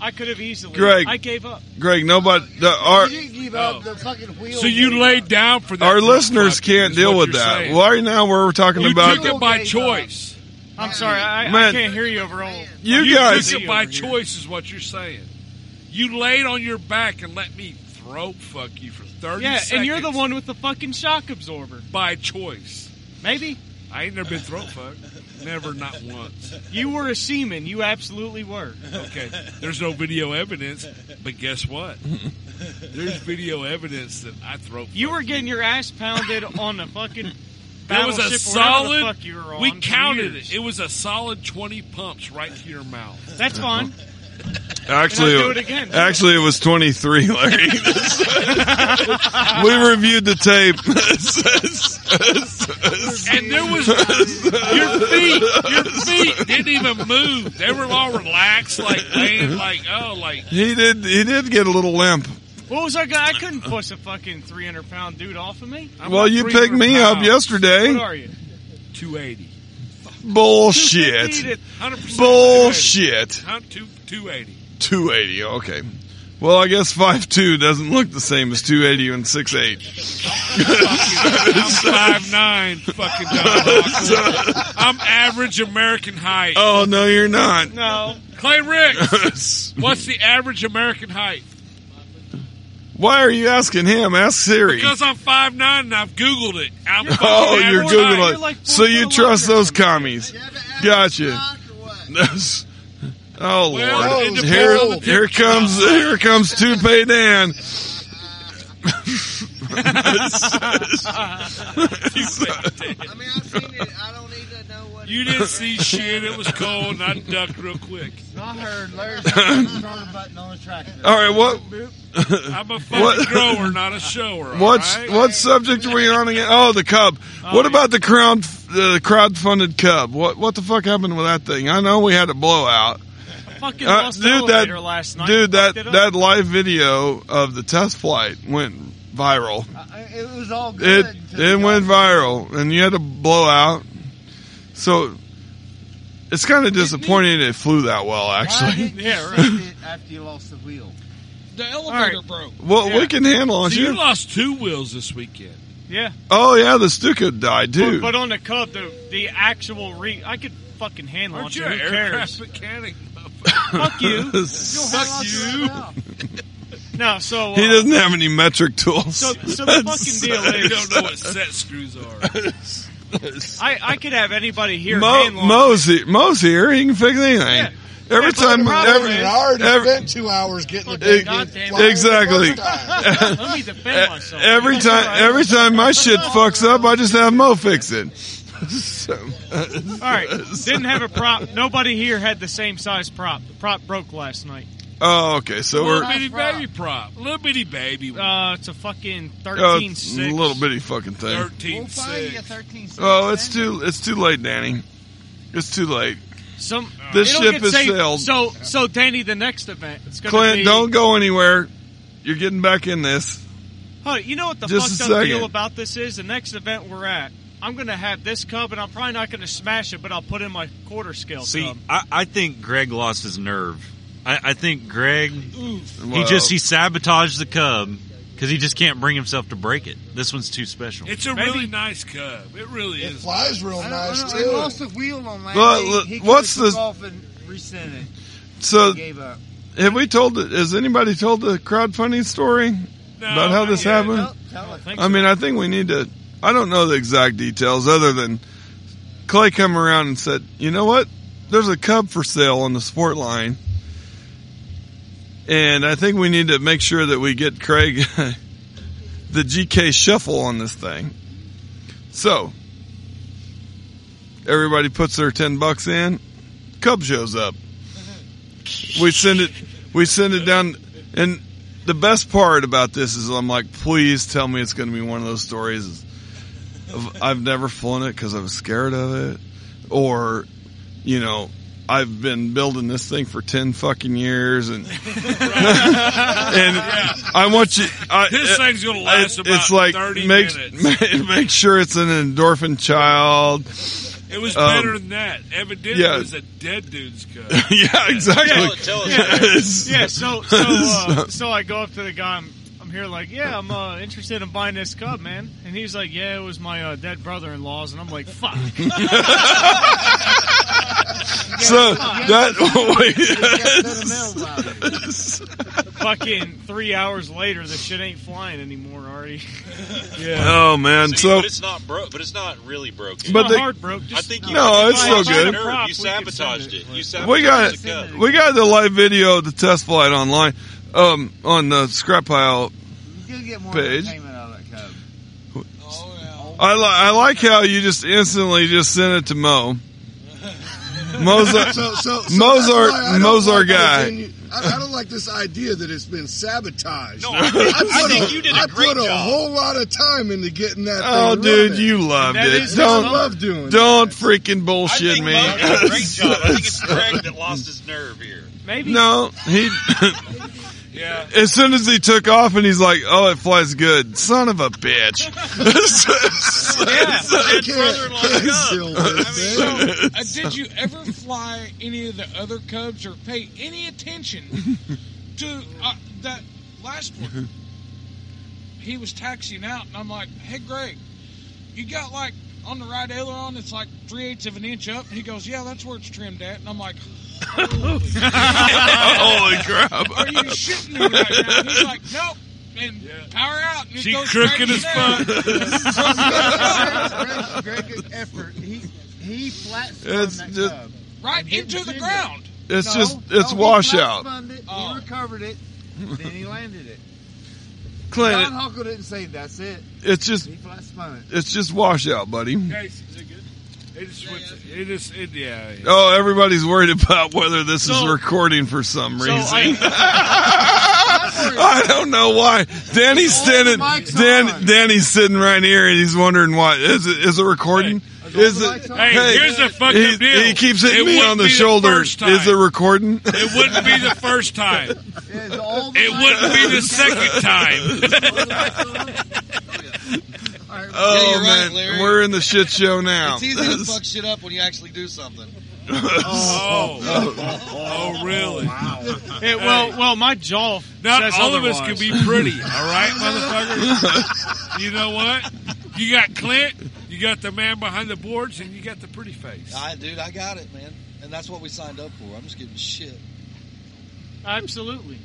I could have easily.
Greg.
I gave up.
Greg, nobody. The, our
Give
Oh.
up the fucking wheel.
So you laid down for that.
our
little
listeners
fucker,
can't
is
deal
what
with
you're
that.
saying.
Right now, we're talking
You
about.
took it by choice.
uh, I'm sorry. I, I
Man.
can't hear you over all.
You
you
guys-
took it by choice, is what you're saying. You laid on your back and let me throat fuck you for thirty.
Yeah,
seconds
and you're the one with the fucking shock absorber.
by choice.
Maybe
I ain't never been throat fucked. Never, not once.
you were a seaman. You absolutely were.
Okay, there's no video evidence, but guess what? There's video evidence that I throat. fucked.
You were getting your ass pounded on the fucking.
That was a
battleship or whatever the
solid.
fuck you were on
we
for
counted
years.
it. It was a solid twenty pumps right to your mouth.
That's fine.
Actually,
And I'll do it again.
actually, it was twenty three, Larry. we reviewed the tape.
and there was your feet. Your feet didn't even move. They were all relaxed, like laying, like oh, like
he did. He did get a little limp.
What was I? Gonna, I couldn't push a fucking 300 pound dude off of me.
well, you picked me up yesterday.
What are you?
two eighty.
Bullshit.
100%
Bullshit.
Huh? Two two eighty.
280. Okay. Well, I guess 5'2 doesn't look the same as 280 and 6'8.
Five nine. Fucking dog. I'm average American height.
oh, no, you're not.
No.
Clay Ricks. What's the average American height?
Why are you asking him? Ask Siri.
Because I'm five nine and I've Googled it. I'm fucking
Oh, you're
average height.
Googling. so you trust those commies. Gotcha. oh,
Well, it
Lord.
depends on the
Here,
picture.
here comes, here comes Toupee Dan.
I mean, I've seen it. I don't even know what. You didn't see shit. It was cold, and I ducked real quick.
I heard Larry's got the starter button on the tractor.
All right, what?
I'm a fucking grower, not a shower. all
What's
right?
what subject are we on again? Oh, the cub. what about the crowd the crowdfunded cub? What what the fuck happened with that thing? I know we had a blowout.
fucking
Uh,
lost
dude,
elevator
that
last night.
dude, that
Fucked it up.
that live video of the test flight went viral.
It was all
It
Uh, oh, good.
it went viral, and you had a blowout. So it's kind of disappointing it flew that well,
Why
actually.
didn't you send it after you lost the wheel?
The elevator broke.
Well, we can handle it.
So you
here.
lost two wheels this weekend.
Yeah.
Oh yeah, the Stuka died too.
But, but on the cup, the the actual re, I could fucking hand
Aren't
launch
you
it.
an
Who
aircraft
cares?
mechanic?
Fuck you.
Fuck you.
No, so uh,
he doesn't have any metric tools.
So- so the fucking deal is-
You don't know what set screws are.
I I could have anybody here
Mo,
hand launch.
Mo's, he- Mo's here. He can fix anything. Every time, every, every-
two hours getting
e- exactly.
Let me defend myself.
every time, every time my shit fucks up, I just have Mo fix it. So-
All right, didn't have a prop. Nobody here had the same size prop. The prop broke last night.
oh, okay. So
little
we're
bitty baby prop. Little bitty baby.
Uh, it's a fucking
oh,
thirteen
it's
six.
a little bitty fucking thing.
13 six.
Oh, it's too, it's too late, Danny. It's too late.
Some
This
it'll
ship
get
has
saved.
sailed.
So so Danny, the next event, it's gonna
Clint,
be.
don't go anywhere. You're getting back in this.
Huh, you know what the
Just
fucked
a
up
second.
deal about this is? The next event we're at, I'm gonna have this cub, and I'm probably not gonna smash it, but I'll put in my quarter scale
See,
cub.
I, I think Greg lost his nerve. I, I think Greg, he
Well-
just he sabotaged the cub because he just can't bring himself to break it. This one's too special.
It's a
Maybe-
really nice cub. It really is.
flies real
I don't know. I lost the wheel on that.
Look,
He-
Uh, look,
he
what's
could've took
the-
off and resent it.
So,
Gave up.
have we told? the- Has anybody told the crowdfunding story about how this happened?
Tell- tell it.
I mean, I think we need to. I don't know the exact details, other than Clay come around and said, "You know what? There's a cub for sale on the sport line, and I think we need to make sure that we get Craig the GK shuffle on this thing." So everybody puts their ten bucks in. Cub shows up. We send it. We send it down, and the best part about this is I'm like, please tell me it's going to be one of those stories. Of, I've never flown it because I was scared of it, or you know, I've been building this thing for ten fucking years, and and I want you. I,
This thing's gonna last
it-
about
It's like
30
make
minutes.
make sure it's an endorphin child.
It was
Um,
better than that. Evidently,
yeah.
it was a dead dude's cub.
yeah, exactly.
Yeah, so so uh, so I go up to the guy. I'm, I'm here like, yeah, I'm uh, interested in buying this cub, man. And he's like, yeah, it was my uh, dead brother-in-law's, and I'm like, fuck.
so
that
that
fucking three hours later, the shit ain't flying anymore, Artie.
Oh man,
See,
so
but it's not broke. But it's not really broken.
It's But not they- hard
broke.
I think you
No, it's still
sabotaged
good.
your nerve. You sabotaged it. You sabotaged
we got
the cub.
we got the live video of the test flight online um, on the scrap pile
You'll get more
page.
entertainment out of that cub.
I, li- I like how you just instantly just sent it to Mo. Mozart,
So- so- so that's why I
Mozart,
don't
Mozart
like the
guy.
continu- I, I don't like this idea that it's been sabotaged. No,
I think- I think
you did a great I put a whole lot of time into getting that.
Oh,
thing
dude,
running.
you loved it. Don't
Don't love doing. it.
Don't freaking bullshit me.
Great job. I think it's Greg that lost his nerve here.
Maybe
No, he.
Yeah.
As soon as he took off, and he's like, "Oh, it flies good." Son of a bitch.
I can't. cancel this
So,
thing.
uh, did you ever fly any of the other Cubs or pay any attention to uh, that last one? He was taxiing out, and I'm like, "Hey, Greg, you got like on the right aileron, it's like three eighths of an inch up." And he goes, "Yeah, that's where it's trimmed at." And I'm like, "Holy,
Holy crap.
Are you shitting me right now?" And he's like, "Nope." And power out. And it
She
goes
crooked
straight
as fuck.
Greg- Greg- Greg effort. He he flat
It's
spun that
just-
cub.
right into the ground.
It's
No,
just
no,
it's
he
washout.
flat-spun it,
Oh.
He recovered it. Then he landed it.
Clint,
John Huckle didn't say that's it.
It's just
He flat spun it.
it's just washout, buddy.
Guys, is it good? It just, went, it just, it, yeah. yeah.
Oh, everybody's worried about whether this is
So-
recording for some
so
reason.
I-
I don't know why. Danny's standing.
mic's
Dan, Danny's sitting right here, and he's wondering why. Is it, is it recording? is it?
Hey, here's the fucking
he,
deal.
He keeps hitting
It
me
wouldn't
on the
be the
shoulder.
first time.
is it recording?
It wouldn't be the first time. It wouldn't be the second time.
Oh
Yeah, you're right,
man,
Larry.
we're in the shit show now.
It's easy to fuck shit up when you actually do something.
Oh. Oh. Oh, really?
Hey, well, well, my jaw.
Not
says
all of us
otherwise.
can be pretty, all right, motherfucker? you know what? You got Clint, you got the man behind the boards, and you got the pretty face.
I, dude, I got it, man. And that's what we signed up for. I'm just getting shit.
Absolutely.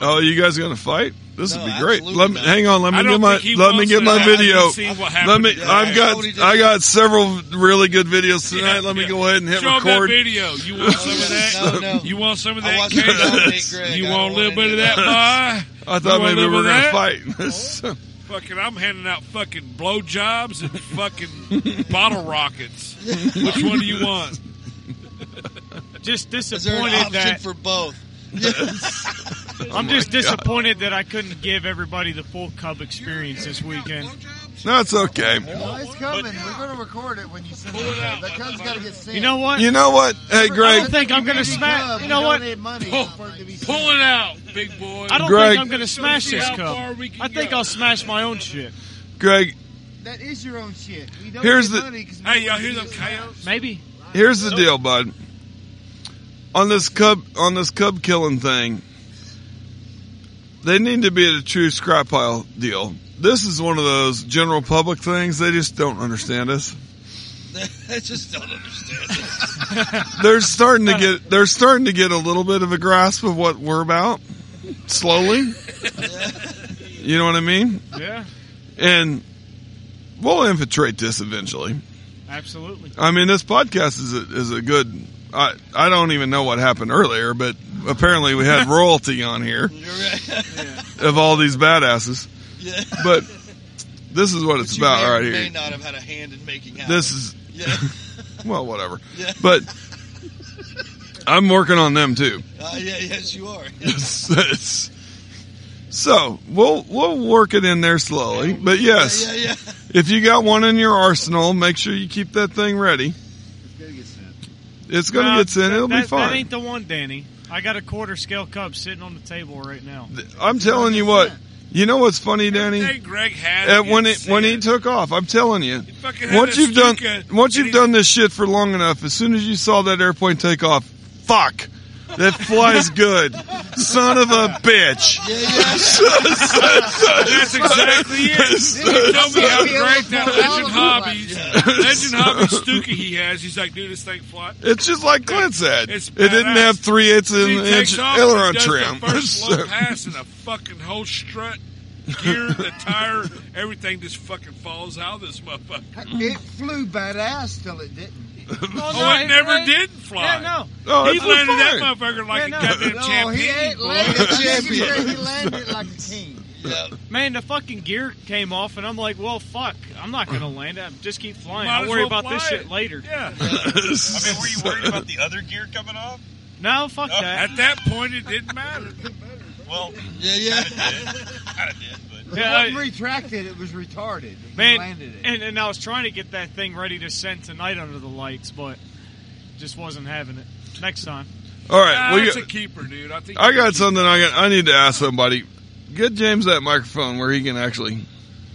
Oh, you guys gonna fight? This
No,
would be great.
absolutely
Let me
not.
hang on. Let
I
me
don't
get my
think he
let me
wants
get
to
my
have
video.
you see what
Let
happened
me.
today.
I've got I got several really good videos tonight.
Yeah,
let me
yeah.
go ahead and hit
Show 'em
record.
that video. You want some of that? You want some of that?
watched Dominic
cake?
Gregg.
You
I
want a little bit
any
of
of
that, boy?
I
You
thought
want a
maybe we
little
were
bit
gonna
of
fight.
that? Fucking, I'm handing out fucking blowjobs and fucking bottle rockets. Which one do you want?
Just
Is there an
disappointed
option
that
for both?
I'm
my
just
God.
disappointed that I couldn't give everybody the full Cub experience this weekend.
No, it's okay.
No, it's coming. We're going to record it when you send it. out. That cub's got to get sent.
You know what?
You know what? Hey,
I
Greg.
don't think I'm gonna
Community
smash.
club,
You know what?
donate Money for it to be
Pull it out, big boy.
I don't
Greg.
think I'm gonna smash this
How
cup.
far we
I think I'll smash my own shit.
Greg,
That is your own shit. We don't
Here's
get
the-
money 'cause
Hey, y'all hear them coyotes?
Maybe.
Here's the deal, bud. On this cub on this cub killing thing, they need to be at a true scrap pile deal. This is one of those general public things they just don't understand us.
I just don't understand.
They're starting to get they're starting to get a little bit of a grasp of what we're about slowly. You know what I mean?
Yeah,
And we'll infiltrate this eventually.
absolutely.
I mean, this podcast is a, is a good. I I don't even know what happened earlier, but apparently we had royalty on here of all these badasses.
Yeah.
But this is what it's
you
about
may,
right
may
here.
not have had a hand in making out.
This is
Yeah.
well, whatever.
Yeah.
But I'm working on them too.
Uh, yeah, yes, you are.
so we'll we'll work it in there slowly. But yes,
Yeah, yeah,
if you got one in your arsenal, make sure you keep that thing ready. It's gonna
No,
get sent.
that-
It'll be
that-
fine.
That ain't the one, Danny. I got a quarter scale Cub sitting on the table right now.
I'm telling you what. You know what's funny, Danny?
Hey, Greg had
Uh, when it when he took off, I'm telling you.
fucking had
Once
a
you've done
streak of-
once you've done this shit for long enough, as soon as you saw that airplane take off, fuck, that flies good, son of a bitch.
That's exactly it. Tell me how great that Legend Hobbies, Legend Hobbies Stuka he has. He's like, dude, this thing fly.
It's just like Clint said.
It's
It didn't
badass.
have three eighths
He
an
takes
inch
off and he
aileron
does the
trim.
First
So-
low pass and the fucking whole strut, gear, the tire, everything just fucking falls out of this motherfucker.
It flew badass till it didn't.
Oh, it never did fly.
Yeah, no.
Oh,
he
it flew
landed that
fine.
motherfucker like
Yeah,
a
no.
goddamn
No,
champion.
he ain't
boy.
landed- I think he said
He landed like a king.
Man, the fucking gear came off, and I'm like, well, fuck. I'm not going to land it. Just keep flying.
Might
I'll
as
worry
well
about this
fly
shit
it.
later.
Yeah.
I
mean, were you worried about the other gear coming off?
No, fuck that.
At that point, it didn't matter.
Well,
yeah, yeah.
kind of did, but
It
Yeah,
wasn't retracted. It was retarded. He
Man,
landed it.
and, and I was trying to get that thing ready to send tonight under the lights, but just wasn't having it. Next time.
All right,
Ah,
we
it's
got-
a keeper, dude. I think
I got something I got, I need to ask somebody. Get James that microphone where he can actually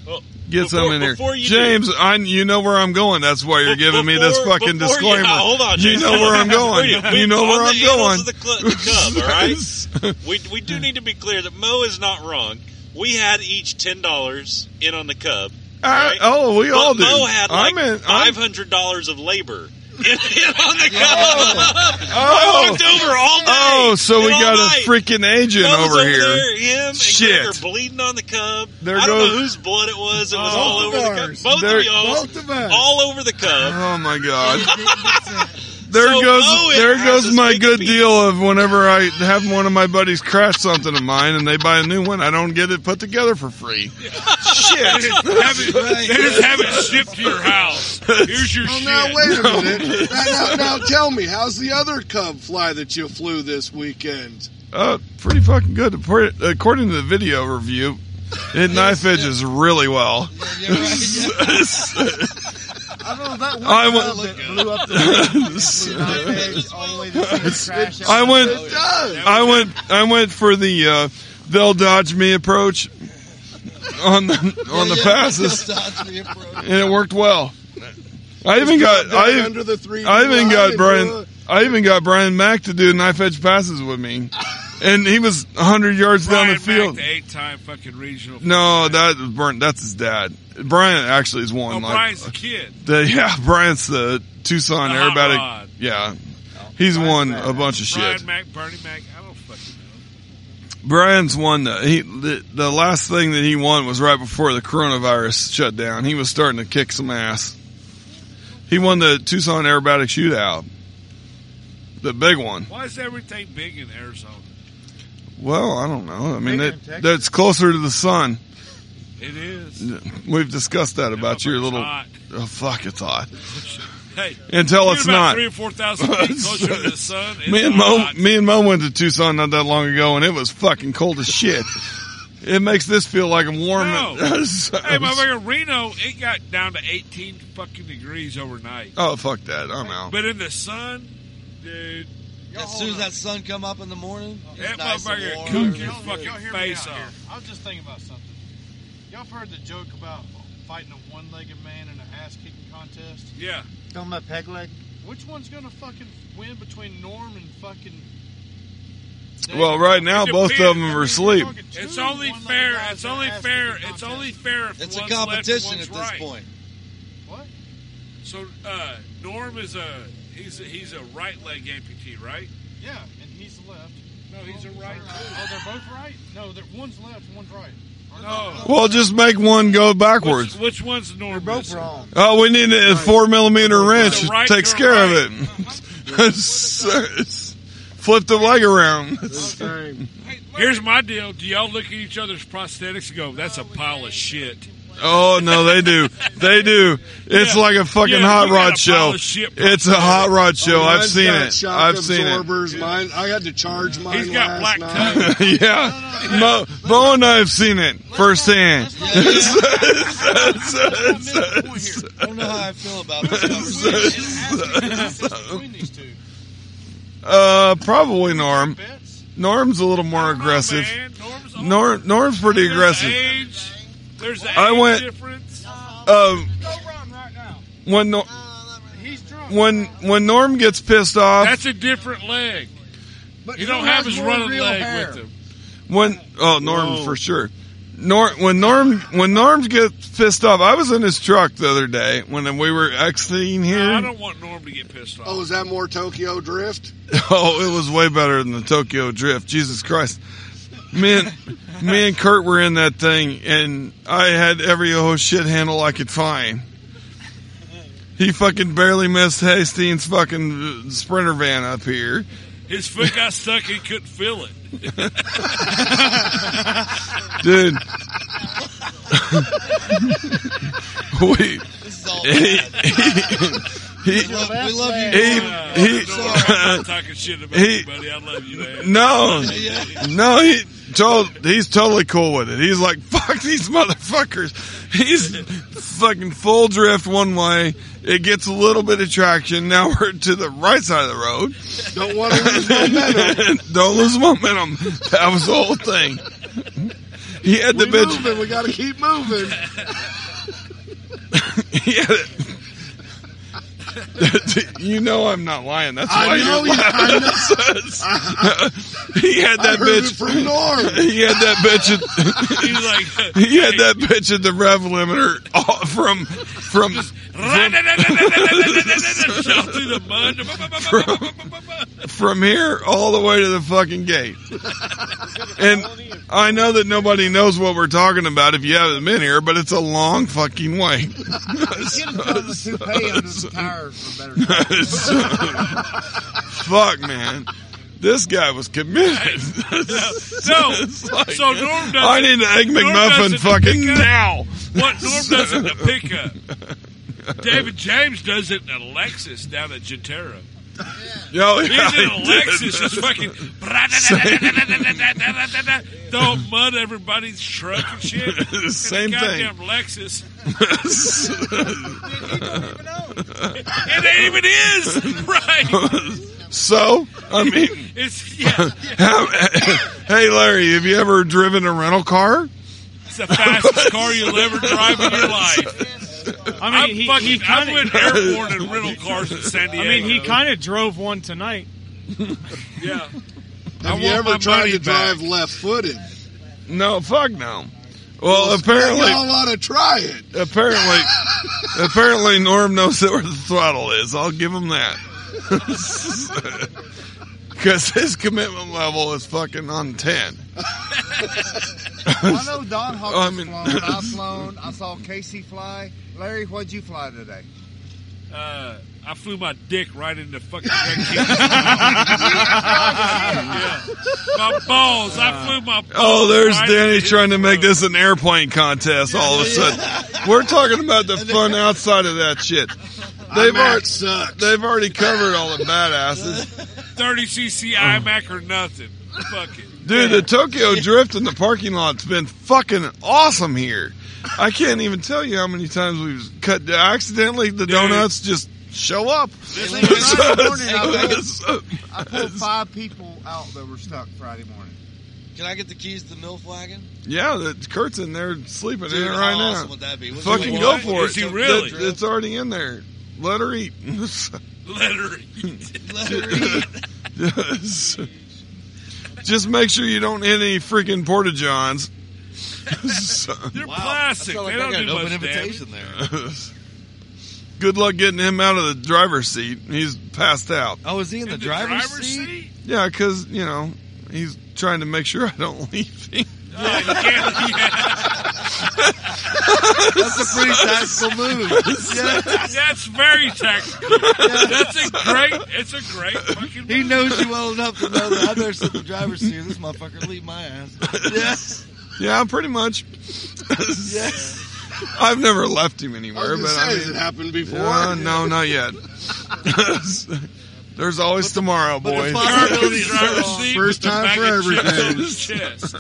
Well,
get
Oh, before-
some in here.
before you
James, I you know where I'm going. That's why you're giving me this
Before-
fucking
before you-
disclaimer.
yeah, hold on,
you
James.
know where I'm going.
Wait, wait,
you know
on
where
the annals
I'm going.
Of the, cl- the cub, all right. we we do need to be clear that Mo is not wrong. We had each ten dollars in on the cub. all
I-
right?
oh, we
But
all do.
Mo had like
I'm in- I'm-
five hundred dollars of labor. In, in on the cub. I
Oh,
walked over all night.
oh, so we
and all
got
night.
a freaking agent
Mo's
over here.
There, him and Greg
Shit.
are bleeding on the cub.
There
I don't
goes-
know whose blood it was. It was
Oh.
all over the cub.
Both of
Both
There-
of y'all,
both
of
all over the cub.
Oh my god. There
So
goes
Mo is-
there
has
goes
this
my
big
good
piece.
deal of whenever I have one of my buddies crash something of mine and they buy a new one, I don't get it put together for free. shit.
Have it, They just have it shipped to your house. Here's your
Well,
shit.
now Oh, wait a minute. now, now, now tell me, how's the other Cub fly that you flew this weekend?
Uh, pretty fucking good. Appor- According to the video review, it knife edges really well.
I don't know that one
I
pilot
went-
blew up the knife edge all the way to the crash.
I went.
It does.
I went. I went for the uh, they'll dodge me approach on the on the passes, and it worked well. I even got.
Back
I,
under the three
I even
line,
got
bro.
Brian. I even got Brian Mack to do knife edge passes with me, and he was hundred yards
Brian
down the field.
Mack, the eight-time fucking regional.
No, that was Brian. That's his dad. Brian actually is one.
Oh,
like-
Brian's the kid.
The, yeah, Brian's the Tucson
The hot
aerobatic.
rod. Oh,
Yeah, he's won a bunch of
Brian
shit.
Mac, Bernie Mac. I don't fucking know.
Brian's won. The, he the, the last thing that he won was right before the coronavirus shutdown. He was starting to kick some ass. He won the Tucson aerobatic shootout, the big one.
Why is everything big in Arizona?
Well, I don't know. I mean,
Bigger
that,
than Texas.
that's closer to the sun.
It is.
We've discussed that about your little.
hot.
Oh fuck, it's hot.
Hey,
until
you're
it's
about
not
three or 4,000 feet closer to the sun. It's
me and Mo,
hot.
me and Mo went to Tucson not that long ago, and it was fucking cold as shit. it makes this feel like I'm warm.
No. hey, motherfucker, Reno, it got down to 18 fucking degrees overnight.
oh fuck that, I'm out.
But in the sun, dude.
As soon as that sun come up in the morning,
That
it's nice and
motherfucker
warm.
cooked your fucking face off.
I was just thinking about something. Y'all have heard the joke about fighting a one-legged man in an ass-kicking contest?
Yeah.
Talking about peg leg. Which one's gonna fucking win between Norm and fucking?
Well, right now both of them are asleep.
It's only fair. It's only fair. It's only fair if
It's a
one's left and
competition
one's
at this
right.
point.
What?
So uh, Norm is a he's a, he's a right leg amputee, right?
Yeah, and he's left.
No, he's a right.
Oh, they're both right. No, they're, one's left, one's right.
No.
Well, just make one go
Which,
backwards.
which one's Norm? Both wrong.
Oh, we need a four millimeter wrench.
The
It
right
takes
or
care of it. Flip the leg around.
Here's my deal. Do y'all look at each other's prosthetics and go, "That's a pile of shit"?
Oh no, they do. They do. It's
Yeah.
like a fucking
Yeah,
hot
you got a
rod show.
pile of shit, bro.
It's a hot rod show. I've
Mine's
seen
Oh, got
it.
shock
I've seen it.
absorbers. Mine, I had to charge mine
He's got
last night.
black
yeah, Mo, Mo and I have seen it firsthand.
I don't know how I feel about this
conversation. Uh, probably Norm. Norm's a little more aggressive. Norm, Norm's pretty aggressive.
Age. There's the age
I went-
difference.
Um, when
Uh,
Nor- when when Norm gets pissed off,
That's a different leg. you don't
who
have
has
his
more
running
real
leg
hair?
with him.
When oh Norm
Whoa.
for sure. Norm when Norm when Norm gets pissed off. I was in his truck the other day when we were exiting here.
I don't want Norm to get pissed off.
Oh, is that more Tokyo Drift?
Oh, it was way better than the Tokyo Drift. Jesus Christ. Me and, me and Kurt were in that thing, and I had every oh shit handle I could find. He fucking barely missed Hastings' fucking sprinter van up here.
His foot got stuck. He couldn't feel it.
dude. we,
This is all
he,
bad.
he, he,
We love- we love you,
He,
Norm.
he,
Sorry, I'm not
talking shit about
he-
you, buddy. I love you, man.
No,
Yeah.
no, he told, he's totally cool with it. He's like, fuck these motherfuckers. He's fucking full drift one way. It gets a little bit of traction. Now we're to the right side of the road.
Don't want to lose momentum.
Don't lose momentum. That was the whole thing. He had the
we
bitch.
moving. We got to keep moving.
yeah. you know I'm not lying. That's
I
why
know
you're
you- I
laughing.
know.
he had that
I heard
bitch.
it from Norm.
He had that bitch. At, he had that bitch at the rev limiter all- from from
Fell through the mud.
from, from here all the way to the fucking gate. And I know that nobody knows what we're talking about if you haven't been here, but it's a long fucking way.
toupee under the tires for better.
Fuck, man. This guy was committed.
So, so Norm does.
I need an egg
Norm
McMuffin
does it to
fucking
pick up.
now.
What Norm does in the pickup. David James does it in a Lexus down at Jatera.
Yo,
He's
yeah,
in a
he did.
Lexus, just fucking throwing mud at everybody's truck and shit. In a
Same
goddamn
thing.
Lexus.
it
it even is right.
So I mean,
It's- yeah, yeah.
hey Larry, have you ever driven a rental car?
It's the fastest car you'll ever drive in your life.
I mean,
I'm
he-
fucking,
he
I
kinda-
went airborne in rental cars in San Diego.
I mean, he kind of drove one tonight.
yeah.
Have you ever tried to drive left-footed?
No, fuck no. Well, apparently,
Y'all ought to try it.
apparently, apparently, Norm knows where the throttle is. I'll give him that. Because his commitment level is fucking on ten.
I know Don Hawk
Oh,
I
has
mean-
flown. I've flown. I saw Casey fly. Larry, what'd you fly today?
Uh, I flew my dick right into fucking Red King's.
Yeah.
My balls. I flew my balls.
Oh, there's
right
Danny
into-
trying to make this an airplane contest all of a sudden. We're talking about the fun outside of that shit. They've
IMAX
already,
sucks.
they've already covered all the badasses.
30 cc
Oh.
iMac or nothing. Fuck it.
Dude, the Tokyo Drift in the parking lot's been fucking awesome here. I can't even tell you how many times we've cut accidentally the donuts just show up. uh,
Friday morning, I pulled, I pulled five people out that were stuck Friday morning.
Can I get the keys to the milf wagon?
Yeah, the Kurt's in there sleeping in
Dude,
it
how
right
awesome
now.
would that be? What's
Fucking
he-
go
what?
for
Is he
it.
really?
That- it's already in there. Let her eat.
Let her eat.
Let her eat.
Just- Just make sure you don't hit any freaking porta johns.
They're plastic.
I felt like
they
I
don't
got
do
an open
much
invitation
damage.
Good luck getting him out of the driver's seat. He's passed out.
Oh, is he in, the, driver's, seat?
Yeah, because, you know, he's trying to make sure I don't leave him.
That's
a pretty tactical move.
Yeah. That's very tactical. That's a great. It's a great fucking.
He knows you well enough to know that I better sit in the driver's seat. or This motherfucker leave my ass. Yes.
Yeah, pretty much. I've never left him anywhere,
I was
but
gonna
I
say,
mean,
has it happened before?
No, no, not yet. There's always tomorrow, boys.
possibilities are
Driver's
so-
seat First with the time bag for of chips everything. on his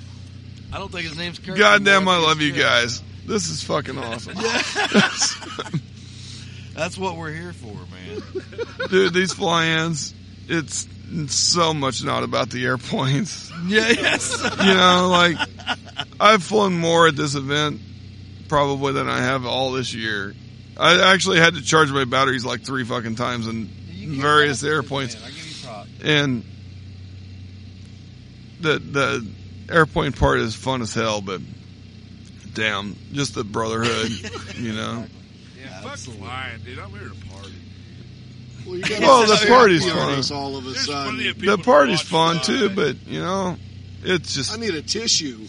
I don't think his name's Kurt.
Goddamn, I love you guys. This is fucking awesome.
That's what we're here for, man.
Dude, these fly-ins, it's so much not about the airplanes.
Yeah, yes.
You know, like I've flown more at this event probably than I have all this year. I actually had to charge my batteries like three fucking times in various airplanes. And the the airplane part is fun as hell, but damn, just the brotherhood, you know.
Yeah, fuck lying, dude. I'm here to party.
Well, you got
Well,
all
the
these
party's
parties
fun.
All of a sudden,
The party's
uh,
fun too, but you know, it's just
I need a tissue.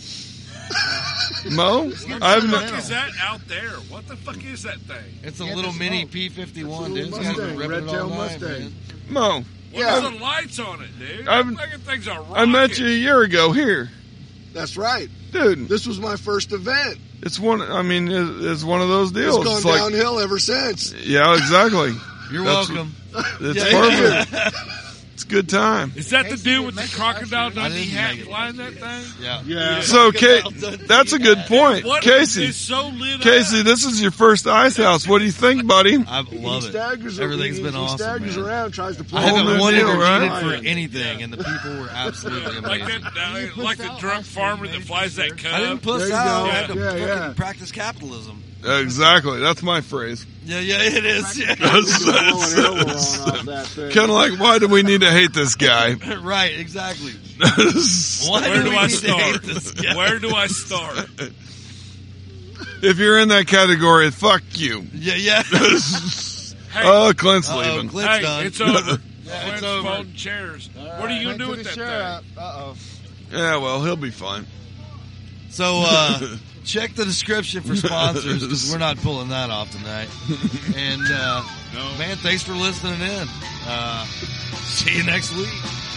Mo.
What
I've
the
no-
fuck is that out there? What the fuck is that thing?
It's a little mini P51, dude. It's got
Mustang,
to be
red
red
tail
tail
Mustang.
Mo.
What are the lights on it, dude?
I've-
That fucking thing's a rocket.
I met you a year ago here,
That's right.
dude.
This was my first event.
It's one. I mean, it- it's one of those deals.
It's gone
It's like-
downhill ever since.
yeah, exactly.
You're
That's-
welcome.
It's
Yeah.
perfect. it's a good time.
Is that the dude with the crocodile Dundee hat flying that thing?
Yeah.
So, Kate, that's a good point,
What
Casey.
is so lit
Casey, this is your first ice house. What do you think, buddy?
I love
he
it.
staggers
Everything's
he,
been
he
awesome,
staggers
man.
around, tries to play.
I haven't
Whole
wanted
new
or
deal,
needed
right?
for anything, and the people were absolutely
Like
amazing.
that, uh, like the drunk farmer that flies that cub.
I didn't puss
There you
out.
go.
I had to
Yeah,
fucking
yeah.
practice capitalism.
Exactly. That's my phrase.
Yeah, yeah, it is. Yeah.
Kind of like, why do we need to hate this guy?
right, exactly.
Why
Where
do
do
we
I
need to hate
start?
this guy?
Where do I start?
If you're in that category, fuck you.
Yeah, yeah.
oh, Clint's
Uh-oh,
leaving.
Clint's Hey, done.
It's over.
Yeah,
Clint's
it's over.
folding chairs. what are you going to
Thank
do
you
with
to
that
share
thing?
up. Uh-oh.
yeah, well, he'll be fine.
So, uh, Check the description for sponsors because we're not pulling that off tonight. And uh, man, thanks for listening in. Uh, see you next week.